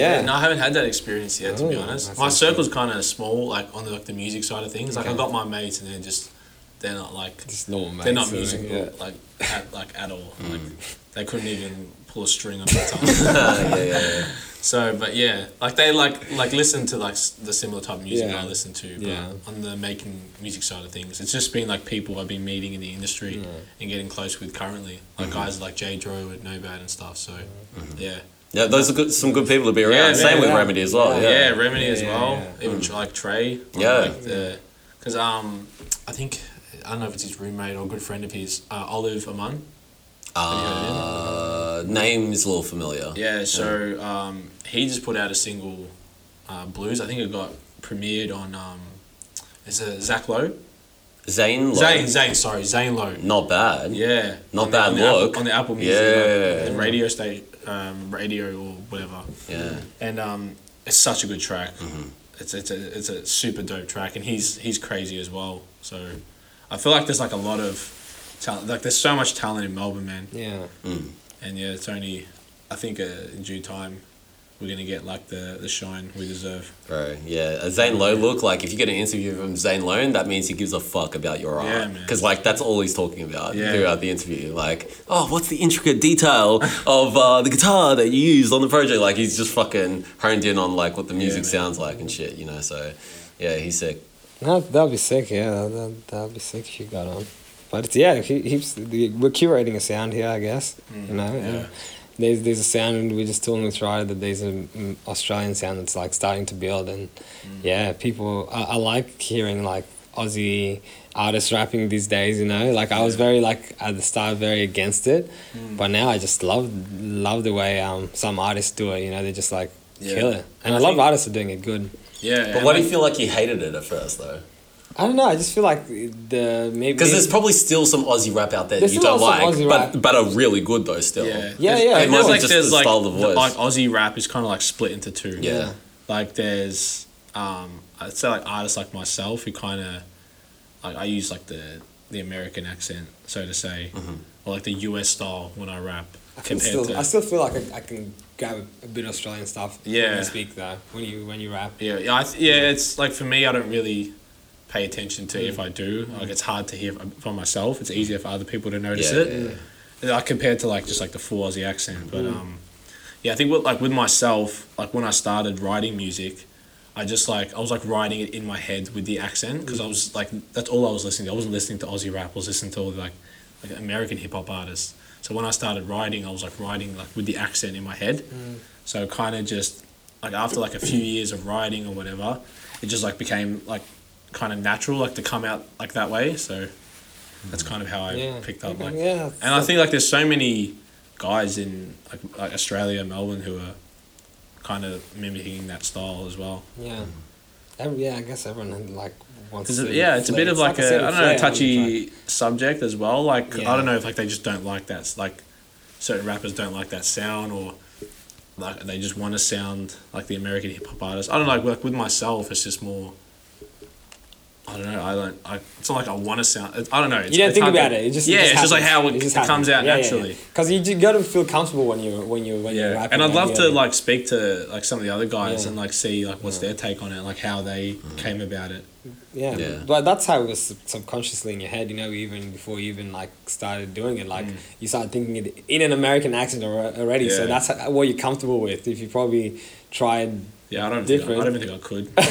Speaker 2: yeah.
Speaker 3: No, I haven't had that experience yet, to be
Speaker 2: Oh,
Speaker 3: honest.
Speaker 4: that's
Speaker 3: My
Speaker 4: interesting.
Speaker 3: circle's kind of small, like on the, like, the music side of things. Like
Speaker 4: Okay.
Speaker 3: I've got my mates, and they're just they're not like
Speaker 4: Just normal, mate.
Speaker 3: they're not
Speaker 4: so-
Speaker 3: musical,
Speaker 2: yeah. Hmm.
Speaker 3: like at, like at all. Like they couldn't even pull a string on the guitar.
Speaker 1: yeah, yeah, yeah.
Speaker 3: so, but yeah, like they like like listen to like s- the similar type of music
Speaker 2: Yeah.
Speaker 3: I listen to. But
Speaker 2: Yeah.
Speaker 3: on the making music side of things, it's just been like people I've been meeting in the industry and getting close with currently, like
Speaker 2: Hmm.
Speaker 3: guys like Jay Dro at No Bad and stuff. So,
Speaker 2: Mm-hmm.
Speaker 3: yeah.
Speaker 1: Yeah, those are good, some good people to be around.
Speaker 3: Yeah,
Speaker 1: Same
Speaker 3: yeah,
Speaker 1: with
Speaker 2: yeah.
Speaker 1: Remedy as well.
Speaker 3: Yeah,
Speaker 1: Yeah.
Speaker 3: Remedy
Speaker 2: Oh, Yeah,
Speaker 3: as
Speaker 2: yeah,
Speaker 3: well.
Speaker 2: yeah. Hmm.
Speaker 3: Even tr- like Trey.
Speaker 1: Yeah.
Speaker 3: Because um, I think I don't know if it's his roommate or a good friend of his, uh, Olive Amun.
Speaker 1: Uh, name is a little familiar.
Speaker 3: Yeah. So um, he just put out a single, uh, Blues. I think it got premiered on. Um, is it Zach Lowe?
Speaker 1: Zane. Lowe.
Speaker 3: Zane. Zane. Sorry, Zane Lowe.
Speaker 1: Not bad.
Speaker 3: Yeah.
Speaker 1: Not
Speaker 3: on the,
Speaker 1: bad
Speaker 3: on the Apple-
Speaker 1: look.
Speaker 3: on the Apple Music.
Speaker 1: Yeah.
Speaker 3: like, the radio station, um, radio or whatever.
Speaker 1: Yeah. Mm-hmm.
Speaker 3: and um, it's such a good track. It's it's a it's a super dope track, and he's he's crazy as well. So I feel like there's like a lot of talent. Like there's so much talent in Melbourne, man.
Speaker 2: Yeah.
Speaker 3: And yeah, it's only I think uh, in due time we're gonna get like the the shine we deserve.
Speaker 1: Bro, yeah, a Zane Lowe look like if you get an interview from Zane Lowe, that means he gives a fuck about your art.
Speaker 3: Yeah, man.
Speaker 1: Because like that's all he's talking about
Speaker 3: Yeah.
Speaker 1: throughout the interview. Like, oh, what's the intricate detail of uh, the guitar that you used on the project? Like he's just fucking honed in on like what the music
Speaker 3: man.
Speaker 1: sounds like and shit, you know. So, yeah, he's sick.
Speaker 2: That that'd be sick. Yeah, that that'd be sick if you got on. But it's, yeah, he, heaps. the- We're curating a sound here, I guess. you know,
Speaker 3: Mm, yeah.
Speaker 2: and there's there's a sound, and we're just talking with Ryder that there's an Australian sound that's like starting to build, and
Speaker 3: Mm.
Speaker 2: yeah, people. I, I like hearing like Aussie artists rapping these days. You know, like I was very like at the start very against it,
Speaker 3: Mm.
Speaker 2: but now I just love love the way um some artists do it. You know, they just like
Speaker 3: Yeah.
Speaker 2: kill it, and
Speaker 3: I
Speaker 2: I, love
Speaker 3: think-
Speaker 2: artists are doing it good.
Speaker 3: Yeah.
Speaker 1: But
Speaker 3: and
Speaker 1: why do
Speaker 3: like-
Speaker 1: you feel like you hated it at first though?
Speaker 2: I don't know. I just feel like the maybe
Speaker 1: Because there's probably still some Aussie rap out there that
Speaker 2: There's
Speaker 1: you
Speaker 2: still
Speaker 1: don't
Speaker 2: some
Speaker 1: like,
Speaker 2: Aussie
Speaker 1: but
Speaker 2: rap.
Speaker 1: but are really good though still.
Speaker 3: Yeah,
Speaker 2: Yeah,
Speaker 3: There's-
Speaker 2: yeah,
Speaker 3: It
Speaker 2: of
Speaker 3: was
Speaker 2: course.
Speaker 3: like
Speaker 1: Just
Speaker 3: there's
Speaker 1: the
Speaker 3: like
Speaker 1: style of
Speaker 3: the,
Speaker 1: voice.
Speaker 3: like Aussie rap is kind of like split into two.
Speaker 1: Yeah.
Speaker 3: like there's um I'd say like artists like myself who kind of like I use like the the American accent so to say,
Speaker 1: Mm-hmm.
Speaker 3: or like the US style when I rap
Speaker 2: I can
Speaker 3: compared
Speaker 2: still,
Speaker 3: to
Speaker 2: I still feel like I, I can grab a, a bit of Australian stuff. when
Speaker 3: Yeah.
Speaker 2: you speak though when you when you rap.
Speaker 3: yeah yeah I th- yeah it's like for me I don't really pay attention to if I do like it's hard to hear for myself it's easier for other people to notice
Speaker 1: Mm. Yeah, Mm.
Speaker 3: it like compared to like just like the full Aussie accent. But um, yeah, I think with, like with myself, like when I started writing music, I just like I was like writing it in my head with the accent because I was like that's all I was listening to. I wasn't listening to Aussie rap. I was listening to all the, like like American hip hop artists. So when I started writing, I was like writing like with the accent in my head.
Speaker 2: Mm.
Speaker 3: So kind of just like after like a few years of writing or whatever, it just like became like kind of natural like to come out like that way. So that's kind of how I
Speaker 2: Yeah.
Speaker 3: picked up
Speaker 2: Okay,
Speaker 3: like
Speaker 2: yeah,
Speaker 3: and I think like there's so many guys in like, like Australia, Melbourne who are kind of mimicking that style as well.
Speaker 2: Yeah, Every, yeah. I guess everyone had, like wants.
Speaker 3: 'Cause
Speaker 2: to
Speaker 3: it- yeah, it's a bit of like, a I
Speaker 2: I
Speaker 3: I don't know touchy subject as well. Like I
Speaker 2: Yeah.
Speaker 3: don't know if like they just don't like that. Like certain rappers don't like that sound or. Like they just want to sound like the American hip hop artists. I don't know. Like, like with myself, it's just more. I don't know. I don't. I, it's not like I want to sound. I don't know. It's,
Speaker 2: You don't
Speaker 3: it's
Speaker 2: think
Speaker 3: hard to-
Speaker 2: about it. It just
Speaker 3: yeah.
Speaker 2: it
Speaker 3: it's just like
Speaker 2: happens.
Speaker 3: how it,
Speaker 2: just
Speaker 3: it comes
Speaker 2: happens.
Speaker 3: out
Speaker 2: Yeah, yeah,
Speaker 3: naturally.
Speaker 2: Yeah, Cause you, got to feel comfortable when you when you when you're
Speaker 3: Yeah,
Speaker 2: rapping.
Speaker 3: and I'd
Speaker 2: like,
Speaker 3: love
Speaker 2: yeah.
Speaker 3: to like speak to like some of the other guys
Speaker 2: Yeah. Mm.
Speaker 3: and like see like what's their take on it, like how they came about it.
Speaker 2: Yeah,
Speaker 1: Yeah.
Speaker 2: but that's how it was sub- subconsciously in your head, you know, even before you even like started doing it. Like you started thinking it in an American accent alre- already, so
Speaker 3: Yeah.
Speaker 2: that's ho- what you're comfortable with. If you probably tried,
Speaker 3: Yeah, I don't. Think I, I
Speaker 2: Different.
Speaker 3: don't even think I could. Right,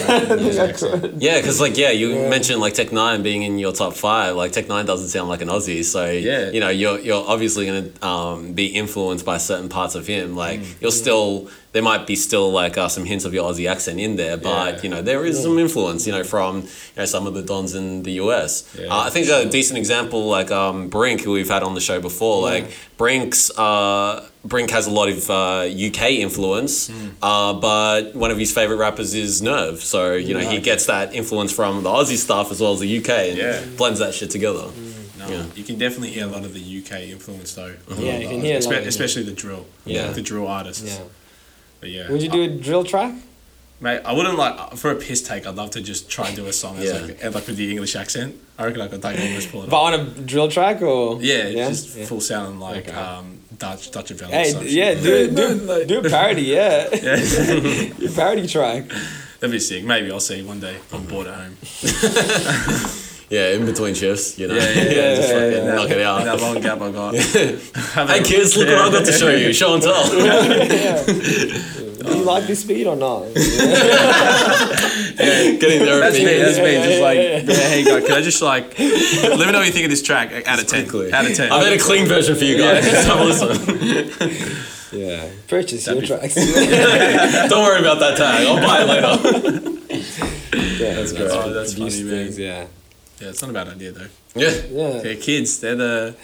Speaker 3: yeah, excellent.
Speaker 1: Yeah, because like yeah, you mentioned like Tech Nine being in your top five. Like Tech Nine doesn't sound like an Aussie, so
Speaker 3: Yeah.
Speaker 1: you know you're you're obviously gonna um, be influenced by certain parts of him.
Speaker 3: Mm.
Speaker 1: Like you're still there might be still like uh, some hints of your Aussie accent in there, but
Speaker 3: Yeah.
Speaker 1: you know there is some influence you know from you know some of the dons in the US.
Speaker 3: Yeah.
Speaker 1: Uh, I think a decent example like um, Brink, who we've had on the show before, like Brink's. Uh, Brink has a lot of uh, UK
Speaker 3: Hmm.
Speaker 1: influence, uh, but one of his favorite rappers is Nerve. So you know he gets that influence from the Aussie stuff as well as the UK, and
Speaker 3: Yeah. Hmm.
Speaker 1: blends that shit together.
Speaker 3: No,
Speaker 1: Yeah.
Speaker 3: you can definitely hear a lot of the UK influence though.
Speaker 2: Yeah, you can hear a lot
Speaker 3: Espe-
Speaker 2: of-
Speaker 3: especially the drill.
Speaker 1: Yeah.
Speaker 3: like the drill artists.
Speaker 2: yeah.
Speaker 3: But yeah, Uh,
Speaker 2: Would you do a drill track?
Speaker 3: Mate, I wouldn't like uh, for a piss take. I'd love to just try and do a song as
Speaker 1: Yeah.
Speaker 3: like, and like with the English accent. I reckon I could take English pull it
Speaker 2: But
Speaker 3: off.
Speaker 2: on a drill track or
Speaker 3: Yeah, just
Speaker 2: Yeah.
Speaker 3: full sound like
Speaker 2: Okay.
Speaker 3: um, Dutch Dutch and
Speaker 2: Hey, d- yeah, do do, do a parody, yeah, Your parody track.
Speaker 3: That'd be sick. Maybe I'll see one day. I'm bored at home.
Speaker 1: Yeah, in between shifts, you know.
Speaker 3: Yeah, yeah, yeah,
Speaker 1: just
Speaker 2: yeah,
Speaker 1: fucking
Speaker 2: yeah.
Speaker 1: knock it
Speaker 3: That
Speaker 1: out.
Speaker 3: long gap I got.
Speaker 1: Hey kids, look what I've got to show you. Show and tell.
Speaker 2: Do you like this beat or not?
Speaker 1: Getting there.
Speaker 3: That's me. That's me.
Speaker 2: Yeah,
Speaker 3: just
Speaker 2: yeah,
Speaker 3: like,
Speaker 2: yeah, yeah.
Speaker 3: yeah, hey, guys, can I just like, let me know what you think of this track uh, out of ten.
Speaker 1: Quickly.
Speaker 3: Out of ten.
Speaker 1: I made a clean version for you guys. Just have a listen.
Speaker 2: Yeah, purchase your tracks.
Speaker 1: Don't worry about that tag. I'll buy it later.
Speaker 2: yeah, that's
Speaker 3: great. Oh, that's
Speaker 2: Abuse
Speaker 3: funny, man.
Speaker 2: things, Yeah,
Speaker 3: yeah, it's not a bad idea though.
Speaker 1: Yeah.
Speaker 2: yeah,
Speaker 3: Yeah, kids, they're the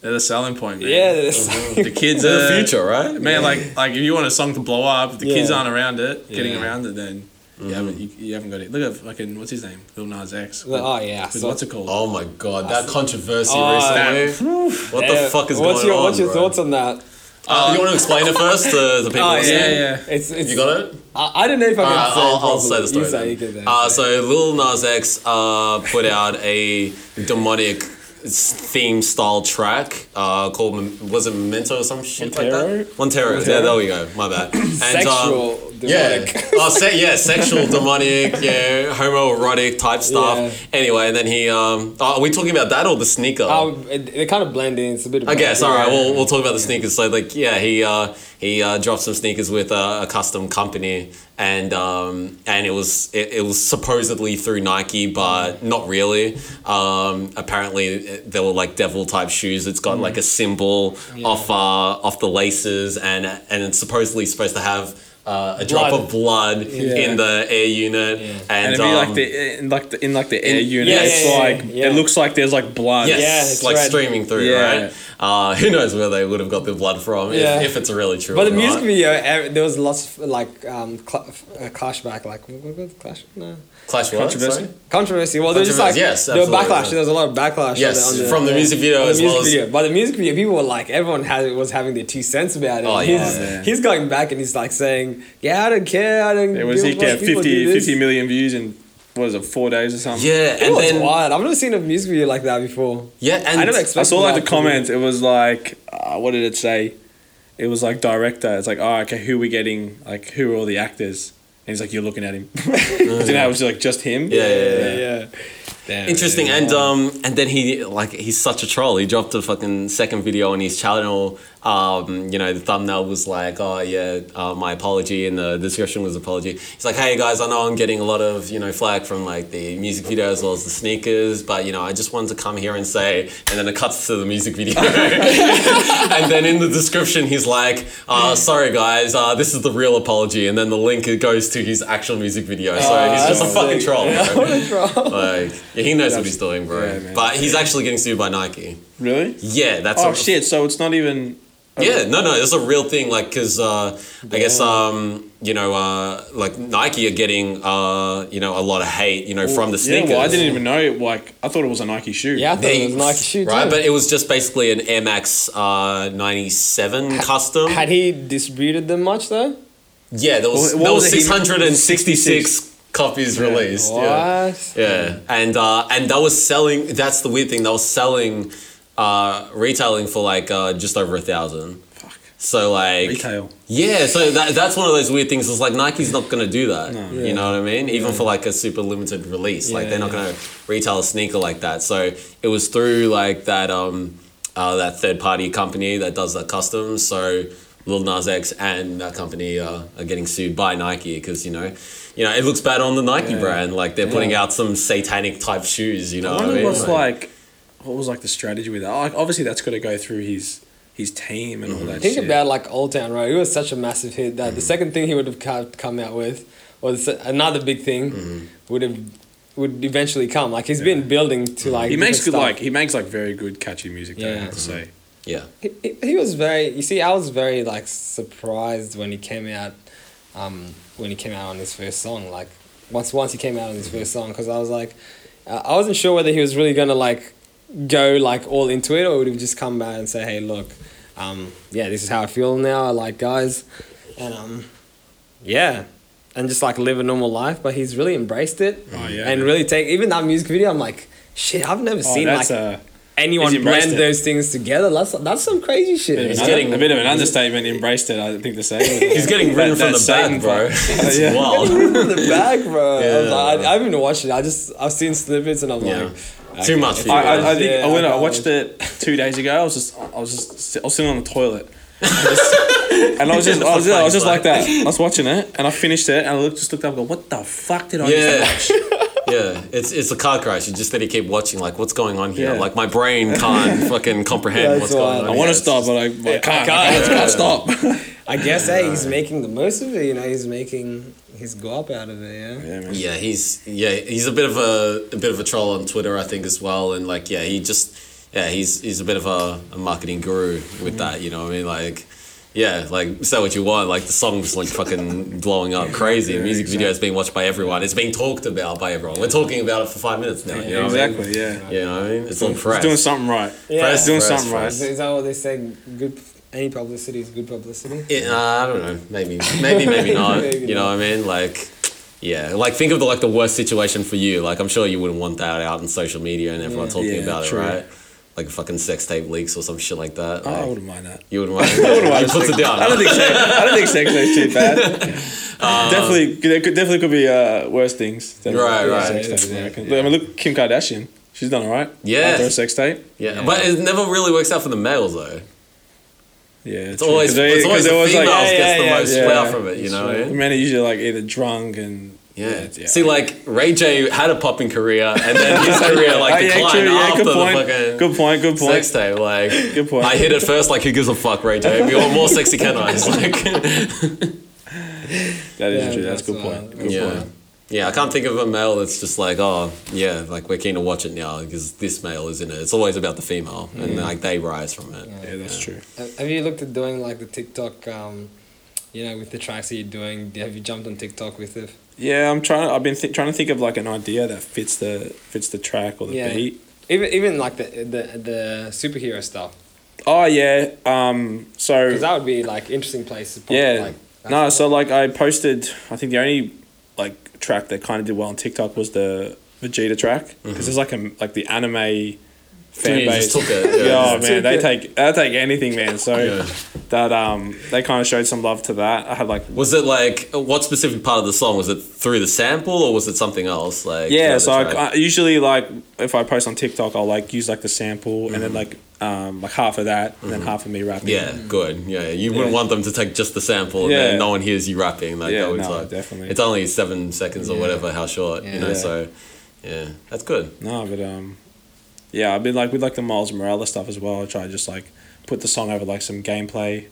Speaker 3: they're the selling point, man.
Speaker 2: yeah. that's-
Speaker 3: the kids
Speaker 1: They're
Speaker 3: are
Speaker 1: the future, right?
Speaker 3: Uh, Man, like like if you want a song to blow up, if the kids
Speaker 2: Yeah.
Speaker 3: aren't around it, getting
Speaker 2: Yeah.
Speaker 3: around it, then
Speaker 1: Mm-hmm.
Speaker 3: you haven't you, you haven't got it. Look at fucking what's his name, Lil Nas X. With,
Speaker 2: Oh yeah.
Speaker 3: with
Speaker 2: so-
Speaker 3: what's it called?
Speaker 1: Oh my god,
Speaker 3: Uh,
Speaker 1: that controversy
Speaker 2: Oh,
Speaker 1: recently. What the
Speaker 2: Yeah,
Speaker 1: fuck is
Speaker 2: what's
Speaker 1: going
Speaker 2: your,
Speaker 1: on?
Speaker 2: What's your
Speaker 1: bro?
Speaker 2: thoughts on that?
Speaker 1: Uh, you want to explain it first to the people?
Speaker 2: Oh,
Speaker 1: listening?
Speaker 3: yeah, yeah.
Speaker 2: It's, it's
Speaker 1: You got it?
Speaker 2: I, I don't know if I can
Speaker 1: Alright,
Speaker 2: say
Speaker 1: Uh, I'll,
Speaker 2: it
Speaker 1: I'll say
Speaker 2: properly.
Speaker 1: the story.
Speaker 2: You say you
Speaker 1: then.
Speaker 2: can then
Speaker 1: uh,
Speaker 2: say it.
Speaker 1: so Lil Nas X uh, put out a demonic theme style track uh, called Mem- was it Memento or some shit
Speaker 2: Montero?
Speaker 1: like that? Montero. Yeah, there we go. My bad. And, Um,
Speaker 2: sexual demonic.
Speaker 1: yeah. Oh, se- yeah, sexual, demonic, yeah, homoerotic type stuff.
Speaker 2: Yeah.
Speaker 1: Anyway, and then he, um, oh, are we talking about that or the sneaker?
Speaker 2: Oh, it, they kind of blend in. It's a bit. Of
Speaker 1: I guess.
Speaker 2: both.
Speaker 1: All right. We'll, we'll talk about the sneakers. So like, yeah, he uh, he uh, dropped some sneakers with uh, a custom company, and um, and it was it, it was supposedly through Nike, but not really. Um, apparently, it- they were like devil type shoes. It's got
Speaker 3: Mm.
Speaker 1: like a symbol off uh, off the laces, and and it's supposedly supposed to have. Uh, a drop
Speaker 2: Blood.
Speaker 1: of blood in the air unit, and,
Speaker 3: and it'd be
Speaker 1: um,
Speaker 3: like the in like the in like the air unit.
Speaker 1: yeah,
Speaker 3: it's
Speaker 1: yeah, yeah,
Speaker 3: like
Speaker 2: yeah.
Speaker 3: it looks like there's like blood.
Speaker 1: Yes,
Speaker 2: Yeah, it's
Speaker 1: like
Speaker 2: red.
Speaker 1: streaming through,
Speaker 3: Yeah.
Speaker 1: right? Uh, who knows where they would have got the blood from if-
Speaker 2: Yeah.
Speaker 1: if, it's really true.
Speaker 2: But
Speaker 1: or
Speaker 2: the music
Speaker 1: not.
Speaker 2: video, eh, there was lots of like um, cl- uh, clashback, like what was it? clash, no.
Speaker 1: Clash what?
Speaker 3: Controversy?
Speaker 1: Sorry?
Speaker 2: controversy. Well, there's just like
Speaker 1: Controversy, yes,
Speaker 2: there were
Speaker 1: absolutely,
Speaker 2: backlash.
Speaker 1: yeah.
Speaker 2: There was a lot of backlash.
Speaker 1: Yes,
Speaker 2: on the, on
Speaker 1: from the music video
Speaker 2: on the
Speaker 1: as
Speaker 2: music
Speaker 1: well as-
Speaker 2: video. But the music video, people were like, everyone had was having their two cents about it.
Speaker 1: Oh,
Speaker 2: he's,
Speaker 1: yeah,
Speaker 3: yeah.
Speaker 2: he's going back and he's like saying, "Yeah, I don't care. I don't."
Speaker 3: It was
Speaker 2: give a
Speaker 3: he
Speaker 2: fuck,
Speaker 3: get
Speaker 2: people
Speaker 3: 50,
Speaker 2: do this."
Speaker 3: 50 million views in what is it four days or something?
Speaker 1: Yeah,
Speaker 2: It
Speaker 1: and
Speaker 2: was
Speaker 1: then
Speaker 2: wild. I've never seen a music video like that before.
Speaker 1: yeah, and
Speaker 2: I don't expect-
Speaker 3: I saw like
Speaker 2: Like,
Speaker 3: the comments. It was like, uh, what did it say? It was like director. It's like, oh, okay, who we getting? Like, who are all the actors? And he's like, you're looking at him. you know, it was like just him.
Speaker 1: Yeah, yeah, yeah.
Speaker 2: yeah. Damn,
Speaker 1: Interesting, and um, and then he like he's such a troll. He dropped a fucking second video on his channel. Um, you know, the thumbnail was like, "Oh yeah, uh, my apology," and the description was apology. He's like, "Hey guys, I know I'm getting a lot of you know flack from like the music video as well as the sneakers, but you know, I just wanted to come here and say." And then it cuts to the music video, and then in the description, he's like, uh, "Sorry guys, uh, this is the real apology," and then the link it goes to his actual music video. So he's just a
Speaker 2: that's
Speaker 1: fucking
Speaker 2: Ah, sick.
Speaker 1: troll. bro.
Speaker 2: Bro.
Speaker 1: Like, yeah, he knows what he's doing, bro.
Speaker 3: Yeah, man.
Speaker 1: but he's actually getting sued by Nike.
Speaker 3: Really?
Speaker 1: Yeah, that's
Speaker 3: Oh
Speaker 1: a,
Speaker 3: shit! So it's not even.
Speaker 1: Yeah, no, no, it's a real thing. Like, cause uh, I guess um, you know, uh, like Nike are getting uh, you know, a lot of hate, you know, from the
Speaker 3: Yeah,
Speaker 1: sneakers.
Speaker 3: well, I didn't even know. Like, I thought it was a Nike shoe.
Speaker 2: Yeah, I thought
Speaker 1: They-
Speaker 2: it was Nike shoe too.
Speaker 1: right? But it was just basically an Air Max uh, ninety seven custom.
Speaker 2: had he distributed them much though?
Speaker 1: yeah, there was
Speaker 3: What- what
Speaker 1: there
Speaker 3: was
Speaker 1: was
Speaker 3: it? He-
Speaker 1: six hundred and sixty six copies released.
Speaker 2: What?
Speaker 1: Yeah. Yeah, and uh, and that was selling. That's the weird thing. That was selling, uh, retailing for like uh, just over a thousand. Fuck. So like
Speaker 3: Retail.
Speaker 1: Yeah, so that, that's one of those weird things. Is like Nike's not gonna do that. You know what I mean? Even for like a super limited release, like
Speaker 2: Yeah,
Speaker 1: they're not
Speaker 2: yeah.
Speaker 1: gonna retail a sneaker like that. So it was through like that um, uh, that third party company that does that custom. So Lil Nas X and that company uh, are getting sued by Nike because you know, you know it looks bad on the Nike brand. Like they're putting out some satanic type shoes. You know
Speaker 3: I
Speaker 1: what I
Speaker 3: wonder
Speaker 1: mean?
Speaker 3: what's like. What was like the strategy with that? Like, obviously, that's got to go through his his team and
Speaker 1: Mm-hmm.
Speaker 3: all that.
Speaker 2: Think
Speaker 3: shit.
Speaker 2: about like Old Town Road. It was such a massive hit that the second thing he would have co- come out with, or the, se- another big thing,
Speaker 3: Mm-hmm.
Speaker 2: would have would eventually come. Like he's been building to like.
Speaker 3: He makes good
Speaker 2: different
Speaker 3: like he makes like very good catchy music. Though, I
Speaker 2: Yeah.
Speaker 3: have to say.
Speaker 1: yeah.
Speaker 2: stuff. He, he- he was very. You see, I was very like surprised when he came out, um, when he came out on his first song. Like once once he came out on his first song, because I was like, uh, I wasn't sure whether he was really gonna like go like all into it or would have just come back and say, hey, look, um, yeah, this is how I feel now. I like guys, and um. Yeah. and just like live a normal life, but he's really embraced it
Speaker 3: Oh, yeah.
Speaker 2: and really take even that music video. I'm like, shit, I've never
Speaker 3: Oh,
Speaker 2: seen
Speaker 3: that's
Speaker 2: like
Speaker 3: a,
Speaker 2: anyone
Speaker 3: he's embraced
Speaker 2: blend
Speaker 3: it.
Speaker 2: those things together. That's that's some crazy
Speaker 3: bit of
Speaker 2: shit.
Speaker 3: an
Speaker 1: He's
Speaker 3: under-
Speaker 1: getting-
Speaker 3: a bit of an understatement. Embraced it, I think to say.
Speaker 1: He's getting ridden from the back, bro. It's
Speaker 3: yeah.
Speaker 1: wild.
Speaker 2: in the bag, bro. I, was
Speaker 1: Yeah.
Speaker 2: like, I, I haven't even watched it. I just I've seen snippets and I'm
Speaker 1: Yeah.
Speaker 3: Ah,
Speaker 2: like,
Speaker 1: Too much for you.
Speaker 3: I, I, I
Speaker 1: guys.
Speaker 3: think
Speaker 2: Yeah,
Speaker 3: I went. I
Speaker 2: that was-
Speaker 3: watched it two days ago. I was just. I was just. I was sitting on the toilet. I just- And I was just, I was, I was just like that. I was watching it, and I finished it, and I looked, just looked up, and go, "What the fuck did I just
Speaker 1: Yeah. Yeah, it's it's a car crash. You just that he keep watching, like what's going on here?
Speaker 3: Yeah.
Speaker 1: Like my brain can't fucking comprehend
Speaker 2: That's
Speaker 1: what's going
Speaker 2: wild.
Speaker 1: on.
Speaker 3: I
Speaker 1: here.
Speaker 3: want to
Speaker 1: It's
Speaker 3: stop,
Speaker 1: just-
Speaker 3: but I, I can't.
Speaker 2: can't.
Speaker 3: I can't, stop.
Speaker 2: I guess hey, he's making the most of it. You know, he's making his go up out of it. Yeah.
Speaker 1: Yeah, he's yeah he's a bit of a a bit of a troll on Twitter, I think as well, and like yeah he just yeah he's he's a bit of a, a marketing guru with that. You know what I mean? Like yeah, like say what you want. Like the song's like fucking blowing up crazy. The music video is being watched by everyone. It's being talked about by everyone. We're talking about it for five minutes now. You know What
Speaker 3: exactly. Yeah,
Speaker 1: I mean? You know what I mean? It's on
Speaker 3: he's
Speaker 1: press.
Speaker 3: doing something right.
Speaker 2: Yeah.
Speaker 3: he's doing
Speaker 1: Press,
Speaker 3: something
Speaker 1: press.
Speaker 2: Is,
Speaker 3: right.
Speaker 2: is that what they say? Good. Any publicity is good publicity.
Speaker 1: Yeah, uh, I don't know. Maybe, maybe, maybe not.
Speaker 2: Maybe
Speaker 1: you know
Speaker 2: not.
Speaker 1: what I mean? Like, yeah. Like, think of the like the worst situation for you. Like, I'm sure you wouldn't want that out in social media and everyone talking
Speaker 3: Yeah,
Speaker 1: about
Speaker 3: true.
Speaker 1: it, right? Like fucking sex tape leaks or some shit like that.
Speaker 3: Oh, I
Speaker 1: like,
Speaker 3: wouldn't mind that.
Speaker 1: you wouldn't want. I wouldn't
Speaker 3: mind
Speaker 1: He puts it down.
Speaker 3: I don't think sex, I don't think sex is too bad. definitely, there could definitely could be uh, worse things. than-
Speaker 1: Um, Right,
Speaker 3: than
Speaker 1: right.
Speaker 3: sex tapes, I, reckon. I mean, look, Kim Kardashian. She's done all right.
Speaker 1: Yeah.
Speaker 3: After a sex tape.
Speaker 1: yeah, but it never really works out for the males though.
Speaker 3: Yeah, it's
Speaker 1: always- it's always the females gets the most
Speaker 3: flour
Speaker 1: flout from it, you know?
Speaker 3: men are usually like either drunk and
Speaker 1: Yeah.
Speaker 3: yeah.
Speaker 1: See, like Ray J had a popping career, and then his career
Speaker 3: Oh,
Speaker 1: like
Speaker 3: yeah,
Speaker 1: declined
Speaker 3: true, yeah,
Speaker 1: after
Speaker 3: good point.
Speaker 1: the fucking
Speaker 3: good point. Good point.
Speaker 1: sex tape. Like,
Speaker 3: Good point.
Speaker 1: I hit it first. Like, who gives a fuck, Ray J? If you want more sexy, can I? It's like.
Speaker 3: That is
Speaker 2: Yeah,
Speaker 3: true. That's a good
Speaker 2: that's
Speaker 3: point.
Speaker 2: wild.
Speaker 3: Good
Speaker 1: yeah.
Speaker 3: point.
Speaker 1: Yeah, I can't think of a male that's just like, oh, yeah, like we're keen to watch it now because this male is in it. It's always about the female, and like they rise from it.
Speaker 3: Mm. Yeah, that's true.
Speaker 2: Have have you looked at doing like the TikTok? Um, you know, with the tracks that you're doing, have you jumped on TikTok with it?
Speaker 3: Yeah, I'm trying. I've been th- trying to think of like an idea that fits the fits the track or the
Speaker 2: Yeah.
Speaker 3: beat.
Speaker 2: Even even like the the the superhero stuff,
Speaker 3: Oh yeah. Um. So
Speaker 2: because that would be like interesting place to pop.
Speaker 3: yeah.
Speaker 2: Like,
Speaker 3: no. So like I posted. I think the only like track that kind of did well on TikTok was the Vegeta track
Speaker 1: Mm-hmm.
Speaker 3: because there's like a like the anime fan
Speaker 1: Dude, just
Speaker 3: base.
Speaker 1: took it.
Speaker 3: Yeah,
Speaker 1: Yeah.
Speaker 3: oh, man, they take they take anything, man. So
Speaker 1: Yeah.
Speaker 3: that um, they kind of showed some love to that. I had like
Speaker 1: Was it like what specific part of the song? Was it through the sample or was it something else? Like
Speaker 3: yeah.
Speaker 1: throughout
Speaker 3: So
Speaker 1: the
Speaker 3: I,
Speaker 1: track?
Speaker 3: I usually like if I post on TikTok, I'll like use like the sample and then like um like half of that and then half of me rapping.
Speaker 1: Mm-hmm. yeah, good. Yeah, you wouldn't
Speaker 3: Yeah.
Speaker 1: want them to take just the sample and
Speaker 3: Yeah.
Speaker 1: then no one hears you rapping. Like
Speaker 3: Yeah,
Speaker 1: that was
Speaker 3: no,
Speaker 1: like
Speaker 3: definitely.
Speaker 1: it's only seven seconds or whatever, how short, you know.
Speaker 3: Yeah.
Speaker 1: So yeah, that's good.
Speaker 3: No, but um, yeah, I've been like with like the Miles Morales stuff as well. I try to just like put the song over like some gameplay.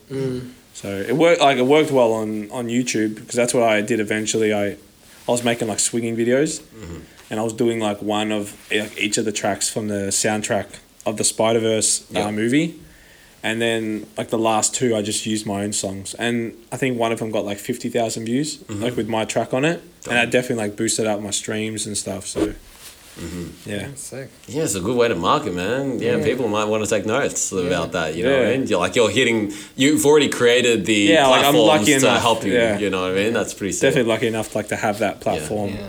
Speaker 3: So it worked like it worked well on on YouTube because that's what I did eventually. I I was making like swinging videos, and I was doing like one of e-, like each of the tracks from the soundtrack of the Spider Verse
Speaker 1: Yeah.
Speaker 3: uh, movie. And then, like the last two, I just used my own songs, and I think one of them got like fifty thousand views, like with my track on it, and I definitely like boosted up my streams and stuff. So, yeah,
Speaker 2: sick.
Speaker 1: Yeah, it's a good way to market, man. Yeah, people might want to take notes about that. You know what
Speaker 3: Yeah.
Speaker 1: I mean? You're like you're hitting. You've already created the
Speaker 3: Yeah, like, I'm
Speaker 1: platforms
Speaker 3: lucky
Speaker 1: to
Speaker 3: enough,
Speaker 1: help you.
Speaker 3: yeah.
Speaker 1: You know what I mean? That's pretty sick.
Speaker 3: definitely lucky enough like to have that platform
Speaker 2: Yeah.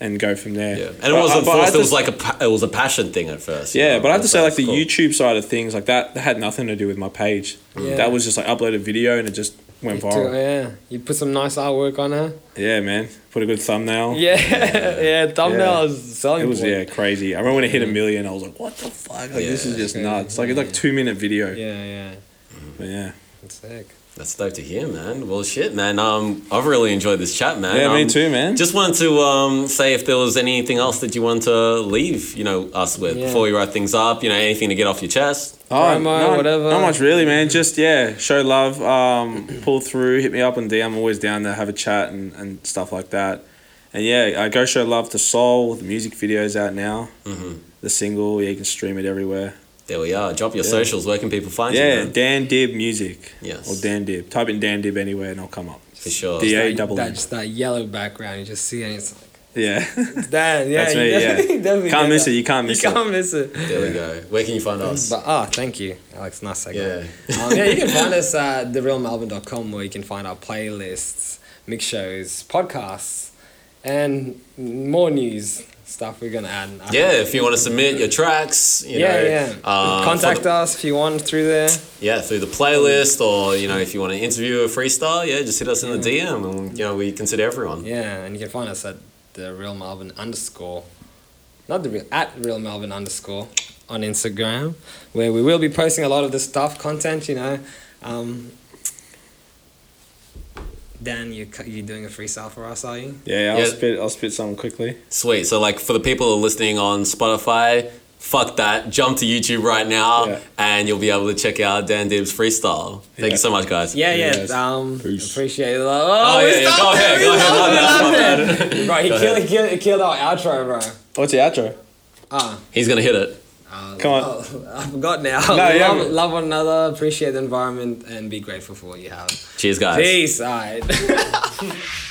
Speaker 3: and go from there.
Speaker 1: Yeah, and
Speaker 3: But
Speaker 1: it
Speaker 3: I-
Speaker 1: wasn't
Speaker 3: but I
Speaker 1: forced. It was
Speaker 3: just-
Speaker 1: like a pa- it was a passion thing at first. you
Speaker 3: yeah,
Speaker 1: know,
Speaker 3: but I have to
Speaker 1: that's-
Speaker 3: say like
Speaker 1: that's
Speaker 3: the
Speaker 1: cool.
Speaker 3: YouTube side of things like that, that had nothing to do with my page.
Speaker 2: Yeah.
Speaker 3: That was just like upload a video and it just went
Speaker 2: You took-
Speaker 3: viral.
Speaker 2: yeah, you put some nice artwork on her.
Speaker 3: Yeah, man, put a good thumbnail.
Speaker 2: Yeah, yeah. Thumbnail is selling.
Speaker 3: It was
Speaker 2: point.
Speaker 3: yeah crazy. I remember when it hit a million, I was like, "What the fuck? Like this
Speaker 1: Yeah.
Speaker 3: is just nuts!" Like it's like two minute video. Yeah,
Speaker 2: Yeah, yeah.
Speaker 3: but yeah.
Speaker 2: That's sick.
Speaker 1: That's dope to hear, man. Well, shit, man. Um, I've really enjoyed this chat, man.
Speaker 3: yeah me
Speaker 1: Um,
Speaker 3: too, man.
Speaker 1: Just wanted to um, say if there was anything else that you wanted to leave, you know, us with
Speaker 2: Yeah.
Speaker 1: before we wrap things up. You know, anything to get off your chest.
Speaker 2: promo, whatever.
Speaker 3: Not much really, man. Just yeah, show love, um, pull through, hit me up on DM. I'm always down to have a chat and, and stuff like that. And yeah, I go show love to Soul. The music video's out now.
Speaker 1: Mhm.
Speaker 3: The single, yeah, you can stream it everywhere.
Speaker 1: There we are. Drop your
Speaker 3: Yeah.
Speaker 1: socials. Where can people find you?
Speaker 3: Yeah,
Speaker 1: man?
Speaker 3: Dan Dib music.
Speaker 1: Yes.
Speaker 3: Or Dan Dib. Type in Dan Dib anywhere and I'll come up.
Speaker 1: for sure.
Speaker 3: D- Yeah,
Speaker 2: That-
Speaker 3: double E.
Speaker 2: that,
Speaker 3: M.
Speaker 2: just that yellow background. You just see it. And it's
Speaker 3: Yeah.
Speaker 2: like, damn. Yeah,
Speaker 3: That's
Speaker 2: you
Speaker 3: me, yeah.
Speaker 2: definitely- you definitely
Speaker 3: Can't
Speaker 2: get
Speaker 3: miss
Speaker 2: that.
Speaker 3: it, you can't miss
Speaker 2: you
Speaker 3: it.
Speaker 2: can't miss it.
Speaker 1: There we go. Where can you find us?
Speaker 2: But ah, thank you, Alex. Nice segue.
Speaker 1: Yeah.
Speaker 2: Um, yeah, you can find us at therealmelbourne.com where you can find our playlists, mix shows, podcasts, and more news stuff we're gonna add. I
Speaker 1: Yeah,
Speaker 2: hope.
Speaker 1: if you want to submit your tracks, you
Speaker 2: yeah,
Speaker 1: know,
Speaker 2: yeah.
Speaker 1: um, for
Speaker 2: Contact
Speaker 1: the-
Speaker 2: us if you want through there.
Speaker 1: yeah, through the playlist or you know, if you want to interview a freestyle, yeah, just hit us in the DM, and you know, we consider everyone.
Speaker 2: Yeah, and you can find us at the real Melbourne underscore, not the real at real Melbourne underscore on Instagram, where we will be posting a lot of the stuff content. You know, um, Dan, you cu- you doing a freestyle for us, are you?
Speaker 3: Yeah, I'll
Speaker 1: Yeah.
Speaker 3: spit. I'll spit something quickly.
Speaker 1: Sweet. So like for the people who are listening on Spotify, fuck that, jump to YouTube right now,
Speaker 3: Yeah.
Speaker 1: and you'll be able to check out Dan Dibbs freestyle. Thank
Speaker 3: Yeah.
Speaker 1: you so much, guys.
Speaker 2: Yeah, yeah.
Speaker 3: Yes.
Speaker 2: Um,
Speaker 3: Peace.
Speaker 2: appreciate it.
Speaker 1: Oh,
Speaker 2: Oh,
Speaker 1: yeah, yeah. Go ahead. Go ahead. My bad, my bad.
Speaker 2: Right, he
Speaker 1: Go
Speaker 2: killed,
Speaker 1: ahead.
Speaker 2: he killed, he killed our outro, bro.
Speaker 3: What's your outro?
Speaker 2: Ah,
Speaker 1: He's gonna hit it.
Speaker 3: Come on.
Speaker 2: oh, I forgot now.
Speaker 3: No, yeah.
Speaker 2: love, love one another, appreciate the environment, and be grateful for what you have.
Speaker 1: Cheers, guys.
Speaker 2: Peace. All right.